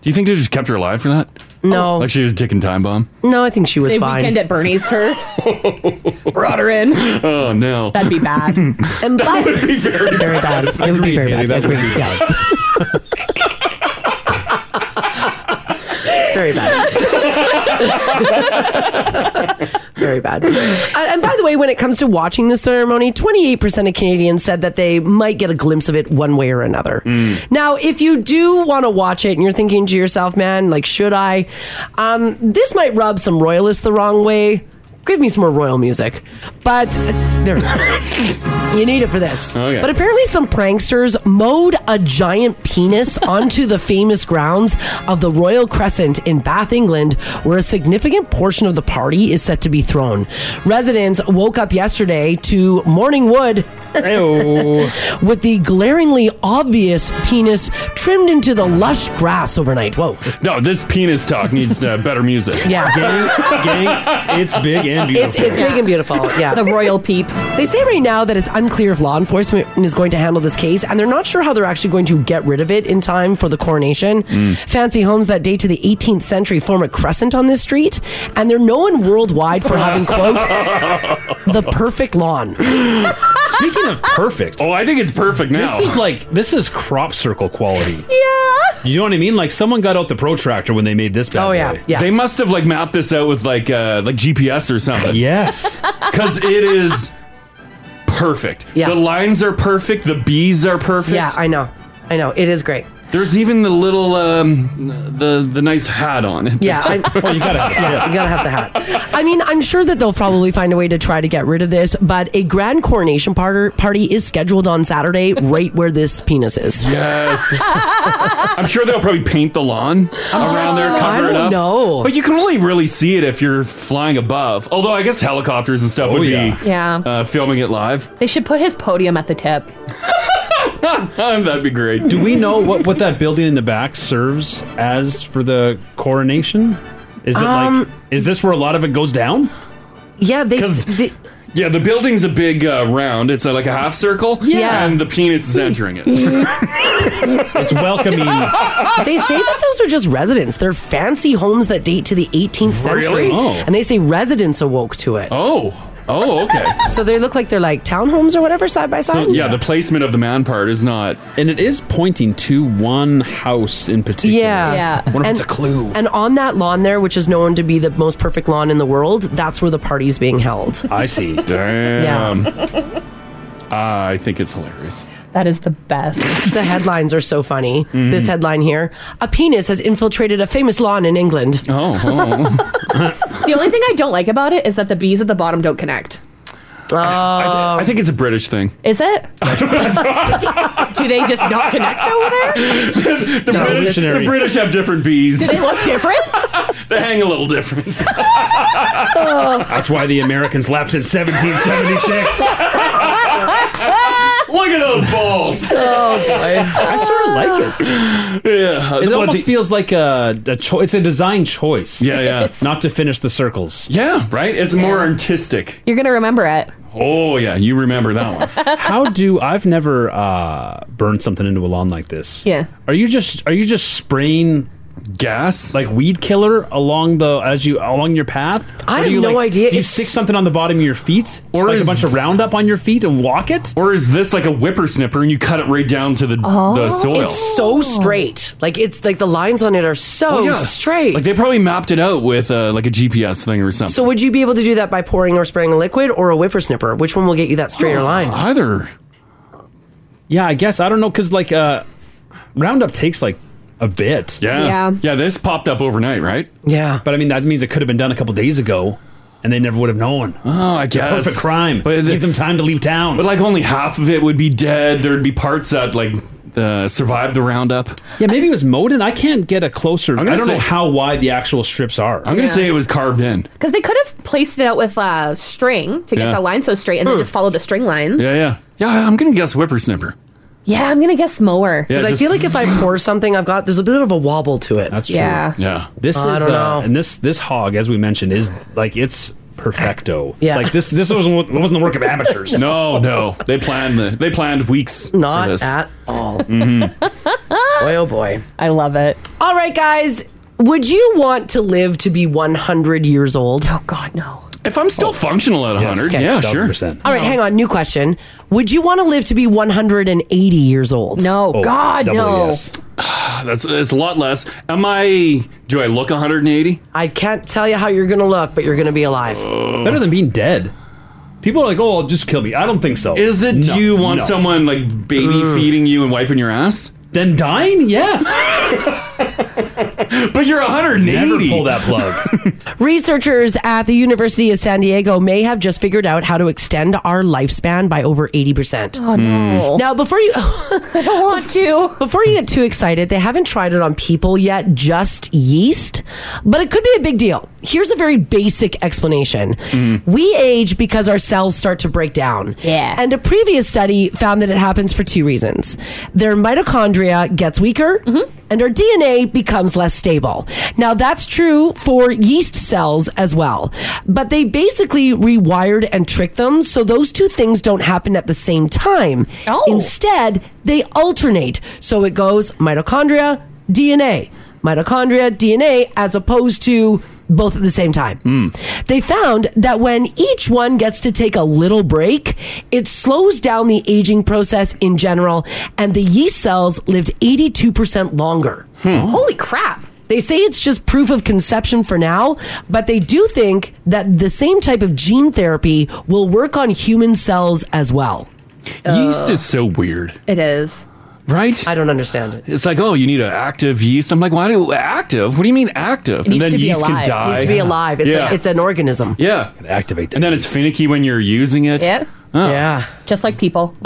Do you think they just kept her alive for that? No. Like she was a ticking time bomb. No, I think she was they fine. weekend at Bernie's her. Brought her in. Oh no. That'd be bad. and that would be very, very bad. It would be very bad. that would be bad. Very bad. Very bad. And- And by the way, when it comes to watching the ceremony, 28% of Canadians said that they might get a glimpse of it one way or another. Hmm. Now, if you do want to watch it and you're thinking to yourself, man, like, should I? Um, this might rub some royalists the wrong way. Give me some more royal music. But uh, there we go. you need it for this. Okay. But apparently, some pranksters mowed a giant penis onto the famous grounds of the Royal Crescent in Bath, England, where a significant portion of the party is set to be thrown. Residents woke up yesterday to morning wood with the glaringly obvious penis trimmed into the lush grass overnight. Whoa. No, this penis talk needs uh, better music. Yeah. Gang, gang, it's big and It's, beautiful. it's big and beautiful. Yeah. The royal peep. They say right now that it's unclear if law enforcement is going to handle this case, and they're not sure how they're actually going to get rid of it in time for the coronation. Mm. Fancy homes that date to the 18th century form a crescent on this street, and they're known worldwide for having, quote, the perfect lawn. Speaking of perfect. Oh, I think it's perfect now. This is like this is crop circle quality. Yeah. You know what I mean? Like someone got out the protractor when they made this bad Oh, yeah, boy. yeah. They must have like mapped this out with like uh like GPS or something. Yes. Cuz it is perfect. Yeah. The lines are perfect, the bees are perfect. Yeah, I know. I know. It is great. There's even the little um the the nice hat on it. Yeah, I- Well, you gotta have it, yeah, yeah. you gotta have the hat. I mean, I'm sure that they'll probably find a way to try to get rid of this, but a grand coronation parter- party is scheduled on Saturday, right where this penis is. Yes. I'm sure they'll probably paint the lawn around there, guessing cover Oh, I it don't up. know. But you can only really see it if you're flying above. Although I guess helicopters and stuff Oh, would yeah. be Yeah. Uh, filming it live. They should put his podium at the tip. That'd be great. Do we know what, what that building in the back serves as for the coronation? Is it like Um, is this where a lot of it goes down? Yeah, they, 'Cause- they Yeah, the building's a big uh, round. It's uh, like a half circle. Yeah. And the penis is entering it. it's welcoming. they say that those are just residents. They're fancy homes that date to the 18th century. Really? Oh. And they say residents awoke to it. Oh. Oh, okay. So they look like they're like townhomes or whatever side by side. So, yeah, the placement of the man part is not. And it is pointing to one house in particular. Yeah. Wonder if it's a clue. And on that lawn there, which is known to be the most perfect lawn in the world, that's where the party's being held. I see. Damn. Ah, I think it's hilarious. That is the best. the headlines are so funny. This headline here A penis has infiltrated a famous lawn in England. Oh. The only thing I don't like about it is that the bees at the bottom don't connect. Oh. Um, I think it's a British thing. Is it? Do they just not connect over there? The British, the British have different bees. Do they look different? They hang a little different. oh. That's why the Americans left in 1776. Look at those balls. Oh boy, I sort of like this. Yeah, it almost feels like a, a cho- It's a design choice. Yeah, yeah. Not to finish the circles. Yeah, right. It's more artistic. You're gonna remember it. Oh yeah, you remember that one. How do I've never uh, burned something into a lawn like this? Yeah. Are you just are you just spraying gas like weed killer along the as you along your path? I Or do have you, no like- idea. Do you It's- stick something on the bottom of your feet, or like is- a bunch of Roundup on your feet and walk it? Or is this like a whippersnipper and you cut it right down to the, Oh. the soil? Oh. It's so straight. Like it's like the lines on it are so Oh, yeah. straight. Like they probably mapped it out with uh, like a GPS thing or something. so would you be able to do that by pouring or spraying a liquid or a whippersnipper? Which one will get you that straighter Oh. line? Either. Yeah, I guess I don't know because like uh, Roundup takes like a bit. Yeah. Yeah. this popped up overnight, right? Yeah. But I mean that means it could have been done a couple days ago, and they never would have known. Oh, I The guess. perfect crime. But Give them time to leave town. But like only half of it would be dead. There'd be parts that like uh, survived the roundup. Yeah, maybe it was mowed in. I can't get a closer. I gonna don't say- know how wide the actual strips are. I'm gonna Yeah. say it was carved in. Because they could have placed it out with uh, string to get Yeah. the line so straight, and then just follow the string lines. Yeah, yeah, yeah. I'm gonna guess whippersnipper. Yeah, I'm gonna guess mower. Because I feel like if I pour something, I've got there's a bit of a wobble to it. That's true. Yeah. Yeah. This I is don't uh, know. and this this hog, as we mentioned, is like it's perfecto. Yeah. Like this this wasn't wasn't the work of amateurs. no, no. They planned the they planned weeks. Not for this. Mm-hmm. at all. Boy, oh boy. I love it. All right, guys. Would you want to live to be 100 years old? Oh, God, no. If I'm still Oh. functional at 100, yeah, sure. All right, hang on. New question. Would you want to live to be 180 years old? No. Oh, Oh, God, no. That's it's a lot less. Am I? Do I look 180? I can't tell you how you're going to look, but you're going to be alive. Better than being dead. People are like, oh, just kill me. I don't think so. Is it? No, do you want no. someone like baby Mm. feeding you and wiping your ass? Then dying? Yes. but you're 180. Never pull that plug. Researchers at the University of San Diego may have just figured out how to extend our lifespan by over 80%. Oh, no. Now, before you. I don't want to. Before you get too excited, they haven't tried it on people yet, just yeast, but it could be a big deal. Here's a very basic explanation. Hmm. We age because our cells start to break down. Yeah. And a previous study found that it happens for two reasons. Their mitochondria gets weaker and our DNA becomes less stable. Now that's true for yeast cells as well. But they basically rewired and tricked them so those two things don't happen at the same time. Oh. Instead, they alternate. So it goes mitochondria, DNA, mitochondria, DNA, as opposed to both at the same time. Hmm. They found that when each one gets to take a little break, it slows down the aging process in general, and the yeast cells lived 82% longer. Hmm. Holy crap. They say it's just proof of conception for now, but they do think that the same type of gene therapy will work on human cells as well. Oh. Yeast is so weird, It is. right? I don't understand it. It's like, oh, you need an active yeast. I'm like, why do active? What do you mean active? It needs to be yeast alive. can It die. needs to be alive. It's a- it's an organism. Yeah, activate. and then it's finicky when you're using it. Yeah. Oh. Yeah. Just like people.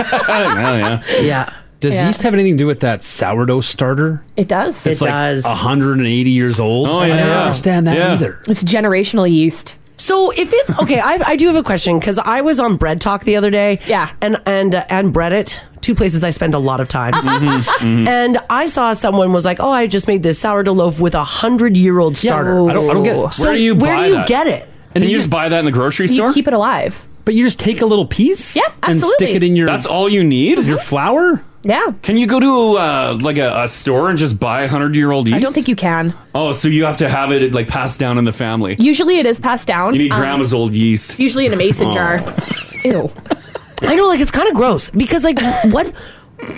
yeah. Yeah. Does Yeah. yeast have anything to do with that sourdough starter? It does. It's like uh-huh. 180 years old. Oh, I yeah. don't understand that Yeah. either. It's generational yeast. So if it's okay, I, I do have a question because I was on Bread Talk the other day. Yeah, and and uh, and Breadit, two places I spend a lot of time. Mm-hmm, mhm. And I saw someone was like, "Oh, I just made this sourdough loaf with a hundred year old starter." I don't- I don't get it. So where do you where buy do you that? get it? And you, just buy that in the grocery store. keep it alive. But you just take a little piece. Yeah, and absolutely. stick it in your. That's all you need. Your Mm-hmm. flour. Yeah. Can you go to uh, like a, a store and just buy hundred year old yeast? I don't think you can. Oh, so you have to have it like passed down in the family. Usually it is passed down. You need Um, grandma's old yeast. It's usually in a mason jar. Ew. I know, like it's kind of gross because, like, what?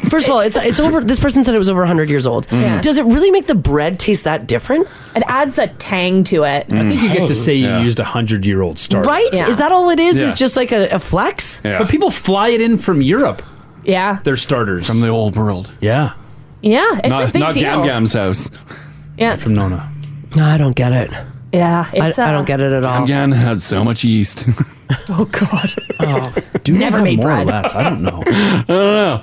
First of all, it's it's over. This person said it was over 100 years old. Yeah. Does it really make the bread taste that different? Mm-hmm. It adds a tang to it. Mm. I think you get Oh, to say you used a hundred year old starter. Right? Is that all it is? Yeah. Is just like a, a flex? But people fly it in from Europe. Yeah. Their starters from the old world. Yeah. Yeah, it's a not big not deal. Gam Gam's house. Yeah. From Nona. No, I don't get it. Yeah, it's, I, uh, don't get it at all. Again, had so much yeast. Do Oh. Never have made more bread. or less? I don't know. I don't know.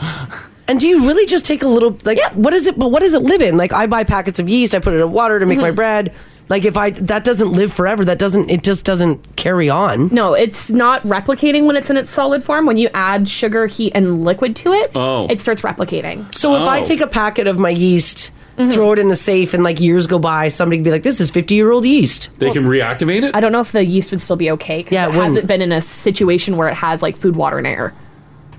And do you really just take a little like what is it but what does it live in? Like I buy packets of yeast, I put it in water to make Mm-hmm. my bread. Like if I that doesn't live forever, that doesn't it just doesn't carry on. No, it's not replicating when it's in its solid form. When you add sugar, heat, and liquid to it, Oh. it starts replicating. So if Oh. I take a packet of my yeast, Mm-hmm. throw it in the safe and like years go by, somebody could be like this is 50-year-old yeast. They Oh. can reactivate it? I don't know if the yeast would still be okay. Yeah, it, wouldn't. hasn't been in a situation where it has like food, water, and air.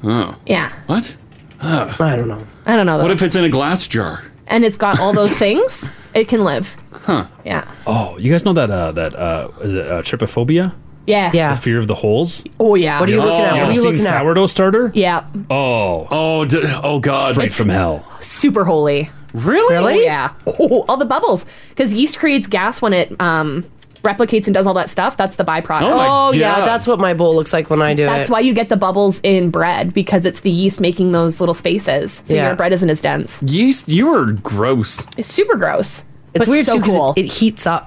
Oh. Yeah, What? Ah. I don't know. I don't know. Though. What if it's in a glass jar? and it's got all those things, it can live. Huh. Yeah. Oh, you guys know that uh that uh is it uh, trypophobia? Yeah. The fear of the holes. Oh yeah. Oh, You ever seen sourdough starter? Yeah. Oh. Oh, d- oh god. Straight It's- from hell. Super holy. Really? Oh, yeah. Oh, all the bubbles. Because yeast creates gas when it um, replicates and does all that stuff. That's the byproduct. Oh, yeah, that's what my bowl looks like when I do That's it. why you get the bubbles in bread because it's the yeast making those little spaces. So Yeah. your bread isn't as dense. Yeast, you are gross. It's super gross. It's but weird so too 'cause it- cool. it heats up.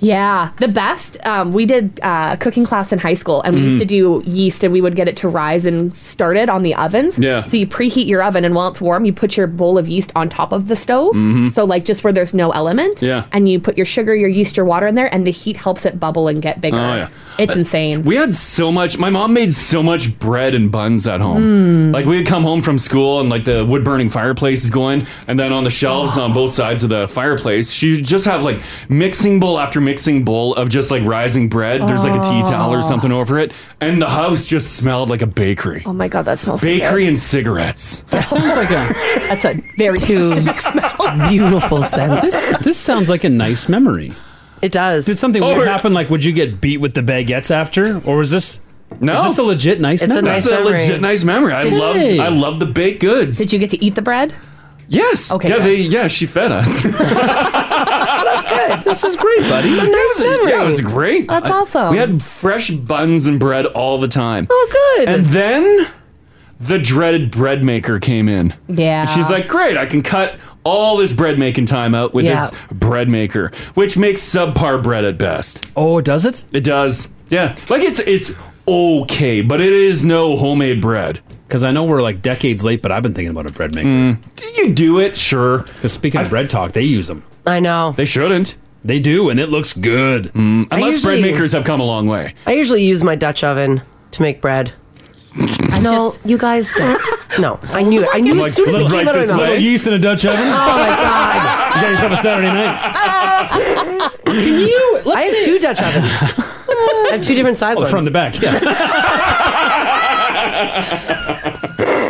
Yeah, the best. Um, we did uh, cooking class in high school, and we used Mm. to do yeast, and we would get it to rise and start it on the ovens. Yeah. So you preheat your oven, and while it's warm, you put your bowl of yeast on top of the stove. Mm-hmm. Mhm. So like just where there's no element. Yeah. And you put your sugar, your yeast, your water in there, and the heat helps it bubble and get bigger. Oh, yeah. It's Uh, insane. We had so much. My mom made so much bread and buns at home. Mm. Like we'd come home from school and like the wood burning fireplace is going, and then on the shelves on both sides of the fireplace, she would just have like mixing bowl after mixing bowl of just like rising bread. There's like a tea towel or Oh. something over it, and the house just smelled like a bakery. Oh my god, that smells so good. bakery and cigarettes. That sounds like a That's a very specific smell. This, this sounds like a nice memory. It does. Did something Or- weird happen? Like, would you get beat with the baguettes after, or was this? No. is this a legit nice. It's a memory? nice That's a memory. legit nice memory. I loved- I loved the baked goods. Did you get to eat the bread? Yes. Okay, Yeah, good. they, yeah, she fed us. That's good. This is great, buddy. It's a nice memory. Yeah, it was great. That's I- awesome. We had fresh buns and bread all the time. Oh, good. And then the dreaded bread maker came in. Yeah. And she's like, great, I can cut all this bread making time out with this Yeah. bread maker, which makes subpar bread at best. Oh, does it? It does. Yeah. Like it's it's okay, but it is no homemade bread. Mm. Because I know we're like decades late, but I've been thinking about a bread maker. Do you do it? Sure. Because speaking of bread talk, they use them. I know. They shouldn't. Mm. They do, and it looks good. I unless bread usually- makers have come a long way. I usually use my Dutch oven to make bread. no, you guys don't. No, I knew it. I knew as soon as it came out of my mouth. yeast in a Dutch oven. Oh my god! You got yourself a Saturday night. Can you? I have two Dutch ovens. I have two different size Oh, ones. from the back, yeah.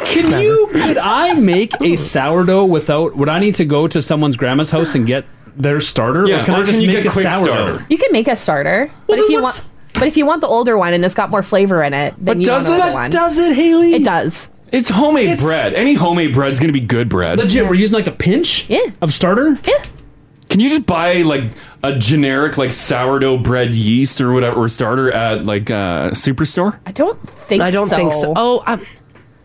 Can you? Could I make a sourdough without? Would I need to go to someone's grandma's house and get their starter? Yeah, or can or I just can you make get a quick sourdough? starter? You can make a starter, but if you want, but if you want the older one and it's got more flavor in it, then But you does want it? another But One. Does it, Haley? It does. It's homemade bread. Any homemade bread's gonna be good bread. Legit, we're using like a pinch yeah. of starter. Yeah. Can you just buy like a generic like sourdough bread yeast or whatever or starter at like uh superstore? I don't think. I don't think so. Oh, um,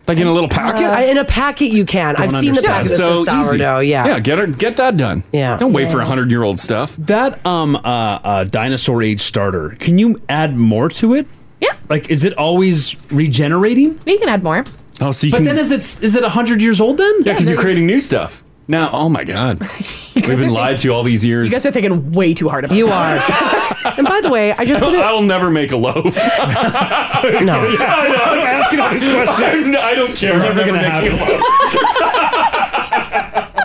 Like in a little packet? I- in a packet you can. I've seen the packet that says sourdough. Yeah. Yeah, get her get that done. Yeah. Don't wait for a hundred year old stuff. That um uh, uh dinosaur age starter. Can you add more to it? Yeah. Like, is it always regenerating? You can add more. Oh, see, but can- then is it is it hundred years old then? Yeah, because Yeah, you're but- creating new stuff. Now, oh my god. We've been lied to all these You years. guys are thinking way too hard about You sourdough. and by the way, I just put it. I'll never make a loaf. no. I'm asking all these questions. I don't care. I'm never, gonna have it.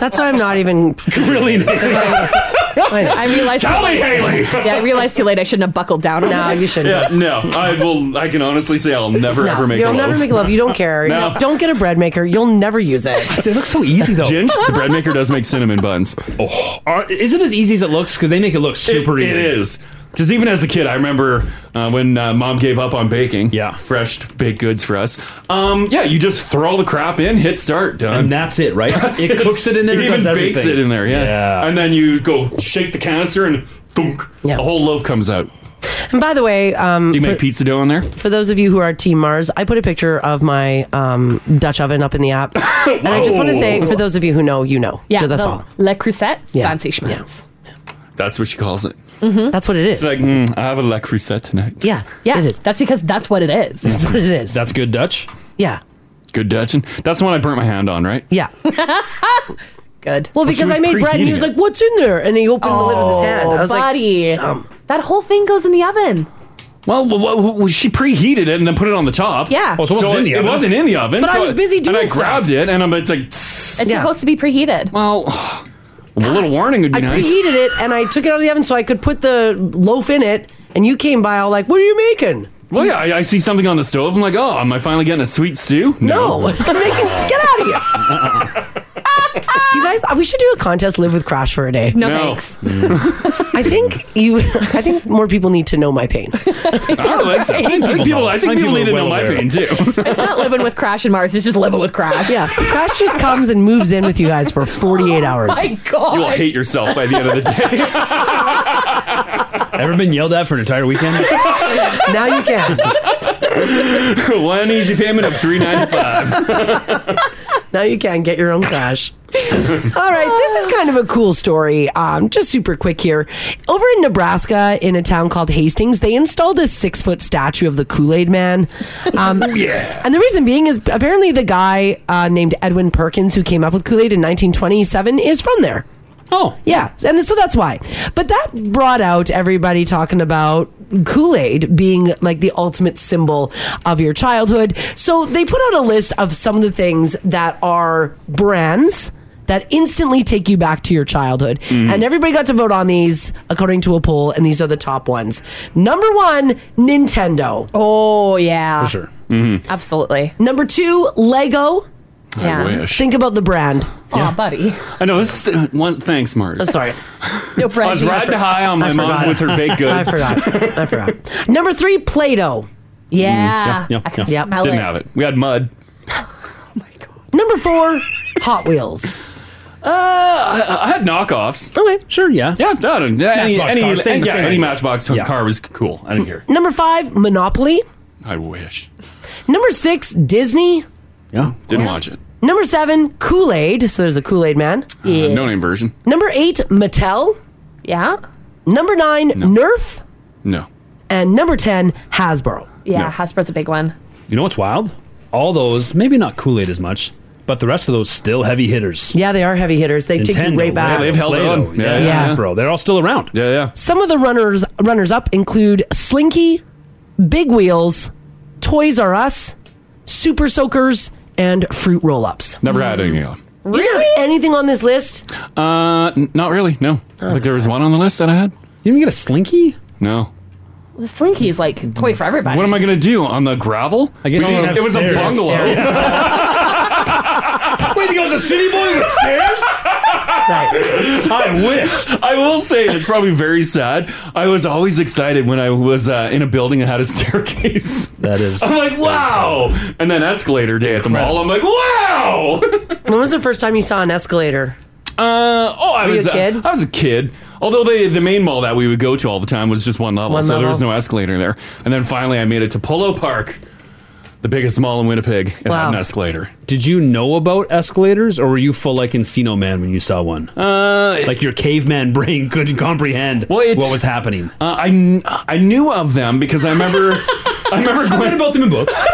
That's why I'm not even really. I realized. Tell me, Haley! yeah, I realized too late. I shouldn't have buckled down. No, you shouldn't. Yeah, no, I will. I can honestly say I'll never No, ever make. you'll a loaf. never make love. You don't care. No. You Don't get a bread maker. You'll never use it. They look so easy though. Ginge, the bread maker does make cinnamon buns. Oh, are, is it as easy as it looks? Because they make it look super It- easy. It is. Because even as a kid, I remember uh, when uh, mom gave up on baking. Yeah. Fresh baked goods for us. Um, yeah, you just throw all the crap in, hit start, done. And that's it, right? It cooks it in there, It it even does bakes everything. it in there, yeah. And then you go shake the canister and thunk, the whole loaf comes out. And by the way, um, You for- make pizza dough in there? For those of you who are Team Mars, I put a picture of my um, Dutch oven up in the app. and I just want to say, Whoa. for those of you who know, you know. Yeah, that's the all. Le Creuset, Yeah. fancy schmancy. That's what she calls it. That's what it It's is. like, mm, I have a La Crusette tonight. Yeah, yeah, it is. That's because that's what it is. That's what it is. That's good Dutch. Yeah. Good Dutch. And that's the one I burnt my hand on, right? Yeah. Good. Well, Well, she because was I made bread and he was preheating it. like, "What's in there?" And he opened the lid with his hand. Oh, I was buddy. like, "Dumb." That whole thing goes in the oven. Well, well, well, well, she preheated it and then put it on the top. Yeah. Oh, so it wasn't in the it oven. wasn't in the oven. But I so was busy And I doing stuff. grabbed it and I'm, it's like, It's supposed to be preheated. Well, a little warning would be I nice. preheated it and I took it out of the oven so I could put the loaf in it. And you came by all like, "What are you making?" Well, yeah, I, I see something on the stove. I'm like, oh, am I finally getting a sweet stew? No, I'm making. Get out of here. You guys, uh, we should do a contest. Live with Crash for a day. No, Mm. No. thanks. I think you. I think more people need to know my pain. I don't think so. I think people, I think people need to know my pain too. It's not living with Crash and Mars. It's just living with Crash. Oh Yeah, Crash just comes and moves in with you guys for 48 hours. My God. You will hate yourself by the end of the day. Ever been yelled at for an entire weekend? now you can. One easy payment of three ninety five. Now you can get your own Crash. All right, this is kind of a cool story. Um, just super quick here. Over in Nebraska, in a town called Hastings, they installed a six foot statue of the Kool Aid Man. Oh, Um, Oh, yeah. And the reason being is apparently the guy uh, named Edwin Perkins, who came up with Kool Aid in 1927, is from there. Oh. Yeah. And so that's why. But that brought out everybody talking about Kool Aid being like the ultimate symbol of your childhood. So they put out a list of some of the things that are brands. That instantly take you back to your childhood. Mhm. And everybody got to vote on these according to a poll, and these are the top ones. Number one, Nintendo. Oh, yeah. For sure. Mm-hmm. Absolutely. Number two, Lego. I Yeah. wish. Think about the brand. Aw, buddy. I know this. Is, uh, one thanks, Mars. Oh, sorry. No I was riding high on my mom with her baked goods. I forgot. I forgot. Number three, Play-Doh. Mm, yeah, yeah, yeah. Yep. Didn't have it. We had mud. Number four, Hot Wheels. Uh, I, I had knockoffs. Okay, sure, yeah, yeah. That, any, any, Matchbox cars, same- any- yeah, same any idea. Matchbox car was cool. I didn't care. Number five, Monopoly. I wish. Number six, Disney. Yeah, didn't watch it. Number seven, Kool Aid. So there's a Kool Aid man. Uh, no name version. Number eight, Mattel. Yeah. Number nine, Nerf. No. And number 10, Hasbro. Yeah, Hasbro's a big one. You know what's wild? All those, maybe not Kool Aid as much, but the rest of those still heavy hitters. Yeah, they are heavy hitters. They take you way back. Play-Doh, Yeah, Yeah. bro, they're all still around. Yeah, yeah. Some of the runners runners up include Slinky, Big Wheels, Toys R Us, Super Soakers, and Fruit Roll Ups. Never had any of them. You don't have anything on this list? Uh, n- not really. No. I think there was one on the list that I had. You didn't get a slinky? No. The Slinky's like a Mm. toy for everybody. What am I gonna do on the gravel? I guess you didn't it have was stairs. a bungalow. Wait, he was a city boy with stairs? I wish. I will say it's probably very sad. I was always excited when I was uh, in a building that had a staircase. That is. I'm like, wow! And then escalator day at the mall. I'm like, wow! when was the first time you saw an escalator? Uh, oh, I Were you was a kid? I was a kid. Although the the main mall that we would go to all the time was just one level, One so there was level. no escalator there. And then finally, I made it to Polo Park, the biggest mall in Winnipeg. It Wow. had an escalator. Did you know about escalators, or were you full like Encino Man when you saw one? Uh, like your caveman brain couldn't comprehend what was happening. Uh, I kn- I knew of them because I remember. I remember going about them in books. no,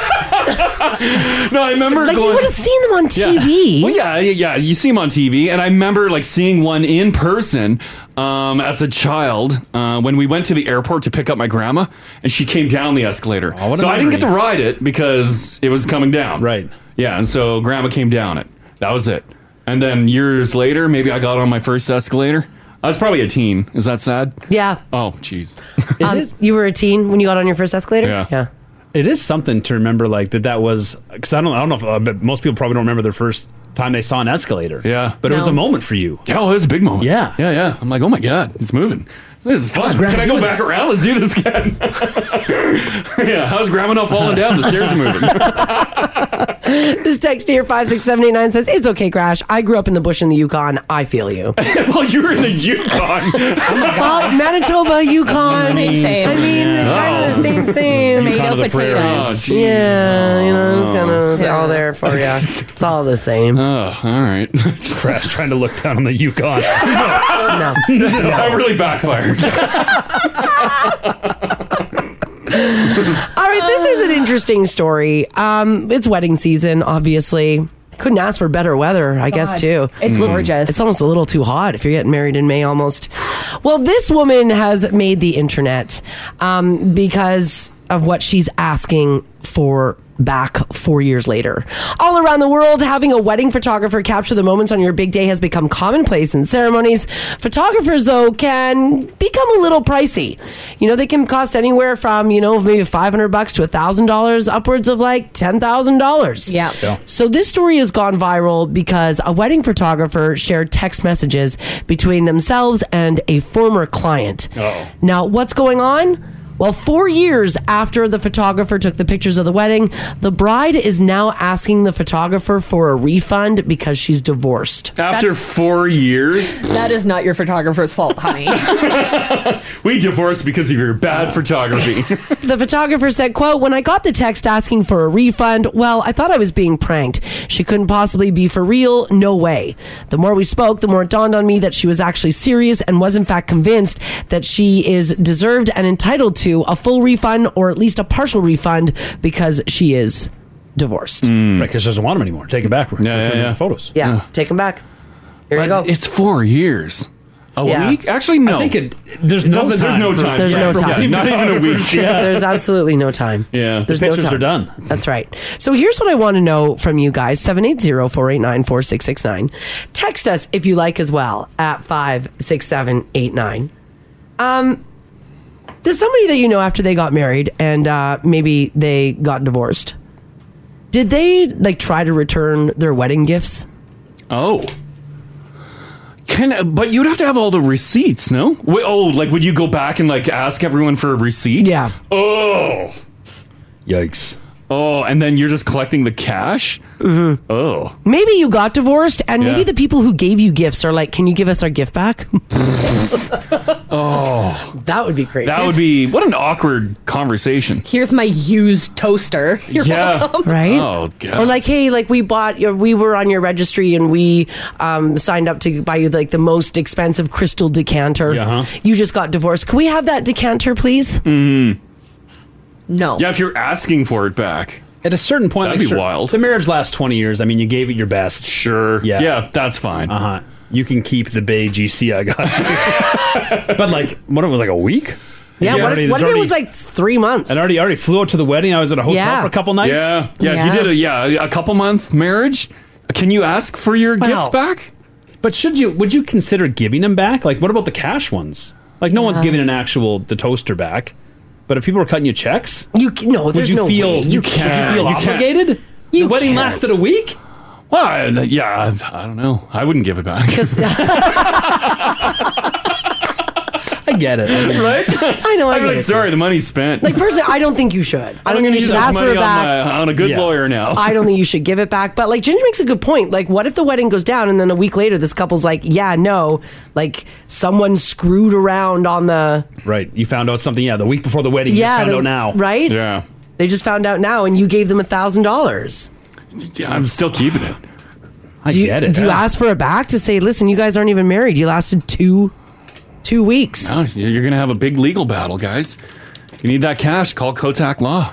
I remember Like, you going. would've seen them on TV. Yeah. Well, yeah, yeah, yeah, you see them on TV, and I remember like seeing one in person um, as a child uh, when we went to the airport to pick up my grandma, and she came down the escalator. Oh, what a so I didn't get to memory. ride it because it was coming down. Right. Yeah, and so grandma came down it. That was it. And then years later, maybe I got on my first escalator. I was probably a teen. Is that sad? Yeah. Oh, jeez. Um, You were a teen when you got on your first escalator? Yeah. yeah. It is something to remember, like that. That was because I don't, I don't know, if, uh, but most people probably don't remember their first time they saw an escalator. Yeah, but it was No. a moment for you. Yeah, oh, it was a big moment. Yeah, yeah, yeah. I'm like, oh my god, it's moving. This is fun. How's Grandma Can I go doing back this? around? Let's do this again. yeah, how's grandma not falling down? The stairs are moving. this text here, 56789, says, It's okay, Crash. I grew up in the bush in the Yukon. I feel you. well, you were in the Yukon. Well, Manitoba, Yukon. Same, same. I mean, Yeah. kind of the same, Oh. same. Tomato, Yukon to the potatoes. prairies. Oh, jeez. Oh. yeah, you know, it's kind of all there for you. It's all the same. Oh, all right. Crash trying to look down on the Yukon. no, That really backfired. All right, this is an interesting story. Um, it's wedding season, obviously. Couldn't ask for better weather, I guess, God, too. it's Mm. gorgeous. It's almost a little too hot if you're getting married in May almost. Well, this woman has made the internet um, because of what she's asking for back four years later. All around the world, having a wedding photographer capture the moments on your big day has become commonplace in ceremonies. Photographers, though, can become a little pricey. You know, they can cost anywhere from, you know, maybe 500 bucks to $1,000, upwards of like $10,000. Yeah. So this story has gone viral because a wedding photographer shared text messages between themselves and a former client. Oh. Now, what's going on? Well, four years after the photographer took the pictures of the wedding, the bride is now asking the photographer for a refund because she's divorced. After four years, That is not your photographer's fault, honey. we divorced because of your Oh. bad photography. the photographer said quote when i got the text asking for a refund well i thought i was being pranked she couldn't possibly be for real no way the more we spoke the more it dawned on me that she was actually serious and was in fact convinced that she is deserved and entitled to a full refund or at least a partial refund because she is divorced Hmm. Right, because she doesn't want them anymore. Take it back. Yeah, yeah, Photos. yeah, take them back here you go it's four years A week? Actually, no. I think it, there's, no doesn't- time there's no for- time. There's no time. Not even a week. There's absolutely no time. Yeah. There's no time. That's right. So here's what I want to know from you guys 780 489 4669. Text us if you like as well at 56789. Um, does somebody that you know after they got married and uh, maybe they got divorced, did they like try to return their wedding gifts? Oh. Can, but you'd have to have all the receipts, no? Wait, oh, like would you go back and like ask everyone for a receipt? Yeah. Oh. Yikes. Oh, and then you're just collecting the cash? Mm-hmm. Oh. Maybe you got divorced and maybe Yeah. the people who gave you gifts are like, can you give us our gift back? Oh. That would be crazy. That would be what an awkward conversation. Here's my used toaster. You're welcome. Right? Oh god. Or like, hey, like we bought your, we were on your registry and we um, signed up to buy you like the most expensive crystal decanter. Uh-huh. You just got divorced. Can we have that decanter, please? Mm. No. Yeah, if you're asking for it back. At a certain point, That'd like, be sure, wild. The marriage lasts 20 years. I mean, you gave it your best. Sure. Yeah. Yeah, that's fine. Uh huh. You can keep the Bay GC I got you. but like, what it was like a week? Yeah. It what already- if, what if it already- was like three months? I'd already already flew out to the wedding. I was at a hotel Yeah. for a couple nights. Yeah. Yeah, if you did a yeah, a couple month marriage, can you ask for your gift back? But should you? Would you consider giving them back? Like, what about the cash ones? Like, no one's Yeah. giving an actual the toaster back. But if people are cutting you checks, you c- no, would there's you no feel way. would You you can't. feel You can't. obligated? You the wedding can't. lasted a week. Well, I- yeah, I I don't know. I wouldn't give it back. I get it. right? I know. I I'm get like, it. sorry, the money's spent. Like personally, I don't think you should. I don't I'm gonna think you use this should ask for money it on, back. my, on a good lawyer now. I don't think you should give it back. But like Ginger makes a good point. Like, what if the wedding goes down and then a week later this couple's like, yeah, no, like someone screwed around on the Right. You found out something. Yeah, the week before the wedding. Yeah, you just the- found out now. right? Yeah. They just found out now, and you gave them a thousand dollars. Yeah, I'm still keeping it. I do you, get it, Do you yeah. ask for it back to say, "Listen, you guys aren't even married. You lasted two, two weeks." No, you're gonna have a big legal battle, guys. You need that cash. Call Kotak Law.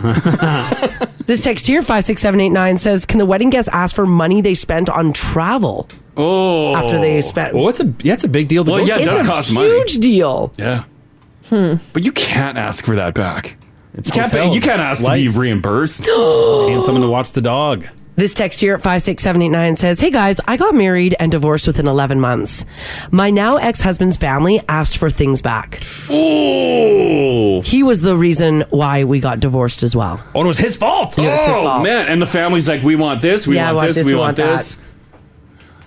This text here, five six seven eight nine, says, "Can the wedding guests ask for money they spent on travel?" oh, After they spent- Well, it's a that's a big deal. To Well, go yeah, it through. does It's a cost money. huge deal. Yeah, but you can't ask for that back. It's you can't, pay- hotels, you can't it's ask to flights. be reimbursed. Paying someone to watch the dog. This text here at 56789 says, Hey guys, I got married and divorced within 11 months. My now ex husband's family asked for things back. Oh. He was the reason why we got divorced as well. Oh, it was his fault. Yeah, it was his Oh, fault. man, and the family's like, we want this, we Yeah, I want, want this, this, we we want, want that." this.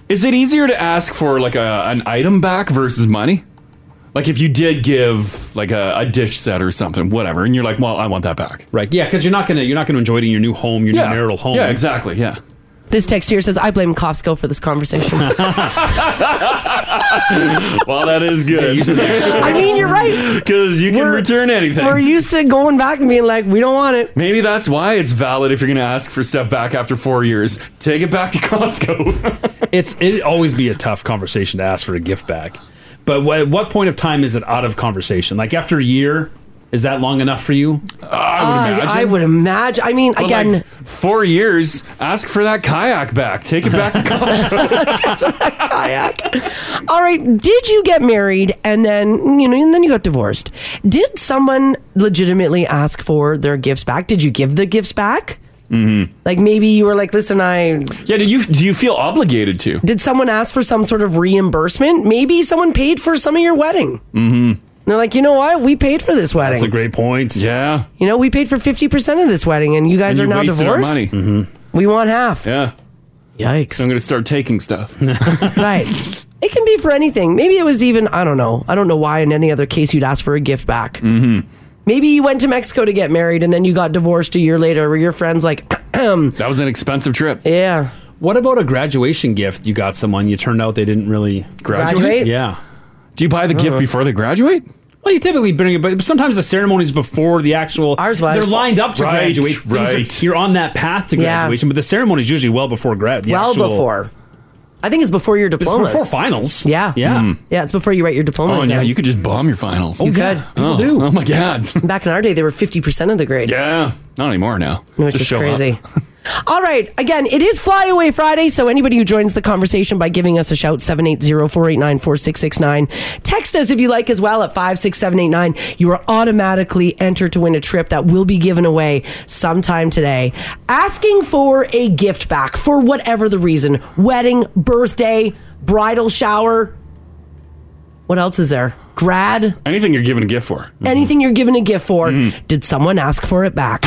Is it easier to ask for like a, an item back versus money? Like if you did give like a, a dish set or something, whatever, and you're like, well, I want that back. Right. Yeah, because you're not gonna you're not gonna enjoy it in your new home, your new marital home. Yeah, exactly. Yeah. This text here says, I blame Costco for this conversation. well, that is good. I mean, you're right. Because you can return anything. We're used to going back and being like, we don't want it. Maybe that's why it's valid if you're going to ask for stuff back after four years. Take it back to Costco. It's it'd always be a tough conversation to ask for a gift back. But wh- at what point of time is it out of conversation? Like after a year, is that long enough for you? I- I would imagine. I mean, But, like, again, four years. Ask for that kayak back. Take it back. kayak. All right. Did you get married and then you know, and then you got divorced? Did someone legitimately ask for their gifts back? Did you give the gifts back? mm-hmm. Like maybe you were like, listen, I Yeah. Did you do you feel obligated to? did someone ask for some sort of reimbursement? Maybe someone paid for some of your wedding. Mm-hmm. They're like, you know what? We paid for this wedding. That's a great point. Yeah. you know, we paid for fifty percent of this wedding, and you guys And are you now wasted our divorced. money. We want half. Yeah. Yikes. I'm gonna start taking stuff. right. It can be for anything. Maybe it was even, I don't know. I don't know why in any other case you'd ask for a gift back. mm-hmm. Maybe you went to Mexico to get married and then you got divorced a year later where your friend's like, that was an expensive trip. Um, Yeah. What about a graduation gift you got someone? You turned out they didn't really Graduate? Graduate? Yeah. Do you buy the Uh-huh. gift before they graduate? Well, you typically bring it, but sometimes the ceremony's before the actual. Ours was. They're lined up to Right, graduate. Things are- right. you're on that path to Yeah. graduation, but the ceremony's usually well before grad. the well actual- before. I think it's before your diploma. before finals. Yeah. Yeah. Mm. Yeah. It's before you write your diploma. Oh, and yeah, exams. you could just bomb your finals. You could. oh, Oh my god. Back in our day, they were 50% of the grade. Yeah. Not anymore now. Which Just is show up. crazy. All right. Again, it is Flyaway Friday, so anybody who joins the conversation by giving us a shout, 780-489-4669. Text us if you like as well at 56789. You are automatically entered to win a trip that will be given away sometime today. Asking for a gift back for whatever the reason. Wedding, birthday, bridal shower. What else is there? Grad. Anything you're given a gift for. Anything you're given a gift for. Did someone ask for it back?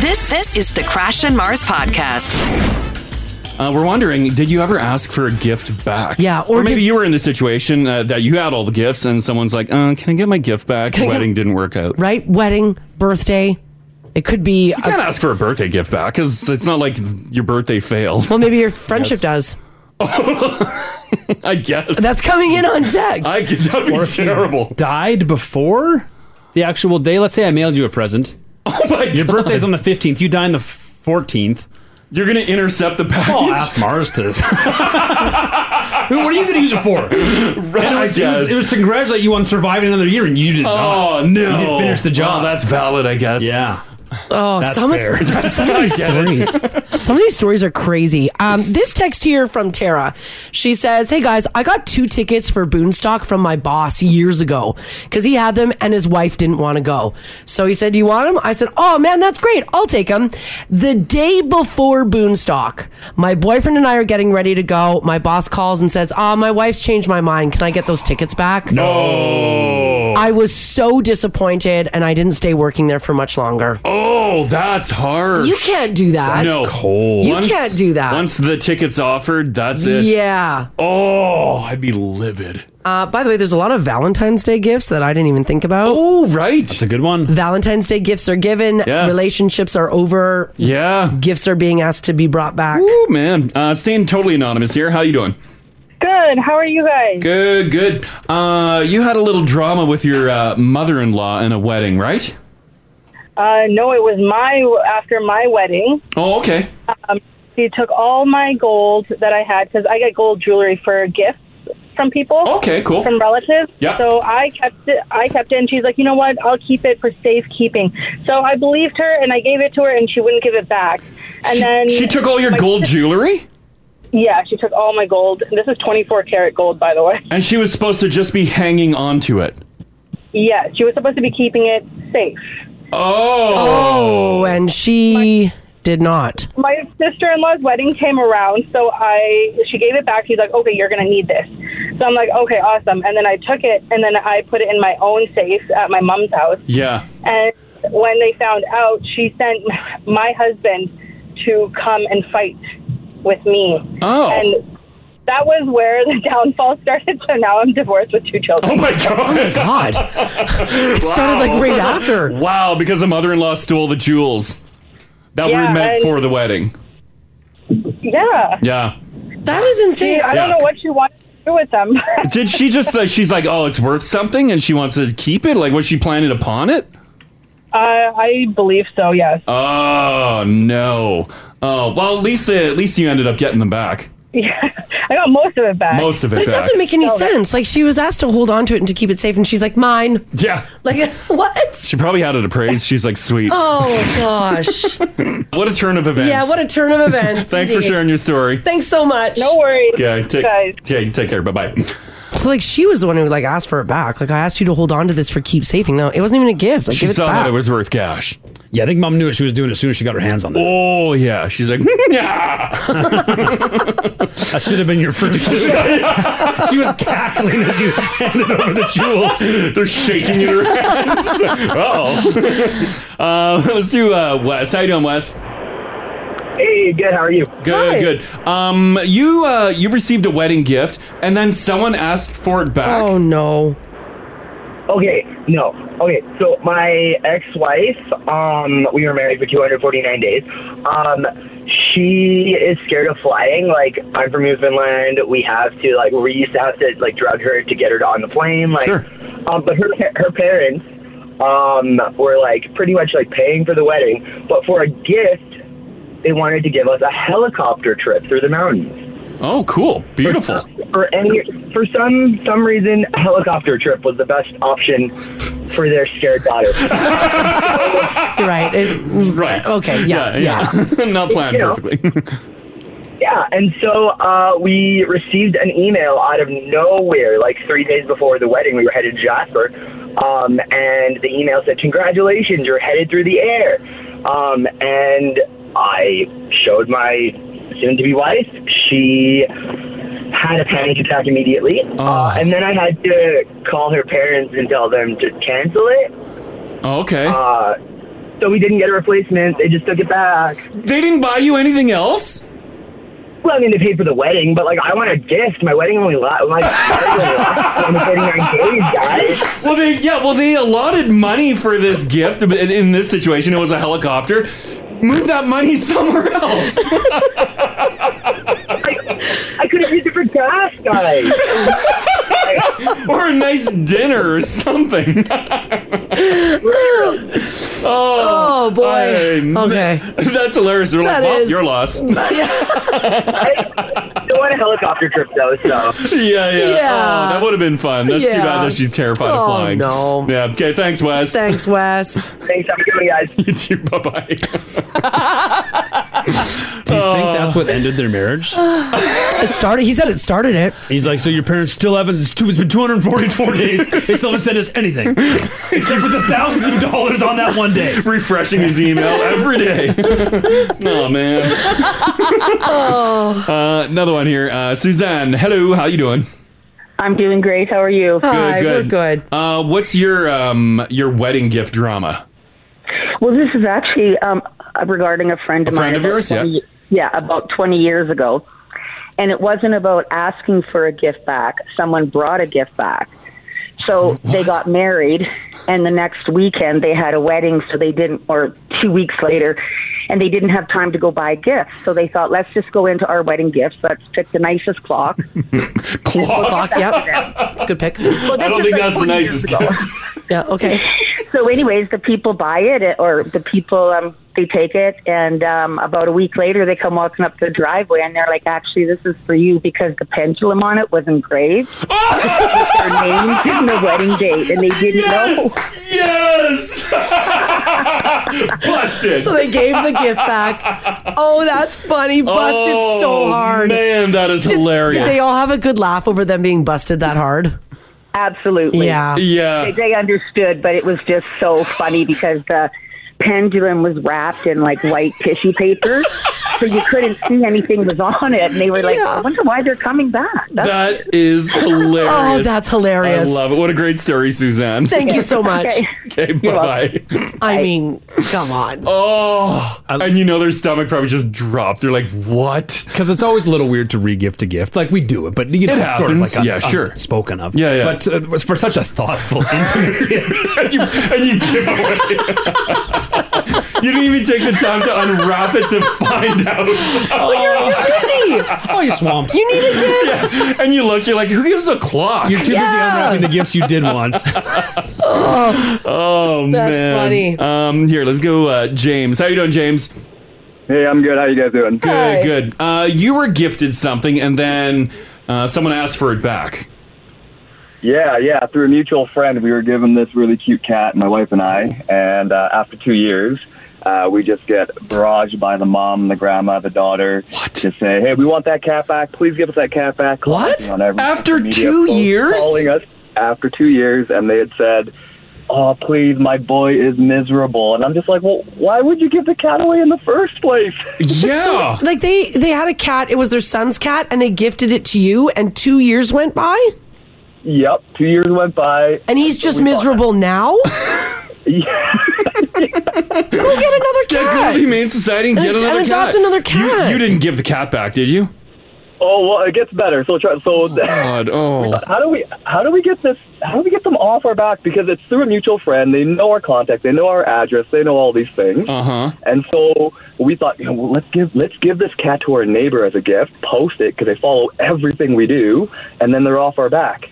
This this is the Crash and Mars podcast. Uh, we're wondering, did you ever ask for a gift back? Yeah, or, maybe you were in the situation uh, that you had all the gifts, and someone's like, uh, "Can I get my gift back?" Can I get- Wedding didn't work out. right? Wedding, birthday. It could be. You can't ask for a birthday gift back because it's not like your birthday failed. Well, maybe your friendship does. I guess That's coming in on text. I could, that'd be terrible. Died before the actual day. Let's say I mailed you a present. Oh my Your birthday's on the fifteenth. You die on the fourteenth. You're gonna intercept the package. I'll ask Mars to. what are you gonna use it for? And it, was, I it was- guess. it was to congratulate you on surviving another year, and you did not. Oh, no. You didn't finish the job. Well, that's valid, I guess. Yeah. Oh, That's some fair. of some of these I get it. stories. Some of these stories are crazy. Um, this text here from Tara, she says, "Hey guys, I got two tickets for Boonstock from my boss years ago because he had them and his wife didn't want to go. So he said, "Do you want them?" I said, "Oh man, that's great. I'll take them." The day before Boonstock, my boyfriend and I are getting ready to go. My boss calls and says, "Ah, my wife's changed my mind. Can I get those tickets back?" No. I was so disappointed, and I didn't stay working there for much longer. Oh, that's hard. You can't do that. no, You can't do that. Once the ticket's offered, that's it. Yeah. Oh, I'd be livid. Uh, by the way, there's a lot of Valentine's Day gifts that I didn't even think about. Oh, right. That's a good one. Valentine's Day gifts are given. Relationships are over. Yeah. Gifts are being asked to be brought back. Oh man, uh, staying totally anonymous here. How you doing? Good. How are you guys? Good, good. Uh, you had a little drama with your uh, mother-in-law in a wedding, right? Uh, no, it was my after my wedding. Oh, okay. Um, she took all my gold that I had because I get gold jewelry for gifts from people. Okay, cool. From relatives. Yeah. So I kept it. I kept it, and she's like, you know what? I'll keep it for safekeeping. So I believed her, and I gave it to her, and she wouldn't give it back. And then She took all your my- gold jewelry, Yeah, she took all my gold. This is twenty-four karat gold, by the way. and she was supposed to just be hanging on to it. Yeah, she was supposed to be keeping it safe. Oh, and she did not. my sister-in-law's wedding came around so i she gave it back she's like okay you're gonna need this so i'm like okay awesome and then i took it and then i put it in my own safe at my mom's house Yeah. and when they found out she sent my husband to come and fight with me oh and that was where the downfall started so now i'm divorced with two children Oh my god! Oh my god! it started, like, right after. Wow, because the mother-in-law stole the jewels that Yeah, were meant and- for the wedding. yeah Yeah. that is insane i don't Yeah. know what she wanted to do with them Did she just say she's like, oh, it's worth something, and she wants to keep it? Like, was she planning upon it? uh, i believe so yes Oh no! Oh well, at least at least you ended up getting them back. Yeah, I got most of it back. Most of it But it back. doesn't make any sense. Like she was asked to hold on to it and to keep it safe, and she's like, "Mine." Yeah. Like what? She probably had it appraised. She's like, sweet. Oh gosh. What a turn of events. yeah. What a turn of events. Thanks for indeed. sharing your story. Thanks so much. No worries. Yeah, take, yeah, you take care. Bye bye. So like she was the one who like asked for it back. Like I asked you to hold on to this for keep saving. No, it wasn't even a gift. Like She give it saw that back. it was worth cash. Yeah, I think mom knew what she was doing as soon as she got her hands on that. Oh yeah, she's like, that should have been your first. she was cackling as you handed over the jewels. They're shaking in her hands. Uh-oh. Uh, let's do uh, Wes. How you doing, Wes? Hey, good. How are you? Good, good. Um, you uh, you received a wedding gift, and then someone asked for it back. Oh no. Okay, no. Okay, so my ex-wife, um, we were married for 249 days. Um, she is scared of flying. Like, I'm from Newfoundland. We have to, like, we used to have to, like, drug her to get her on the plane. Like, um, but her, pa- her parents, um, were, like, pretty much, like, paying for the wedding. But for a gift, they wanted to give us a helicopter trip through the mountains. Oh, cool! Beautiful. for any for some some reason a helicopter trip was the best option for their scared daughter. right. right. Uh, Okay. Yeah. Yeah. Not planned You know. perfectly. yeah, and so uh, we received an email out of nowhere, like three days before the wedding. We were headed to Jasper, um, and the email said, "Congratulations, you're headed through the air." Um, and I showed my soon-to-be wife. She had a panic attack immediately, Oh. uh, and then I had to call her parents and tell them to cancel it. Oh, okay. Uh, so we didn't get a replacement. They just took it back. They didn't buy you anything else. Well, I mean, they paid for the wedding, but like, I want a gift. My wedding only la- my marriage only lasted only 39 days, guys. Well, they yeah. Well, they allotted money for this gift. but In, in this situation, it was a helicopter. Move that money somewhere else. I could have used it for gas, guys. or a nice dinner or something. oh, boy. okay. That's hilarious. They're like, Oh, That well, is- your loss. Don't want a helicopter trip though, so. Yeah, yeah. Yeah. Oh, that would have been fun. That's too Yeah. bad that she's terrified Oh, of flying. no. Yeah. Okay. Thanks, Wes. Thanks, Wes. Thanks. Have a good one, guys. You too. Bye bye. Do you think that's what ended their marriage? it started. He said it started it. He's like, so your parents still haven't. It's two- it's been 244 days. They still haven't sent us anything except for the thousands of dollars on that one day. Refreshing his email every day. oh man. Uh, another one here. Uh, Suzanne. Hello. How you doing? I'm doing great. How are you? good. Uh, what's your um your wedding gift drama? Well, this is actually um, regarding a friend of A friend mine. of about yours, yeah. 20 yeah, about 20 years ago. And it wasn't about asking for a gift back. Someone brought a gift back. So they got married, and the next weekend they had a wedding, so they didn't, or two weeks later, and they didn't have time to go buy gifts. So they thought, let's just go into our wedding gifts. Let's pick the nicest clock. Clock. Yep. It's a good pick. I don't think that's the nicest yeah. Okay. so anyways the people buy it it- or the people um they take it and um about a week later they come walking up the driveway and they're like actually this is for you because the pendulum on it was engraved with their names and the wedding date and they didn't know Yes. Busted. So they gave the gift back. Oh, that's funny. Busted so Oh, hard. Man, that is hilarious. Did they all have a good laugh over them being busted that hard? absolutely Yeah. Yeah. they, they understood but it was just so funny because the pendulum was wrapped in like white tissue paper so you couldn't see anything was on it and they were like i wonder why they're coming back That's That is hilarious. Oh, that's hilarious. I love it. What a great story, Suzanne. Thank you so much. Okay, bye bye. I mean, come on. Oh, and you know their stomach probably just dropped. They're like, what? Because it's always a little weird to regift a gift. Like we do it, but you know, It it's sort of happens. like un- Yeah, sure. spoken of. Yeah, yeah. But uh, it was for such a thoughtful, intimate gift, and, you, and you give away. you didn't even take the time to unwrap it to find out. Oh, you're busy. Oh, you swamped. You need a gift. And you look, you're like, who gives a clock? You're too busy unwrapping the gifts you did want. oh, That's man. funny. Oh, Um, here, let's go, uh, James. How you doing, James? Hey, I'm good. How you guys doing? Good, good. Uh, you were gifted something, and then uh, someone asked for it back. Yeah, yeah. Through a mutual friend, we were given this really cute cat, my wife and I. And uh, after two years, uh, we just get barraged by the mom, the grandma, the daughter what? to say, "Hey, we want that cat back. Please give us that cat back." What? After two years? calling us after two years, and they had said, "Oh, please, my boy is miserable." And I'm just like, "Well, why would you give the cat away in the first place?" So, like they they had a cat. It was their son's cat, and they gifted it to you. And two years went by, Yep, two years went by, and he's So just we bought miserable now. Go get another Yeah, go to cat. the Humane Society and, And get ad- another and cat. adopt another You- cat. You, didn't give the cat back, did you? Oh well, it gets better. So try, so God, oh. how do we how do we get this how do we get them off our back because it's through a mutual friend they know our contact they know our address they know all these things uh-huh and so we thought you know well, let's give let's give this cat to our neighbor as a gift post it because they follow everything we do and then they're off our back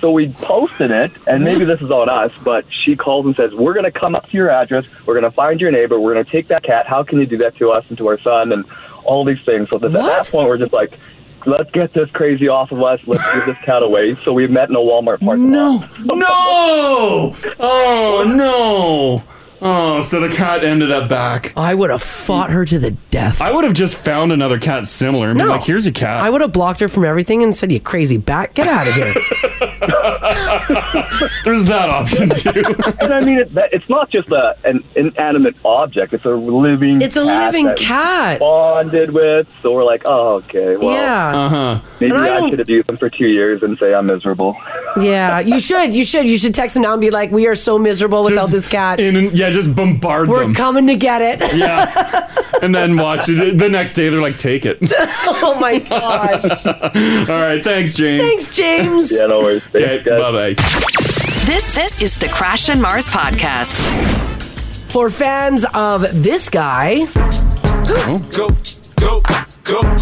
so we posted it and maybe this is on us but she calls and says we're going to come up to your address we're going to find your neighbor we're going to take that cat how can you do that to us and to our son and all these things so at that point we're just like Let's get this crazy off of us. Let's give this cat away. So we met in a Walmart parking no. lot. No! Oh, no. Oh, so the cat ended up back. I would have fought her to the death. I would have just found another cat similar and been No. like, here's a cat. I would have blocked her from everything and said, "You crazy bat, get out of here." There's that option too. and I mean, it, that, it's not just a, an inanimate object. It's a living. It's a cat living that we cat. Bonded with. So we're like, oh, okay. Well, Yeah. Uh-huh. Maybe And I I, don't- should abuse them for two years and say I'm miserable. yeah, you should. You should. You should text him now and be like, "We are so miserable without this cat. And yeah, just bombard We're them. coming to get it." Yeah. and then watch it. The next day, they're like, take it. oh my gosh. All right. Thanks, James. Thanks, James. Yeah, no worries. Bye bye. This this is the Crash and Mars podcast. For fans um, of this guy, go, go, go, go.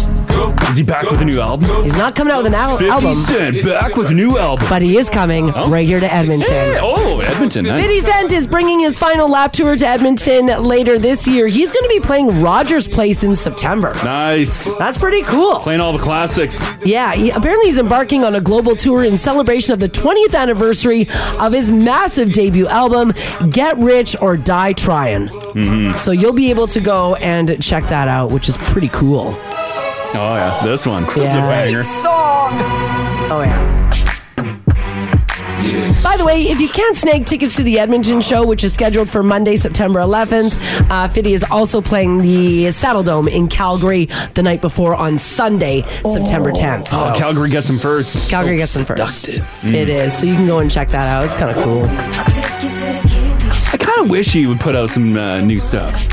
Is he back with a new album? he's not coming out with an al- 50 album. Cent back with a new album. But he is coming right here to Edmonton. Yeah. Oh, Edmonton. Nice. 50 Cent is bringing his final lap tour to Edmonton later this year. He's going to be playing Rogers Place in September. Nice. That's pretty cool. Playing all the classics. Yeah, he, apparently he's embarking on a global tour in celebration of the 20th anniversary of his massive debut album, Get Rich or Die Trying. Mm-hmm. So you'll be able to go and check that out, which is pretty cool. Oh, yeah. This one. This is a Yeah. banger. Song. Oh yeah. By the way, if you can't snag tickets to the Edmonton show, which is scheduled for Monday, September 11th, uh, Fiddy is also playing the Saddle Dome in Calgary the night before on Sunday, September 10th. Oh, So Calgary gets them first. Mm. Calgary gets them first. It is. So you can go and check that out. It's kind of cool. I kind of wish he would put out some uh, new stuff.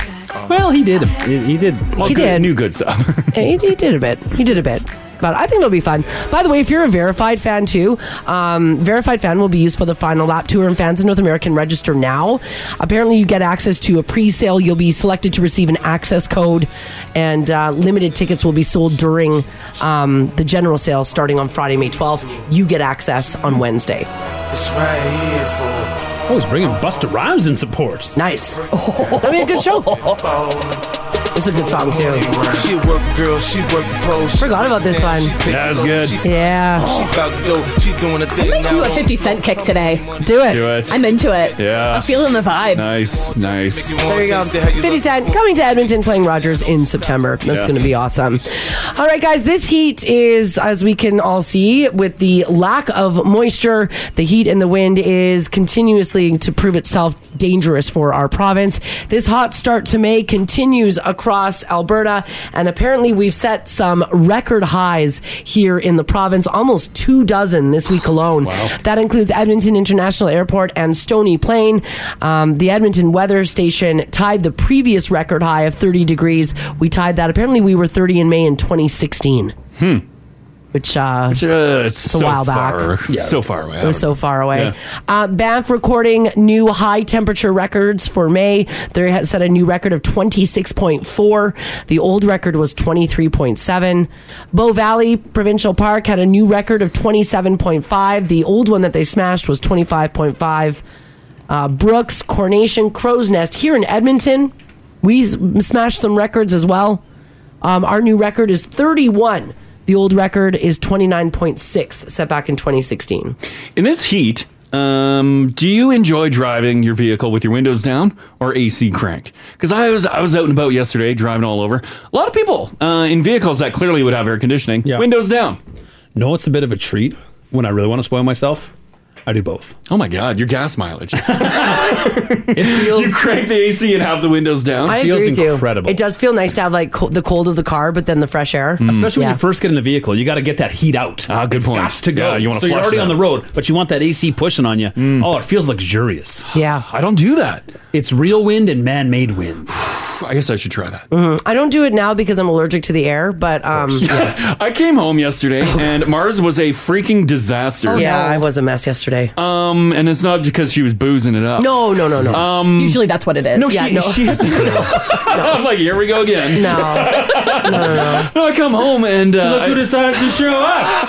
Well, he did. He, did. Well, He good, did. New good stuff. Yeah, he, he did a bit. He did a bit. But I think it'll be fun. By the way, if you're a verified fan too, um, verified fan will be used for the final lap tour, and fans in North America can register now. Apparently, you get access to a pre-sale. You'll be selected to receive an access code, and uh, limited tickets will be sold during um, the general sale starting on Friday, May 12th. You get access on Wednesday. I was Oh, bringing Busta Rhymes in support. Nice. That'd be a good show. It's a good song too. She work girl, she work pro. Forgot about this one. That was good. Yeah. She about to do, she doing a thing I'm gonna do a now. 50 Cent kick today. Do it. Do it. I'm into it. Yeah. I'm feeling the vibe. Nice, nice. There you go. 50 Cent coming to Edmonton playing Rogers in September. That's Yeah. going to be awesome. All right, guys, this heat is, as we can all see, with the lack of moisture, the heat and the wind is continuously to prove itself dangerous for our province. This hot start to May continues across Alberta, and apparently we've set some record highs here in the province, almost two dozen this week alone. That includes Edmonton International Airport and Stony Plain. Um, the Edmonton Weather Station tied the previous record high of 30 degrees. We tied that. Apparently, we were 30 in May in 2016. Hmm. Which, uh, it's it's a so while far, back. yeah. so far away. It was so far away. Yeah. Uh, Banff recording new high temperature records for May. They had set a new record of 26.4. The old record was 23.7. Bow Valley Provincial Park had a new record of 27.5. The old one that they smashed was 25.5. Uh, Brooks, Coronation, Crow's Nest here in Edmonton. We s- smashed some records as well. Um, our new record is 31. The old record is 29.6, set back in 2016. In this heat, um, do you enjoy driving your vehicle with your windows down or AC cranked? Because I was I was out and about yesterday driving all over. A lot of people uh, in vehicles that clearly would have air conditioning. Windows down. No, it's a bit of a treat when I really want to spoil myself. I do both. Oh my god, your gas mileage. you crank the AC and have the windows down. I agree with you. It does feel nice to have like co- the cold of the car, but then the fresh air. Especially Yeah. when you first get in the vehicle, you got to get that heat out. Ah, good Mm. point. Got to go. Yeah, you wanna so you're flush already it on out. the road, but you want that AC pushing on you. Oh, it feels luxurious. Yeah, I don't do that. It's real wind and man-made wind. I guess I should try that. Mhm. I don't do it now because I'm allergic to the air, but um, yeah. I came home yesterday and Mars was a freaking disaster. Oh, Yeah, no. I was a mess yesterday. Um, and it's not because she was boozing it up. No, no, no, no. Um, Usually that's what it is. No, she, she has the I'm like, here we go again. No. no, no, I come home and uh, Look who decides to show up.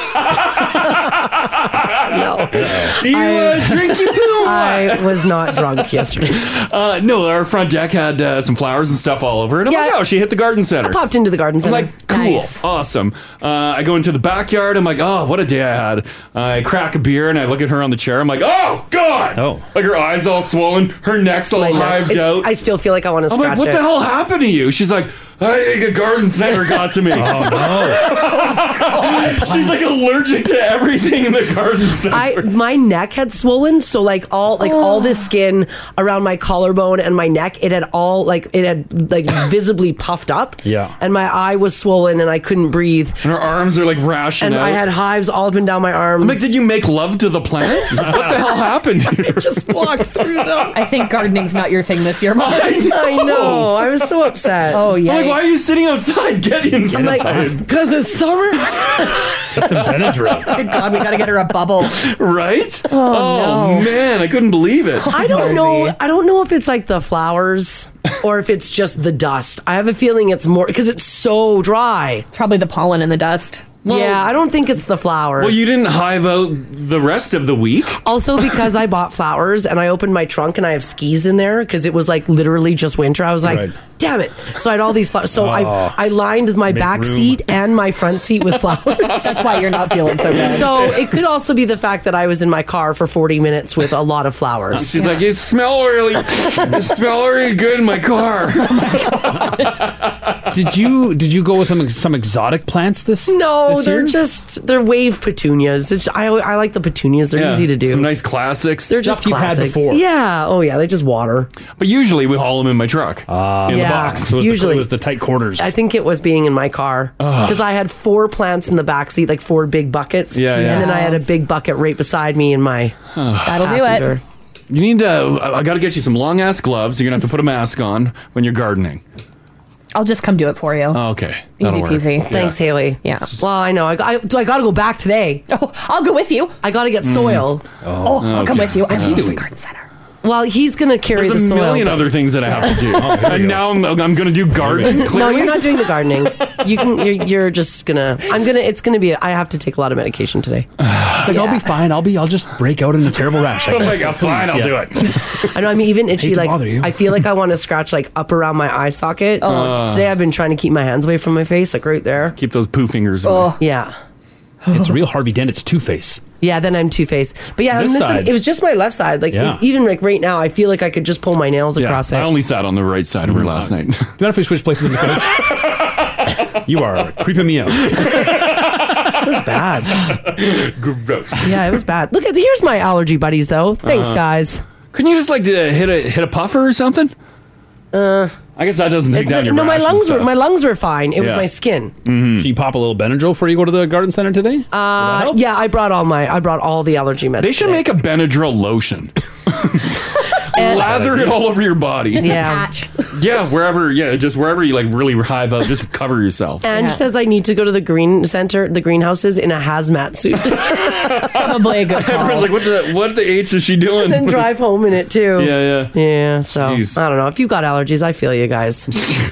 You uh, drink your poo. I was not drunk yesterday. Uh, no, our front deck had uh, some flowers and stuff all over it. I'm like, Yeah. oh, she hit the garden center. I popped into the garden I'm center. like, cool, awesome. Uh, I go into the backyard. I'm like, oh, what a day I had. I crack a beer and I look at her on the chair. I'm like, oh, God. Oh. Like her eyes all swollen, her neck's all hived It's- out. I still feel like I want to I'm scratch like, what it. the hell happened to you? She's like, hey, the garden center got to me. Oh, Oh She's like allergic to everything in the garden center. I my neck had swollen, so like all like all Oh. this skin around my collarbone and my neck, it had all like it had like visibly puffed up. Yeah. And my eye was swollen and I couldn't breathe. And her arms are like rashing And I out. had hives all up and down my arms. I'm like, did you make love to the plants? what the hell happened here? just walked through them. I think gardening's not your thing this year, Mom. I know. I was so upset. Oh yeah. I'm like, why are you sitting outside? Get inside. I'm like, because it's summer. Take some Good God, we got to get her a bubble. Right? Oh, no. man, I couldn't believe it. I don't know. I don't know if it's like the flowers or if it's just the dust. I have a feeling it's more because it's so dry. It's probably the pollen and the dust. yeah, I don't think it's the flowers. Well, you didn't hive out the rest of the week. Also, because I bought flowers and I opened my trunk and I have skis in there because it was like literally just winter. I was like, Right. damn it. So I had all these flowers. So Oh. I, I lined my Make back room. seat and my front seat with flowers. That's why you're not feeling so bad. So it could also be the fact that I was in my car for 40 minutes with a lot of flowers. She's like, it smell really, it smell really good in my car. did you did you go with some some exotic plants this? No, this they're year? just they're wave petunias. It's, I I like the petunias. They're Yeah, easy to do. Some nice classics. They're just classics. Yeah. Oh yeah. They just water. But usually we haul them in my truck. Uh, In the Yeah, box. It was the- usually. it was the tight quarters. I think it was being in my car Ugh. because I had four plants in the back seat, like four big buckets. Yeah, yeah. And then I had a big bucket right beside me in my. That'll passenger. do it. You need to. I, I got to get you some long ass gloves. You're gonna have to put a mask on when you're gardening. I'll just come do it for you. Oh, okay. Easy That'll work. peasy. Yeah. Thanks, Haley. Yeah. Well, I know. I, I, so I got to go back today. Oh, I'll go with you. I got to get Mm. soil. Oh, I'll come with you. I love the garden center. Well, he's gonna carry There's a the soil. million but- other things that I have to do, and now I'm, I'm gonna do garden. no, clearing. you're not doing the gardening. You can. You're, you're just gonna. I'm gonna. It's gonna be. I have to take a lot of medication today. It's like I'll be fine. I'll be. I'll just break out in a terrible rash. I I'm guess. like, I'm Please, fine, I'll yeah. do I know I'm even itchy. Hate to like bother you. I feel like I want to scratch like up around my eye socket. Oh. Uh. Today I've been trying to keep my hands away from my face, like right there. Keep those poo fingers. Oh. yeah, It's real Harvey Dent. It's Two Face. yeah. Then I'm two faced. But yeah, This on this one, side. it was just my left side. Like Yeah. e- even like right now, I feel like I could just pull my nails Yeah, across I it. Mm-hmm. only sat on the right side of her last night. Do you mind if we switch places on the couch? You are creeping me out. It was bad. Gross. yeah, it was bad. Look at here's my allergy buddies though. Thanks Uh-huh. guys. Couldn't you just like d- hit a hit a puffer or something? Uh, I guess that doesn't take it- down your no, my rash and lungs were stuff. my lungs were fine. It was my skin. Mm-hmm. Should you pop a little Benadryl before you go to the garden center today? Uh, yeah, I brought all my I brought all the allergy meds. They should make a Benadryl lotion. And- Lather it all over your body. Just a Yeah. yeah, wherever. Yeah, just wherever you like really hive up, just cover yourself. Ange says I need to go to the green center, the greenhouses, in a hazmat suit, probably a good Everyone's like, what the what the h is she doing? and then drive home in it too. Yeah, yeah, yeah. So Jeez. I don't know. If you got allergies, I feel you guys.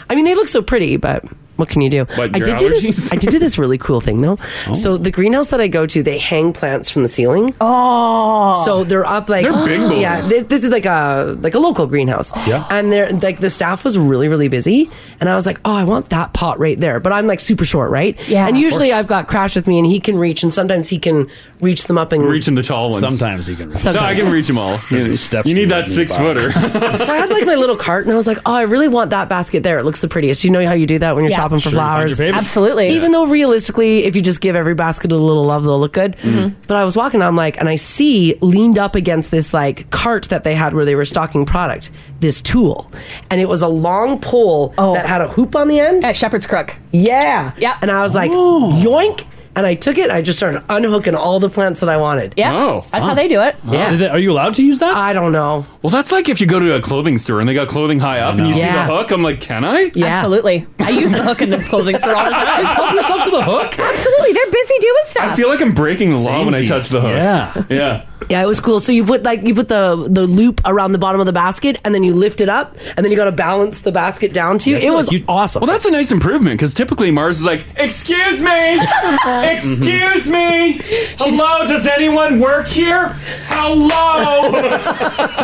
I mean, they look so pretty, but What can you do? What, I your did do this. allergies? Oh. I did do this really cool thing though. So the greenhouse that I go to, they hang plants from the ceiling. Oh, so they're up like They're big boys. Yeah, this, this is like a like a local greenhouse. Yeah, and they're like the staff was really really busy, and I was like, oh, I want that pot right there, but I'm like super short, right? Yeah. and Of usually course. I've got Crash with me, and he can reach, and sometimes he can reach them up and Reaching the tall ones. Sometimes he can reach No, I Sometimes. can reach them all. You, you need that six footer. so I had like my little cart, and I was like, "Oh, I really want that basket there. It looks the prettiest." You know how you do that when you're Yeah. shopping for Sure, you find flowers, your favorite. Absolutely. Even though realistically, if you just give every basket a little love, they'll look good. Mm-hmm. But I was walking, I'm like, and I see leaned up against this like cart that they had where they were stocking product, this tool, and it was a long pole that had a hoop on the end at Oh. Shepherd's Crook. Yeah, yeah. And I was like, Oh. yoink. And I took it. I just started unhooking all the plants that I wanted. Yeah. Oh, That's how they do it. Yeah. Did they- are you allowed to use that? I don't know. Well, that's like if you go to a clothing store and they got clothing high up and you Yeah. see the hook. I'm like, can I? Absolutely. I use the hook in the clothing store all the time. Just hook yourself to the hook. Absolutely. They're busy doing stuff. I feel like I'm breaking the law when I touch the hook. Yeah. Yeah. Yeah, it was cool. So you put like you put the the loop around the bottom of the basket, and then you lift it up, and then you got to balance the basket down to you. it was awesome. Well, that's a nice improvement because typically Mars is like, Excuse me! Excuse me! Mm-hmm. Hello, does anyone work here? Hello!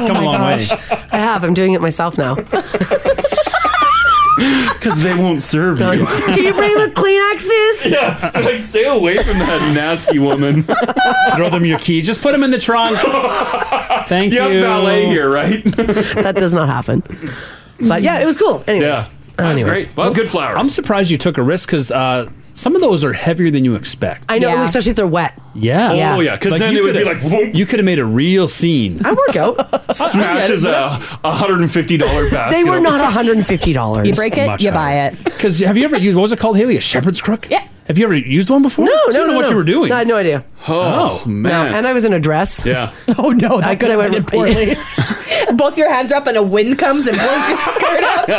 come a long way. Oh I have. I'm doing it myself now. Because they won't serve you. Can you bring the Kleenexes? Yeah. Like, stay away from that nasty woman. Throw them your key. Just put them in the trunk. Thank You you. have valet here, right? that does not happen. But yeah, it was cool. Anyways, Anyways. Well, good flowers. I'm surprised you took a risk because uh, some of those are heavier than you expect. I know, especially if they're wet. Yeah. Yeah. Oh, yeah, 'cause then you it would coulda- be like, you could have made a real scene. I work out. Smashes uh, a $150 basket. They were not $150. You break it, Much you buy higher. it. Because have you ever used what was it called, Haley? A shepherd's crook? Yeah. Have you ever used one before? No, So no, you don't no, know what no. you were doing. No, I had no idea. Oh, man. No, and I was in a dress. Yeah. Oh no, that could have been poorly. Both your hands are up and a wind comes and blows your skirt up.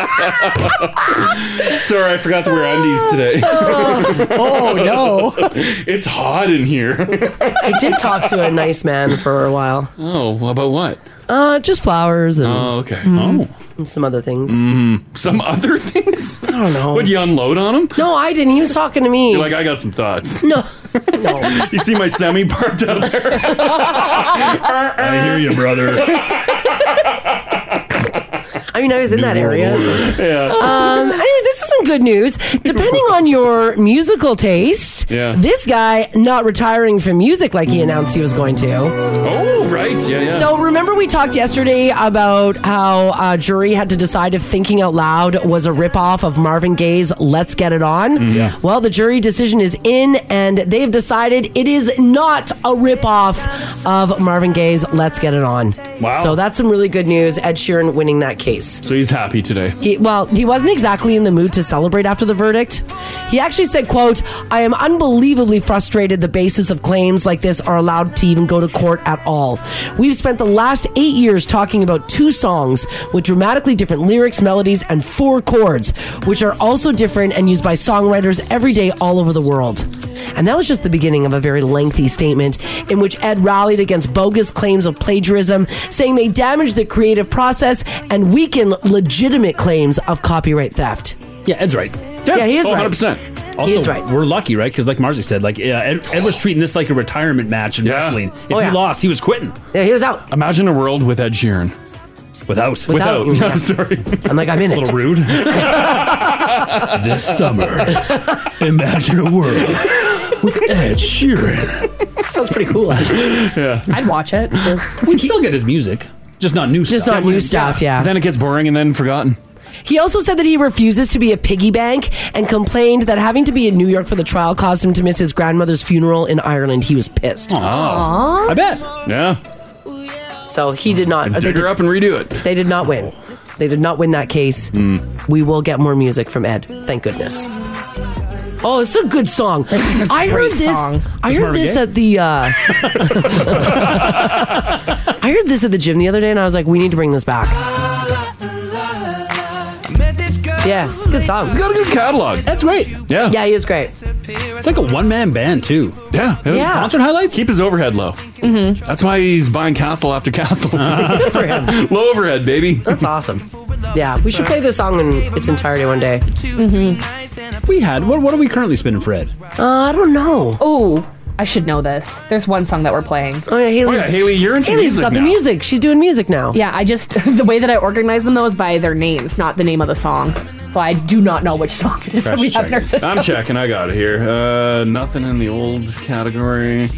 Sorry, I forgot to wear undies today. Oh. Oh, no. It's hot in here. I did talk to a nice man for a while. Oh, about what? Uh, just flowers and Oh, okay. oh, some other things. Mm, some other things? I don't know. Would you unload on him? No, I didn't. He was talking to me. You're like, I got some thoughts. No. you see my semi parked out there? I hear you, brother. I mean, I was in that area. so- Yeah. Um, anyways, this is some good news. Depending on your musical taste, Yeah. this guy not retiring from music like he announced he was going to. Oh, right. Yeah, yeah. So remember we talked yesterday about how a jury had to decide if Thinking Out Loud was a ripoff of Marvin Gaye's Let's Get It On? Mm-hmm. Mm, yeah. Well, the jury decision is in and they've decided it is not a ripoff of Marvin Gaye's Let's Get It On. Wow. So that's some really good news. Ed Sheeran winning that case. So he's happy today. He, well, he wasn't exactly in the mood to celebrate after the verdict. He actually said, quote, I am unbelievably frustrated the basis of claims like this are allowed to even go to court at all. We've spent the last eight years talking about two songs with dramatically different lyrics, melodies, and four chords, which are also different and used by songwriters every day all over the world. And that was just the beginning of a very lengthy statement in which Ed rallied against bogus claims of plagiarism, saying they damage the creative process and weaken legitimate claims of copyright theft. Yeah, Ed's right. Oh, Yeah, he is right. 100%. He Also, is right. we're lucky, right? Because like Marzi said, like yeah, Ed, Ed was treating this like a retirement match in wrestling. If Oh, he yeah. lost, he was quitting. Yeah, he was out. Imagine a world with Ed Sheeran. Without. Without. Yeah, sorry. I'm like, I'm in a little rude. this summer, imagine a world with Ed Sheeran. Sounds pretty cool. yeah. I'd watch it. We'd still get his music, just not new Just stuff. not new stuff, yeah. Then it gets boring and then forgotten. He also said that he refuses to be a piggy bank and complained that having to be in New York for the trial caused him to miss his grandmother's funeral in Ireland. He was pissed. Oh. Aw. I bet. Yeah. So he did not. dig her up and redo it. Hmm. They did not win. They did not win that case. We will get more music from Ed. Thank goodness. Oh, it's a good song. I heard great this. song. I Is heard Marvin this Gaye? at the. Uh, I heard this at the gym the other day, and I was like, "We need to bring this back." Yeah, it's a good song. He's got a good catalog. That's great. Yeah. Yeah, he is great. It's like a one man band, too. Yeah. his Yeah. Concert highlights? Keep his overhead low. Mm-hmm. That's why he's buying castle after castle. Ah. Good for him. Low overhead, baby. That's awesome. Yeah, we should play the song in its entirety one day. Mm-hmm. We had what? What are we currently spinning, Fred? Uh, I don't know. Oh, I should know this. There's one song that we're playing. Oh yeah, Haley's, Haley's got the music. She's doing music now. Yeah, I just the way that I organize them though is by their names, not the name of the song. So I do not know which song it is that we have in our system. I'm checking. I got it here. Uh, nothing in the old category.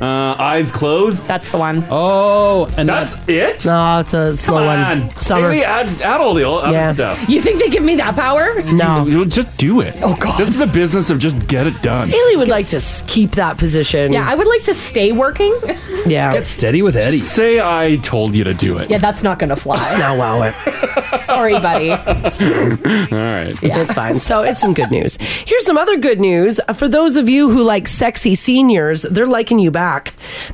Uh, eyes closed. That's the one. Oh, and that's it. No, it's a slow Come one. on. Summer. Maybe add, add all the old other Yeah. stuff. You think they give me that power? No. You- you just do it. Oh god. This is a business of just get it done. Haley would like to s- keep that position. Yeah, I would like to stay working. Yeah. Get steady with Eddie. Say I told you to do it. yeah, that's not gonna fly. Just now wow it. Sorry, buddy. All right. That's fine. So it's some good news. Here's some other good news. Uh, For those of you who like sexy seniors, they're liking you back.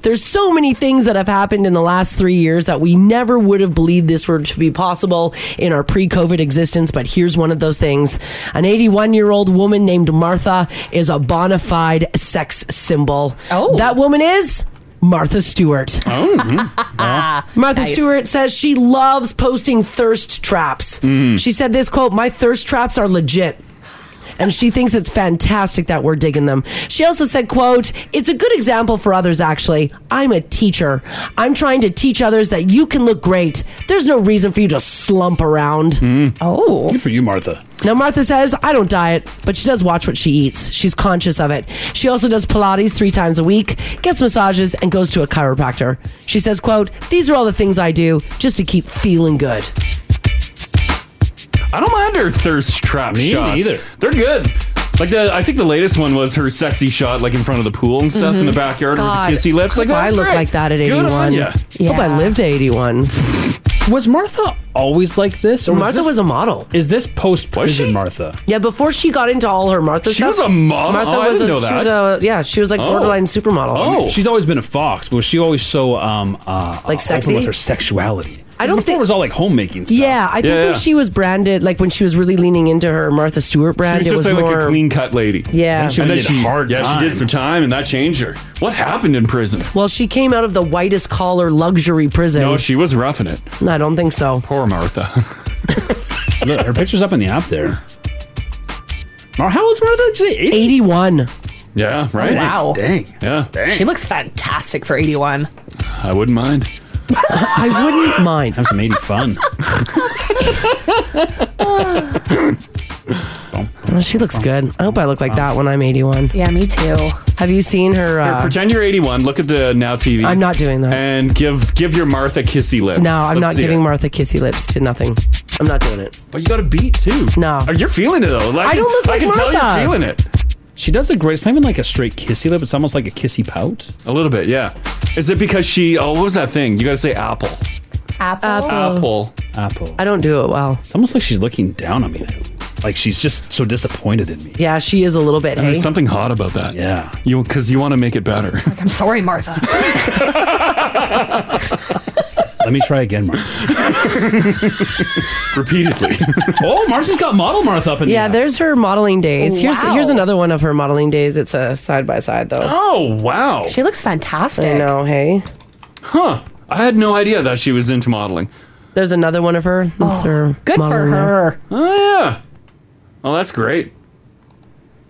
There's so many things that have happened in the last three years that we never would have believed this were to be possible in our pre COVID existence. But here's one of those things an 81 year old woman named Martha is a bona fide sex symbol. Oh. That woman is. Martha Stewart. Oh, Oh. mm-hmm. Martha Nice. Stewart says she loves posting thirst traps. She said this quote, "My thirst traps are legit." And she thinks it's fantastic that we're digging them. She also said, quote, "It's a good example for others actually. I'm a teacher. I'm trying to teach others that you can look great. There's no reason for you to slump around." Oh. Mm-hmm. Good for you, Martha. Now, Martha says, I don't diet, but she does watch what she eats. She's conscious of it. She also does Pilates three times a week, gets massages, and goes to a chiropractor. She says, quote, These are all the things I do just to keep feeling good. I don't mind her thirst trap Me shots. neither. They're good. Like the, I think the latest one was her sexy shot, like in front of the pool and stuff in the Mhm. backyard God, with the kissy lips. Like if I that's look great. like that at Good on 81. ya. Hope I lived to 81. Was Martha always like this? Or Martha this, was a model. Is this post prison Martha? Yeah, before she got into all her Martha She stuff. was a model? Martha Oh, I was didn't a, know she was that. a- yeah, she was Oh. like borderline supermodel. she's always been a fox, but was she always so um uh like sexy? open with her sexuality? I don't think it was all like homemaking. Stuff. Yeah, I think when she was branded, like when she was really leaning into her Martha Stewart brand, She was it was just like, more like a clean cut lady. Yeah. Then she and then did she hard Yeah, she time. did some time, and that changed her. What happened in prison? Well, she came out of the whitest collar luxury prison. No, she was roughing it. I don't think so. Poor Martha. Look, her picture's up in the app there. Mar- How old's Martha? Did you say 80? 81. Yeah, right. Oh, wow. Dang. Yeah. She looks fantastic for 81. I wouldn't mind. I wouldn't mind. Have some 80 fun. Well, she looks good. I hope I look like that when I'm 81. Yeah, me too. Have you seen Here, her? Uh, pretend you're 81. Look at the Now TV. I'm not doing that. And give give your Martha kissy lips. no, I'm Let's not see giving it. Martha kissy lips to nothing. I'm not doing it. But you got to beat too. Uh, No, you're feeling it though. Like, I don't look I like can Tell Martha. you're feeling it. She does a great. It's not even like a straight kissy lip. It's almost like a kissy pout. A little bit, yeah. Is it because she? Oh, what was that thing? You got to say apple. Apple. Uh, Apple. Apple. I don't do it well. It's almost like she's looking down on me now. Like she's just so disappointed in me. Yeah, she is a little bit. Hey, There's something hot about that. Yeah. You because you want to make it better. I'm sorry, Martha. Let me try again, Martha. Repeatedly. oh, Martha's got model Martha up in yeah, there's her modeling days. Here's Wow. here's another one of her modeling days. It's a side by side though. Oh wow. She looks fantastic. I know. Hey, Huh. I had no idea that she was into modeling. there's another one of her. That's her. Oh, Good for modeling there. her. Oh yeah. Oh, that's great.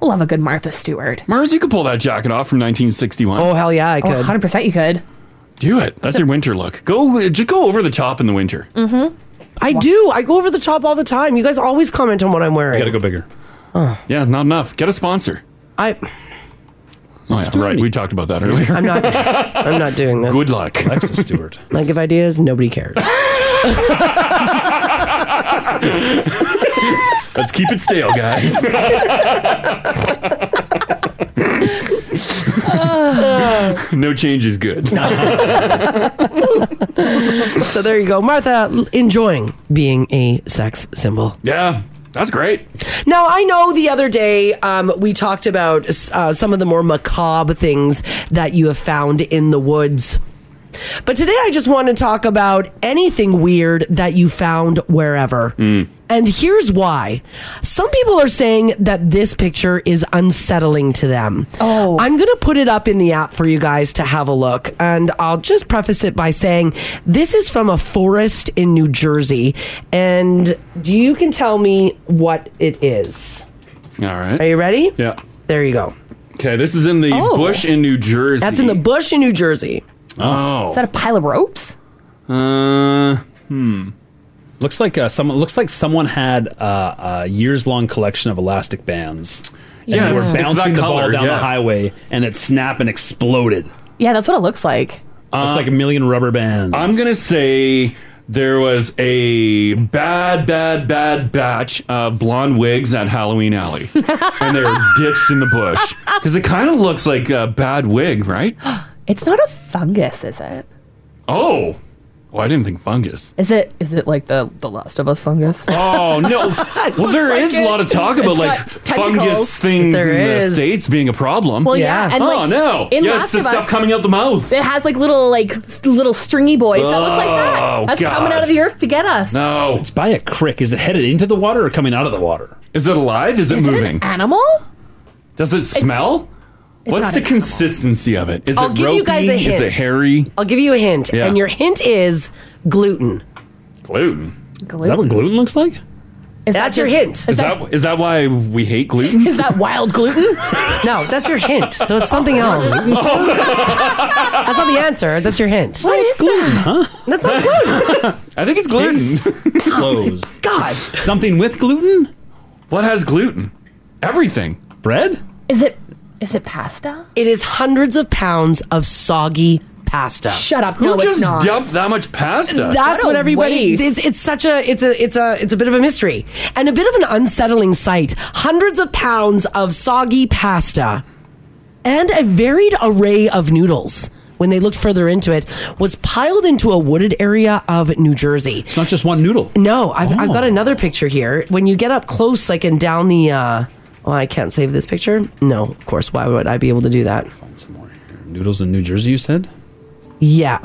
Love a good Martha Stewart. Mars, you could pull that jacket off from 1961. Oh hell yeah, I could. Oh, 100% you could. Do it. That's your winter look. Go uh, just go over the top in the winter. Mm-hmm. I do. I go over the top all the time. You guys always comment on what I'm wearing. go bigger. Yeah, not enough. Get a sponsor. I. Oh, yeah, right. We talked about that earlier. I'm not. I'm not doing this. Good luck, Alexis Stewart. I give ideas. Nobody cares. Let's keep it stale, guys. no change is good. so there you go, Martha. l- Enjoying being a sex symbol. Yeah, that's great. Now I know the other day um, we talked about uh, some of the more macabre things that you have found in the woods. But today I just want to talk about anything weird that you found wherever. Mm. And here's why. Some people are saying that this picture is unsettling to them. Oh. I'm going to put it up in the app for you guys to have a look. And I'll just preface it by saying this is from a forest in New Jersey. And do you can tell me what it is. All right. Are you ready? Yeah. There you go. Okay, this is in the Oh. bush in New Jersey. That's in the bush in New Jersey. Oh. Is that a pile of ropes? Uh, hmm. Looks like uh, someone looks like someone had uh, a years long collection of elastic bands. And Yeah, they it's- were it's bouncing that the color, ball down yeah. the highway, and it snapped and exploded. Yeah, that's what it looks like. looks like a million rubber bands. Uh, I'm gonna say there was a bad, bad, bad batch of blonde wigs at Halloween Alley, and they were ditched in the bush because it kind of looks like a bad wig, right? It's not a fungus, is it? Oh, oh, I didn't think fungus. Is it? Is it like the the Last of Us fungus? Oh no! well, there is a lot of talk about like fungus things in the states being a problem. Well, yeah, and oh like no! in yeah, it's Last the of stuff Us- coming out the mouth. It has like little like s- little stringy boys that look like Oh, that. That's God. coming out of the earth to get us. No, it's by a crick. Is it headed into the water or coming out of the water? Is it alive? Is it Is it moving? an animal? Does it smell? it's What's not the an consistency of it? Is I'll it give ropey? you guys a Is hint. it hairy? I'll give you a hint, Yeah. and your hint is gluten. Gluten. Gluten. Is that what gluten looks like? that's your hint. Is that is that why we hate gluten? Is that wild gluten? Oh, no, that's your hint. So it's something else. that's not the answer. That's your hint. So it's gluten, huh? That's not gluten. I think it's gluten. Closed. God. Something with gluten? What has gluten? Everything. Bread? Is it? Is it pasta? It is hundreds of pounds of soggy pasta. Shut up. Who just dumped that much pasta? That's what everybody. It's, it's such a. It's a. It's a. It's a bit of a mystery and a bit of an unsettling sight. Hundreds of pounds of soggy pasta, and a varied array of noodles. When they looked further into it, was piled into a wooded area of New Jersey. It's not just one noodle. Oh. No, I've, I've got another picture here. When you get up close, like and down the. Uh, well, I can't save this picture. No, of course. Why would I be able to do that? Noodles in New Jersey, you said? Yeah.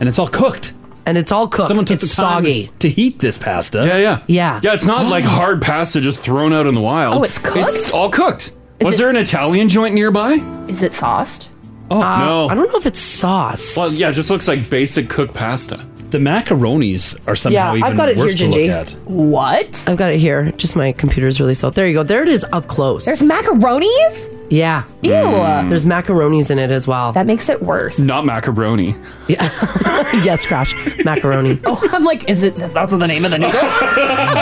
And it's all cooked. And it's all cooked. Someone took It's the time soggy. to heat this pasta. Yeah, yeah. Yeah. Yeah, it's not Oh. like hard pasta just thrown out in the wild. Oh, it's cooked? It's all cooked. Is Was it- there an Italian joint nearby? Is it sauced? Oh, Uh, no. I don't know if it's sauce. Well, yeah, it just looks like basic cooked pasta. The macaronis are yeah, I've got it here, Gingy. What? I've got it here. Just my computer's really slow. There you go. There it is up close. There's macaronis. yeah. Ew. Mm. There's macaronis in it as well. That makes it worse. Not macaroni. Yeah. yes, Crash. Macaroni. Oh, I'm like, is it? Is that the name of the noodle?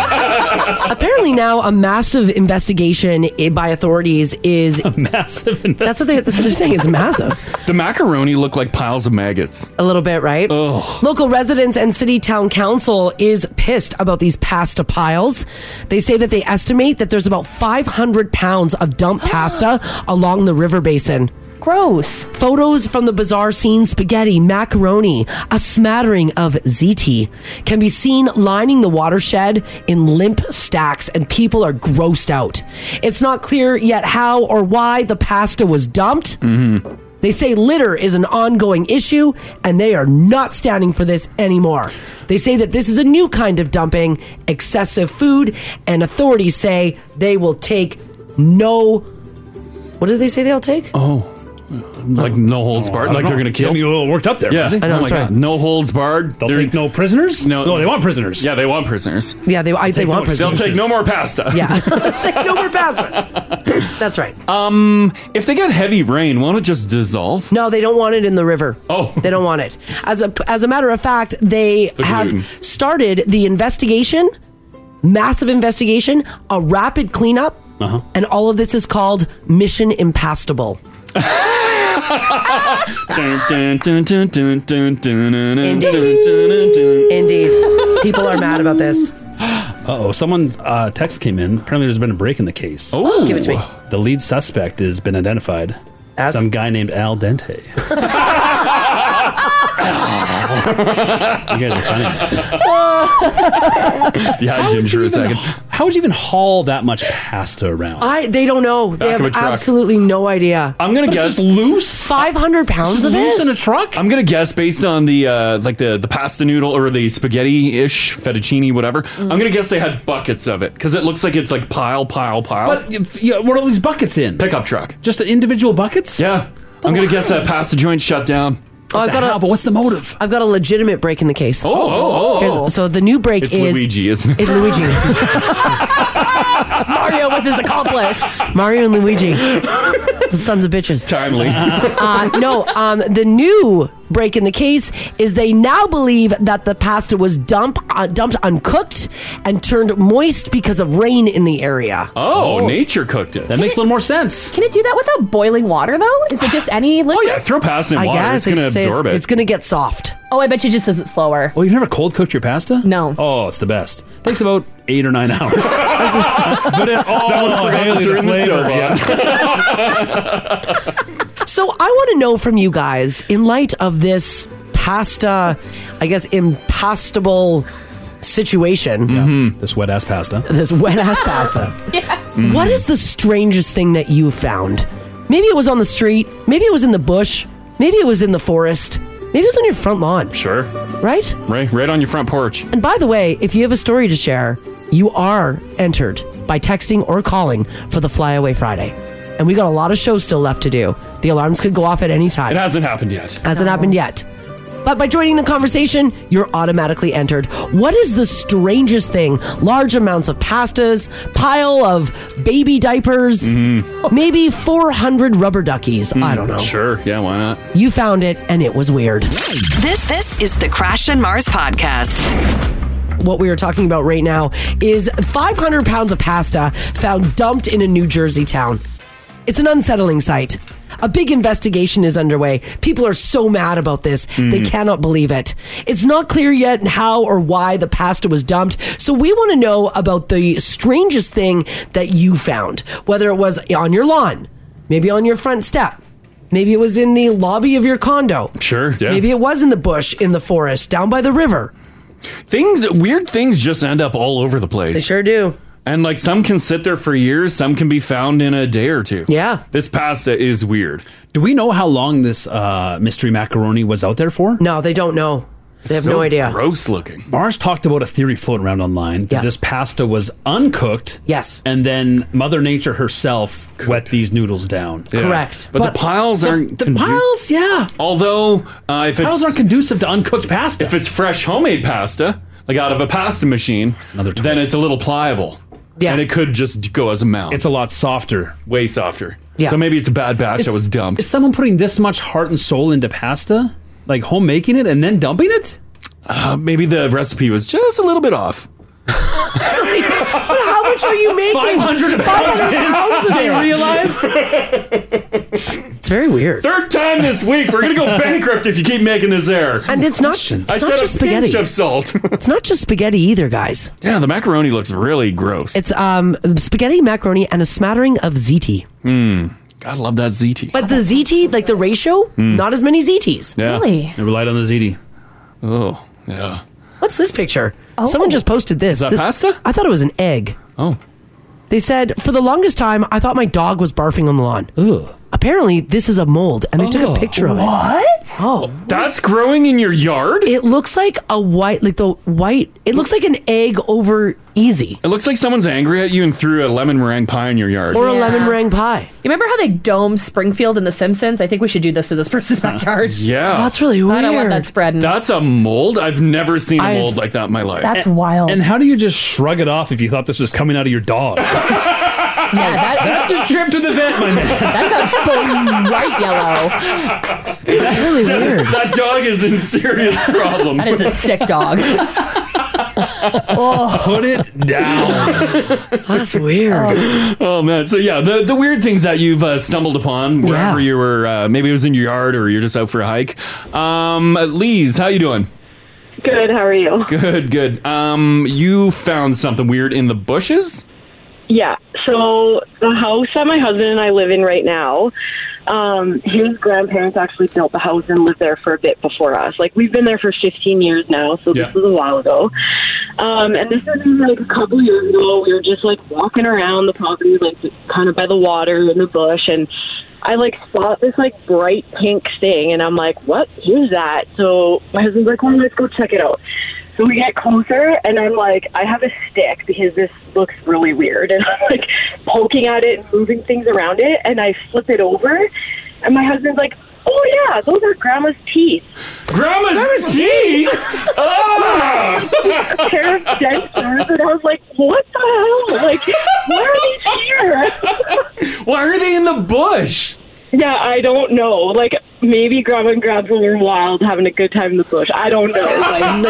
Apparently now a massive investigation i- by authorities is a massive. That's what, they, that's what they're saying. It's massive. The macaroni looked like piles of maggots. A little bit, right? Oh. Local residents and city town council is pissed about these pasta piles. They say that they estimate that there's about 500 pounds of dumped pasta along the river basin. Gross. Photos from the bizarre scene spaghetti, macaroni, a smattering of ziti can be seen lining the watershed in limp stacks, and people are grossed out. It's not clear yet how or why the pasta was dumped. Mm-hmm. They say litter is an ongoing issue and they are not standing for this anymore. They say that this is a new kind of dumping, excessive food, and authorities say they will take no. What do they say they'll take? Oh. Like no holds barred. Oh, I like don't they're know. gonna kill. Got me a little worked up there, Yeah. Rosie. I know, oh my sorry. god. No holds barred. They'll take no prisoners. No, No, they want prisoners. Yeah, they want prisoners. Yeah, they, I, they Take no want prisoners. excuses. They'll take no more pasta. Yeah. take no more pasta. That's right. Um, if they get heavy rain, won't it just dissolve? No, they don't want it in the river. Oh, they don't want it. As a as a matter of fact, they the have gluten. started the investigation, massive investigation, a rapid cleanup, Uh-huh. and all of this is called Mission Impastable. Indeed. Indeed, people are mad about this. Uh oh, someone's uh, text came in. Apparently, there's been a break in the case. Oh. Give it to me. The lead suspect has been identified. Some guy named Al Dente. you guys are funny. yeah, ginger a second. How would you even haul that much pasta around? I they don't know. Back they of a have truck. absolutely no idea. I'm gonna But it's guess just loose. Five hundred pounds of it. a truck. I'm gonna guess based on the uh, like the the pasta noodle or the spaghetti ish fettuccine whatever. I'm gonna guess they had buckets of it because it looks like it's like pile pile pile. But if- yeah, what are all these buckets in? Pickup truck. Just the individual buckets? Yeah. I'm gonna guess that pasta joint shut down. Oh, I've got a, but what's the motive? I've got a legitimate break in the case. Oh, oh, oh, oh. Here's- so the new break It's is Luigi, isn't it? It's Luigi. Mario was his accomplice. Mario and Luigi, sons of bitches. Timely. uh, no, um, the new break in the case is they now believe that the pasta was dump, uh, dumped uncooked and turned moist because of rain in the area. Oh, nature cooked it. That makes a little more sense. Can it do that without boiling water though? Is it just any liquid? Oh yeah, throw pasta I guess I should say it's, it's going to get soft. Oh, I bet you just does it slower. Oh, you've never cold cooked your pasta? No. Oh, it's the best. Takes about eight or nine hours. but it all Someone forgot to hails turn the flavor stove on. So I want to know from you guys, in light of this pasta, I guess, impastable situation. Mm-hmm. This wet ass pasta. This wet ass pasta. Mm-hmm. What is the strangest thing that you found? Maybe it was on the street. Maybe it was in the bush. Maybe it was in the forest. Maybe it was on your front lawn. Sure. Right? Right, right on your front porch. And by the way, if you have a story to share, you are entered by texting or calling for the Flyaway Friday. And we got a lot of shows still left to do. The alarms could go off at any time. It hasn't happened yet. Hasn't happened yet. But by joining the conversation, you're automatically entered. What is the strangest thing? Large amounts of pastas, pile of baby diapers, maybe 400 rubber duckies. I don't know. Sure. Yeah. Why not? You found it, and it was weird. This this is the Crash and Mars podcast. what we are talking about right now is 500 pounds of pasta found dumped in a New Jersey town. It's an unsettling sight. A big investigation is underway. People are so mad about this. They Hmm. Mhm. cannot believe it. It's not clear yet how or why the pasta was dumped. So we want to know about the strangest thing that you found, whether it was on your lawn, maybe on your front step, maybe it was in the lobby of your condo. Sure. Yeah. Maybe it was in the bush, in the forest, down by the river. Things, weird things just end up all over the place. They sure do. And like some can sit there for years, some can be found in a day or two. Yeah. This pasta is weird. Do we know how long this uh, mystery macaroni was out there for? No, they don't know. They have So no idea. Gross looking. Mars talked about a theory floating around online that this pasta was uncooked. Yes. And then Mother Nature herself wet these noodles down. Correct. But, the piles aren't. The piles, yeah. Although, uh, if Piles it's, aren't conducive to uncooked pasta. If it's fresh homemade pasta, like out of a pasta machine, then it's a little pliable. Yeah. And it could just go as a mound. It's a lot softer. Way softer. Yeah. So maybe it's a bad batch that was dumped. Is someone putting this much heart and soul into pasta, like home making it and then dumping it? Uh, maybe the recipe was just a little bit off. but how much are you making? 500 pounds. 500 pounds of They it. realized? It's very weird. Third time this week, we're gonna go bankrupt if you keep making this error. And it's not, it's I not said just a pinch spaghetti. of salt. It's not just spaghetti either, guys. yeah, the macaroni looks really gross. It's um, spaghetti, macaroni, and a smattering of ziti. Mmm. God love that ziti. But the ziti, like the ratio, Mm. not as many zitis. I relied on the ziti. Oh, yeah. What's this picture? Someone just posted this. Is that pasta? I thought it was an egg. Oh. They said, for the longest time, I thought my dog was barfing on the lawn. Ooh. Apparently, this is a mold, and they took Oh. a picture of it. What? Oh. That's growing in your yard? It looks like a white, like the white, it looks like an egg over easy. It looks like someone's angry at you and threw a lemon meringue pie in your yard. Yeah. meringue pie. You remember how they domed Springfield in The Simpsons? I think we should do this to this person's backyard. Yeah. Oh, really I don't want that spreading. That's a mold. I've never seen a I've- mold like that in my life. That's wild. And how do you just shrug it off if you thought this was coming out of your dog? yeah, that, That's a trip to the vet, my man. That's a bright yellow. That's really weird. that dog is in serious problem. That is a sick Oh. dog. Put it down. That's weird. Oh. man. So yeah, the, the weird things that you've uh, stumbled upon wherever you were, uh, maybe it was in your yard or you're just out for a hike. Um, Lise, how you doing? Good. How are you? Good, good. Um, you found something weird in the bushes. Yeah. So the house that my husband and I live in right now, um, his grandparents actually built the house and lived there for a bit before us. Like we've been there for 15 years now, so Yeah. this was a while ago. Um, and this was like a couple years ago. We were just like walking around the property, like kind of by the water in the bush, and I like spot this like bright pink thing, and I'm like, "What is that?" So my husband's like, "Well, let's go check it out." So we get closer, and I'm like, I have a stick because this looks really weird. And I'm like poking at it, and moving things around it, and I flip it over, and my husband's like, Oh, yeah, those are grandma's teeth. Grandma's, teeth? ah! a pair of dentures, and I was like, What the hell? Like, why are these here? why are they in the bush? Yeah, I don't know. Like, maybe grandma and grandpa were wild having a good time in the bush. I don't know. Like, and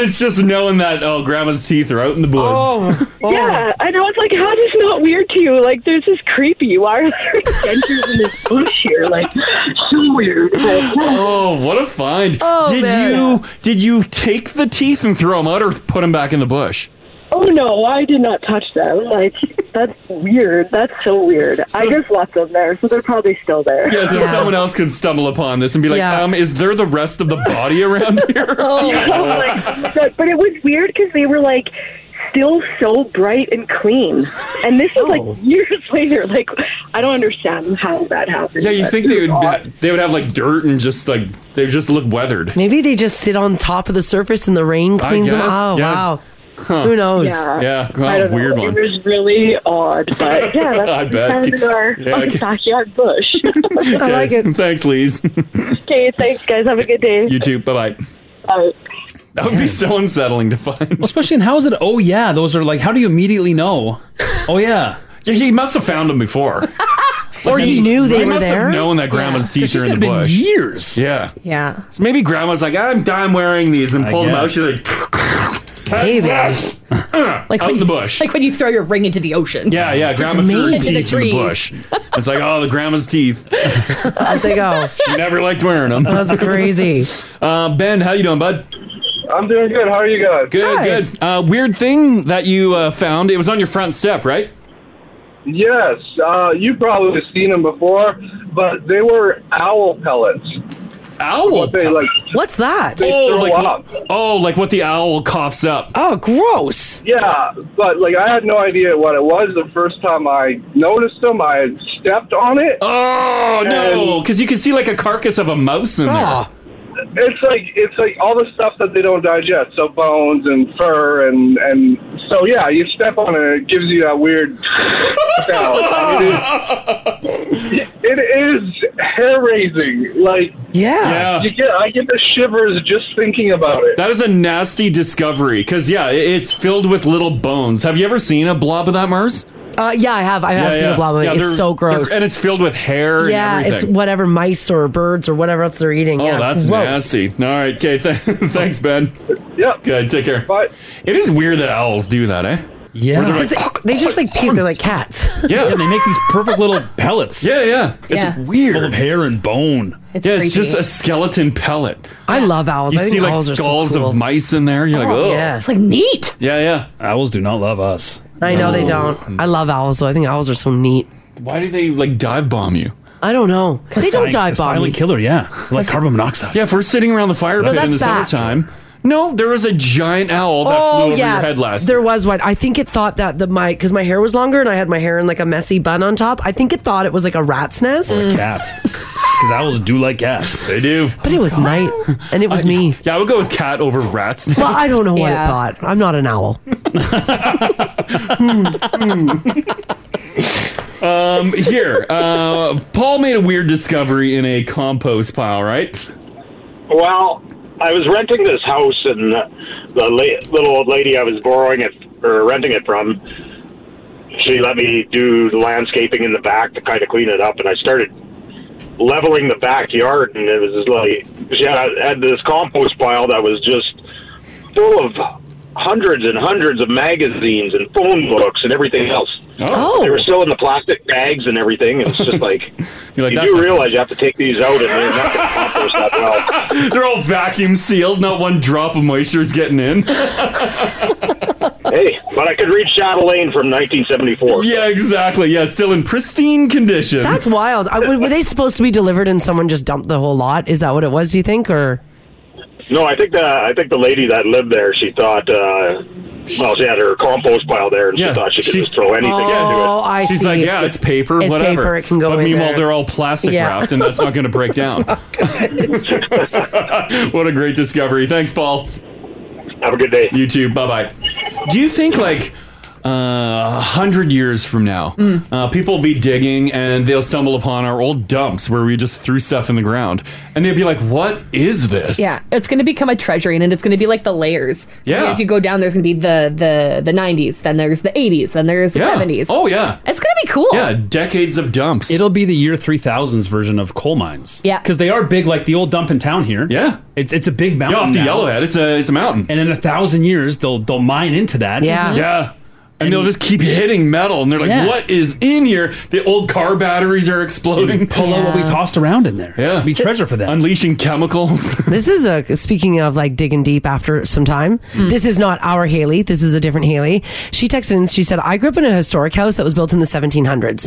it's just knowing that oh, grandma's teeth are out in the woods. Oh, Yeah, I know. It's like, how is this not weird to you? Like, this is creepy. Why are there dentures in this bush here? Like, so weird. oh, what a find! Oh, did man. you did you take the teeth and throw them out, or put them back in the bush? Oh no, I did not touch them. Like, that's weird. That's so weird. I just left them there, so they're probably still there. Yeah, so someone else could stumble upon this and be like, Yeah. um, is there the rest of the body around here? Oh. but, but it was weird because they were like still so bright and clean, and this is Oh. like years later. Like, I don't understand how that happened. yeah, you but think it they was would odd. be, they would have like dirt and just like they just look weathered. Maybe they just sit on top of the surface and the rain I cleans them. guess, Oh yeah. wow. Huh. Who knows? Yeah. Yeah, well, I don't know. weird one. It was really odd, but yeah, that's I what we bet. found in our Yeah, okay. backyard bush. Okay. Thanks, Lise. Okay, thanks, guys. Have a good day. you too. Bye bye. Bye. That would be so unsettling to find. Well, especially in how is it? Oh yeah, those are like. How do you immediately know? Oh yeah. yeah, he must have found them before. Or he knew they They were must there. have known that grandma's Yeah. 'Cause teeth she are in said the it'd been bush. years. Yeah. Yeah. So maybe grandma's like, I'm done wearing these and I pulled them out. guess. She's like, Maybe. like out when- in the bush. Like when you throw your ring into the ocean. yeah, yeah, grandma threw her teeth in the bush. It's like, oh, the grandma's teeth. Out they go. She never liked wearing them. That's crazy. Uh, ben, how you doing, bud? I'm doing good. How are you guys? Good, Hi. good. Uh, weird thing that you uh, found. It was on your front step, right? Yes, uh, you probably have seen them before, but they were owl pellets. Owl what they, like, What's that? They throw Oh, like, up. oh, like what the owl coughs up. Oh, gross. Yeah, but like I had no idea what it was the first time I noticed them. I had stepped on it. Oh no, because you can see like a carcass of a mouse in there. It's like it's like all the stuff that they don't digest, so bones and fur and and so yeah, you step on it, it gives you that weird sound. it, is, it is hair raising, like Yeah. you get I get the shivers just thinking about it. That is a nasty discovery because, yeah, it- it's filled with little bones. Have you ever seen a blob of that, Mars? Uh, yeah, I have. I have seen a blob of it. it's they're- so they're- gross. And it's filled with hair yeah, and it's everything. whatever mice or birds or whatever else they're eating. Oh, yeah, that's gross. nasty. All right. Okay. Th- thanks, Ben. Yep. Good. Take care. Bye. It is weird that owls do that, eh? Where they're like, 'Cause they, they just like puke. They're like cats. Yeah. they make these perfect little pellets. Yeah, yeah. It's Yeah. weird. Full of hair and bone. It's yeah, creepy. it's just a skeleton pellet. I love owls. You I think see like owls are so skulls cool. of mice in there. You're like, oh, It's like neat. yeah, yeah. Owls do not love us. I know they don't. I love owls though. I think owls are so neat. Why do they like dive bomb you? I don't know. They don't Silent- dive bomb. Silent me. killer, yeah. Like carbon monoxide. Yeah, if we're sitting around the fire No, pit in that's the bats. Oh, summertime. No, there was a giant owl that flew over your head last. There was one. I think it thought that the my because my hair was longer and I had my hair in like a messy bun on top. I think it thought it was like a rat's nest. Or a cat. Because owls do like cats. They do. But it was night, and it was me. Yeah, I would go with cat over rats. now. Well, I don't know what Yeah. it thought. I'm not an owl. Um, here, uh, Paul made a weird discovery in a compost pile, right? Well, I was renting this house, and uh, the la- little old lady I was borrowing it or renting it from, she let me do the landscaping in the back to kind of clean it up, and I started leveling the backyard, and it was just like she had, had this compost pile that was just full of hundreds and hundreds of magazines and phone books and everything else. Oh. They were still in the plastic bags and everything. It was just like, You're like, you "That's do a- realize you have to take these out and they're not going to compost that well. They're all vacuum sealed. Not one drop of moisture is getting in. Hey, But I could read Chatelaine from 1974. Yeah, exactly. Yeah, still in pristine condition. That's wild. I, were were they supposed to be delivered and someone just dumped the whole lot? Is that what it was? Do you think or? No, I think the I think the lady that lived there, she thought, uh, well, she had her compost pile there, and she thought she could just throw anything into it. Oh, I She's see. like, yeah, it's paper, It's whatever. paper, it can go But in meanwhile, there. they're all plastic Yeah. wrapped, and that's not going to break down. what a great discovery! Thanks, Paul. Have a good day. You too. Bye bye. Do you think like uh, a hundred years from now, Hmm. Mm. uh, people will be digging and they'll stumble upon our old dumps where we just threw stuff in the ground, and they'll be like, "What is this?" Yeah, it's going to become a treasury, and it's going to be like the layers. Yeah. As you go down, there's going to be the the the 90s, then there's the 80s, then there's the Yeah. 70s. Oh, yeah. It's going to be cool. decades of dumps. It'll be the year 3000s version of coal mines. Yeah. Because they are big, like the old dump in town here. Yeah. It's it's a big mountain. off the now. Yellowhead, it's a it's a mountain. And in a thousand years, they'll they'll mine into that. Yeah. Yeah. And, they'll just keep hitting metal, and they're like, Yeah. "What is in here?" The old car batteries are exploding. pull out what we tossed around in there. Yeah, be treasure for them. Unleashing chemicals. This is a speaking of like digging deep after some time. Hmm. This is not our Haley. This is a different Haley. She texted and she said, "I grew up in a historic house that was built in the 1700s.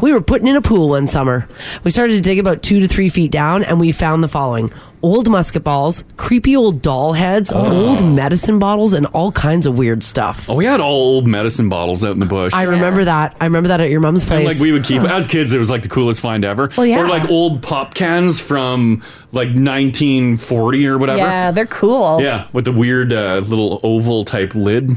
We were putting in a pool one summer. We started to dig about two to three feet down, and we found the following." Old musket balls, creepy old doll heads, old medicine bottles, and all kinds of weird stuff. Oh, we had all old medicine bottles out in the bush. I remember that. I remember that at your mom's place. And like we would keep as kids, it was like the coolest find ever. Well, yeah. Or like old pop cans from like 1940 or whatever. Yeah, they're cool. Yeah, with the weird uh, little oval type lid.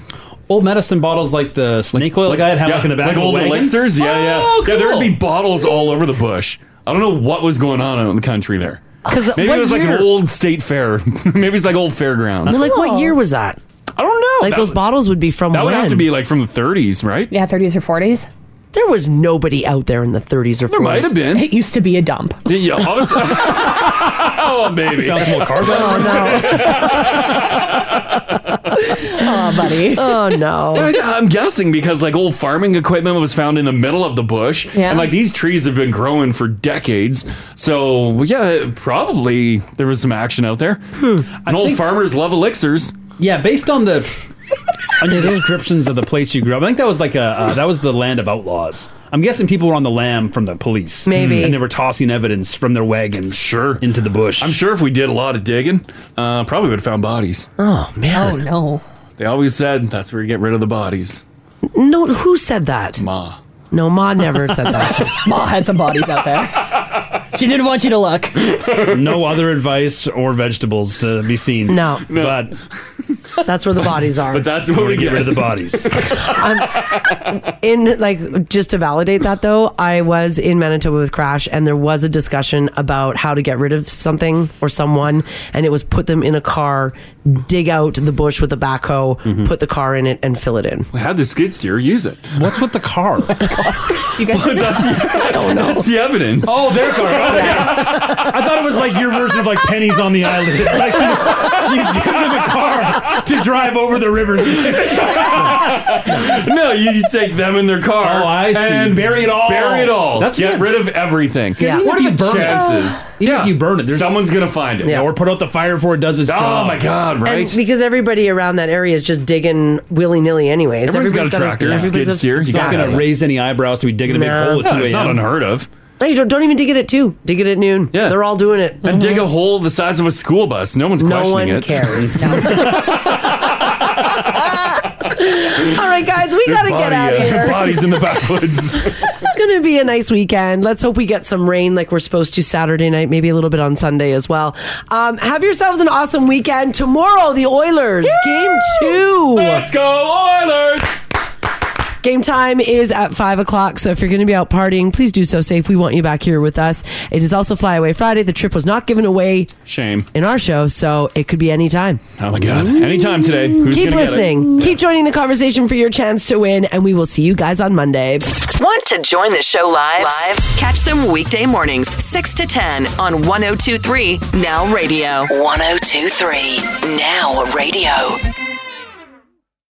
Old medicine bottles like the snake oil guy had yeah, like in the back like of a old wagon. elixirs. Yeah, yeah. Oh, Yeah, there cool. would be bottles all over the bush. I don't know what was going on out in the country there. 'Cause maybe what it was like year- an old state fair. maybe it's like old fairgrounds. Well, like what year was that? I don't know. Like That those was- bottles would be from That would have when? to be like from the 30s, right? Yeah, 30s or 40s. There was nobody out there in the 30s or 40s. There might have been. It used to be a dump. Yeah, obviously- oh, baby. Found some more carbon. oh, buddy. Oh no. I'm guessing because like old farming equipment was found in the middle of the bush, Yeah. and like these trees have been growing for decades. So well, yeah, probably there was some action out there. And old farmers love elixirs. Yeah, based on the on your descriptions of the place you grew up, I think that was like a uh, that was the land of outlaws. I'm guessing people were on the lam from the police, Maybe. and they were tossing evidence from their wagons, sure, into the bush. I'm sure if we did a lot of digging, uh, probably would have found bodies. Oh man. Oh no. They always said that's where you get rid of the bodies. No, who said that? Ma. No, Ma never said that. Ma had some bodies out there. She didn't want you to look. no other advice or vegetables to be seen. No. but That's where the bodies are. But that's where we get rid of the bodies. in like just to validate that though, I was in Manitoba with Crash and there was a discussion about how to get rid of something or someone and it was put them in a car, dig out the bush with a backhoe, Mm-hmm. put the car in it and fill it in. I had the skid steer. Use it. What's with the car? You guys I don't know. That's the evidence. Oh, their car. I thought it was like your version of like pennies on the island. It's like you, you give them a car to drive over the rivers. no, you take them in their car. Oh, I see. And Bury it all. Bury it all. That's get good. rid of everything. Yeah. What Even are if the you burn it. uh, chances? Even if you burn it, there's- someone's gonna find it. Yeah, or put out the fire before it does its Oh, job. my God, right? And because everybody around that area is just digging willy nilly anyways. Everybody's everybody's got- You're not going to Exactly. raise any eyebrows to be digging a big No. hole at 2 Yeah, a.m. it's not unheard of. No, you don't, don't even dig it at two. Dig it at noon. Yeah. They're all doing it. And dig a hole the size of a school bus. No one's No questioning one it. cares. All right, guys, we There's gotta get body, out of uh, here. Bodies in the backwoods. it's gonna be a nice weekend. Let's hope we get some rain like we're supposed to Saturday night, maybe a little bit on Sunday as well. Um, have yourselves an awesome weekend. Tomorrow, the Oilers game two. Let's go Oilers! Game time is at five o'clock, so if you're going to be out partying, please do so safe. We want you back here with us. It is also Fly Away Friday. The trip was not given away. Shame. In our show, so it could be any time. Oh my God. Anytime today. Who's Keep gonna get it? listening. Keep joining the conversation for your chance to win, and we will see you guys on Monday. Want to join the show live? Live? Catch them weekday mornings, 6 to 10 on 1023 Now Radio. 1023 Now Radio.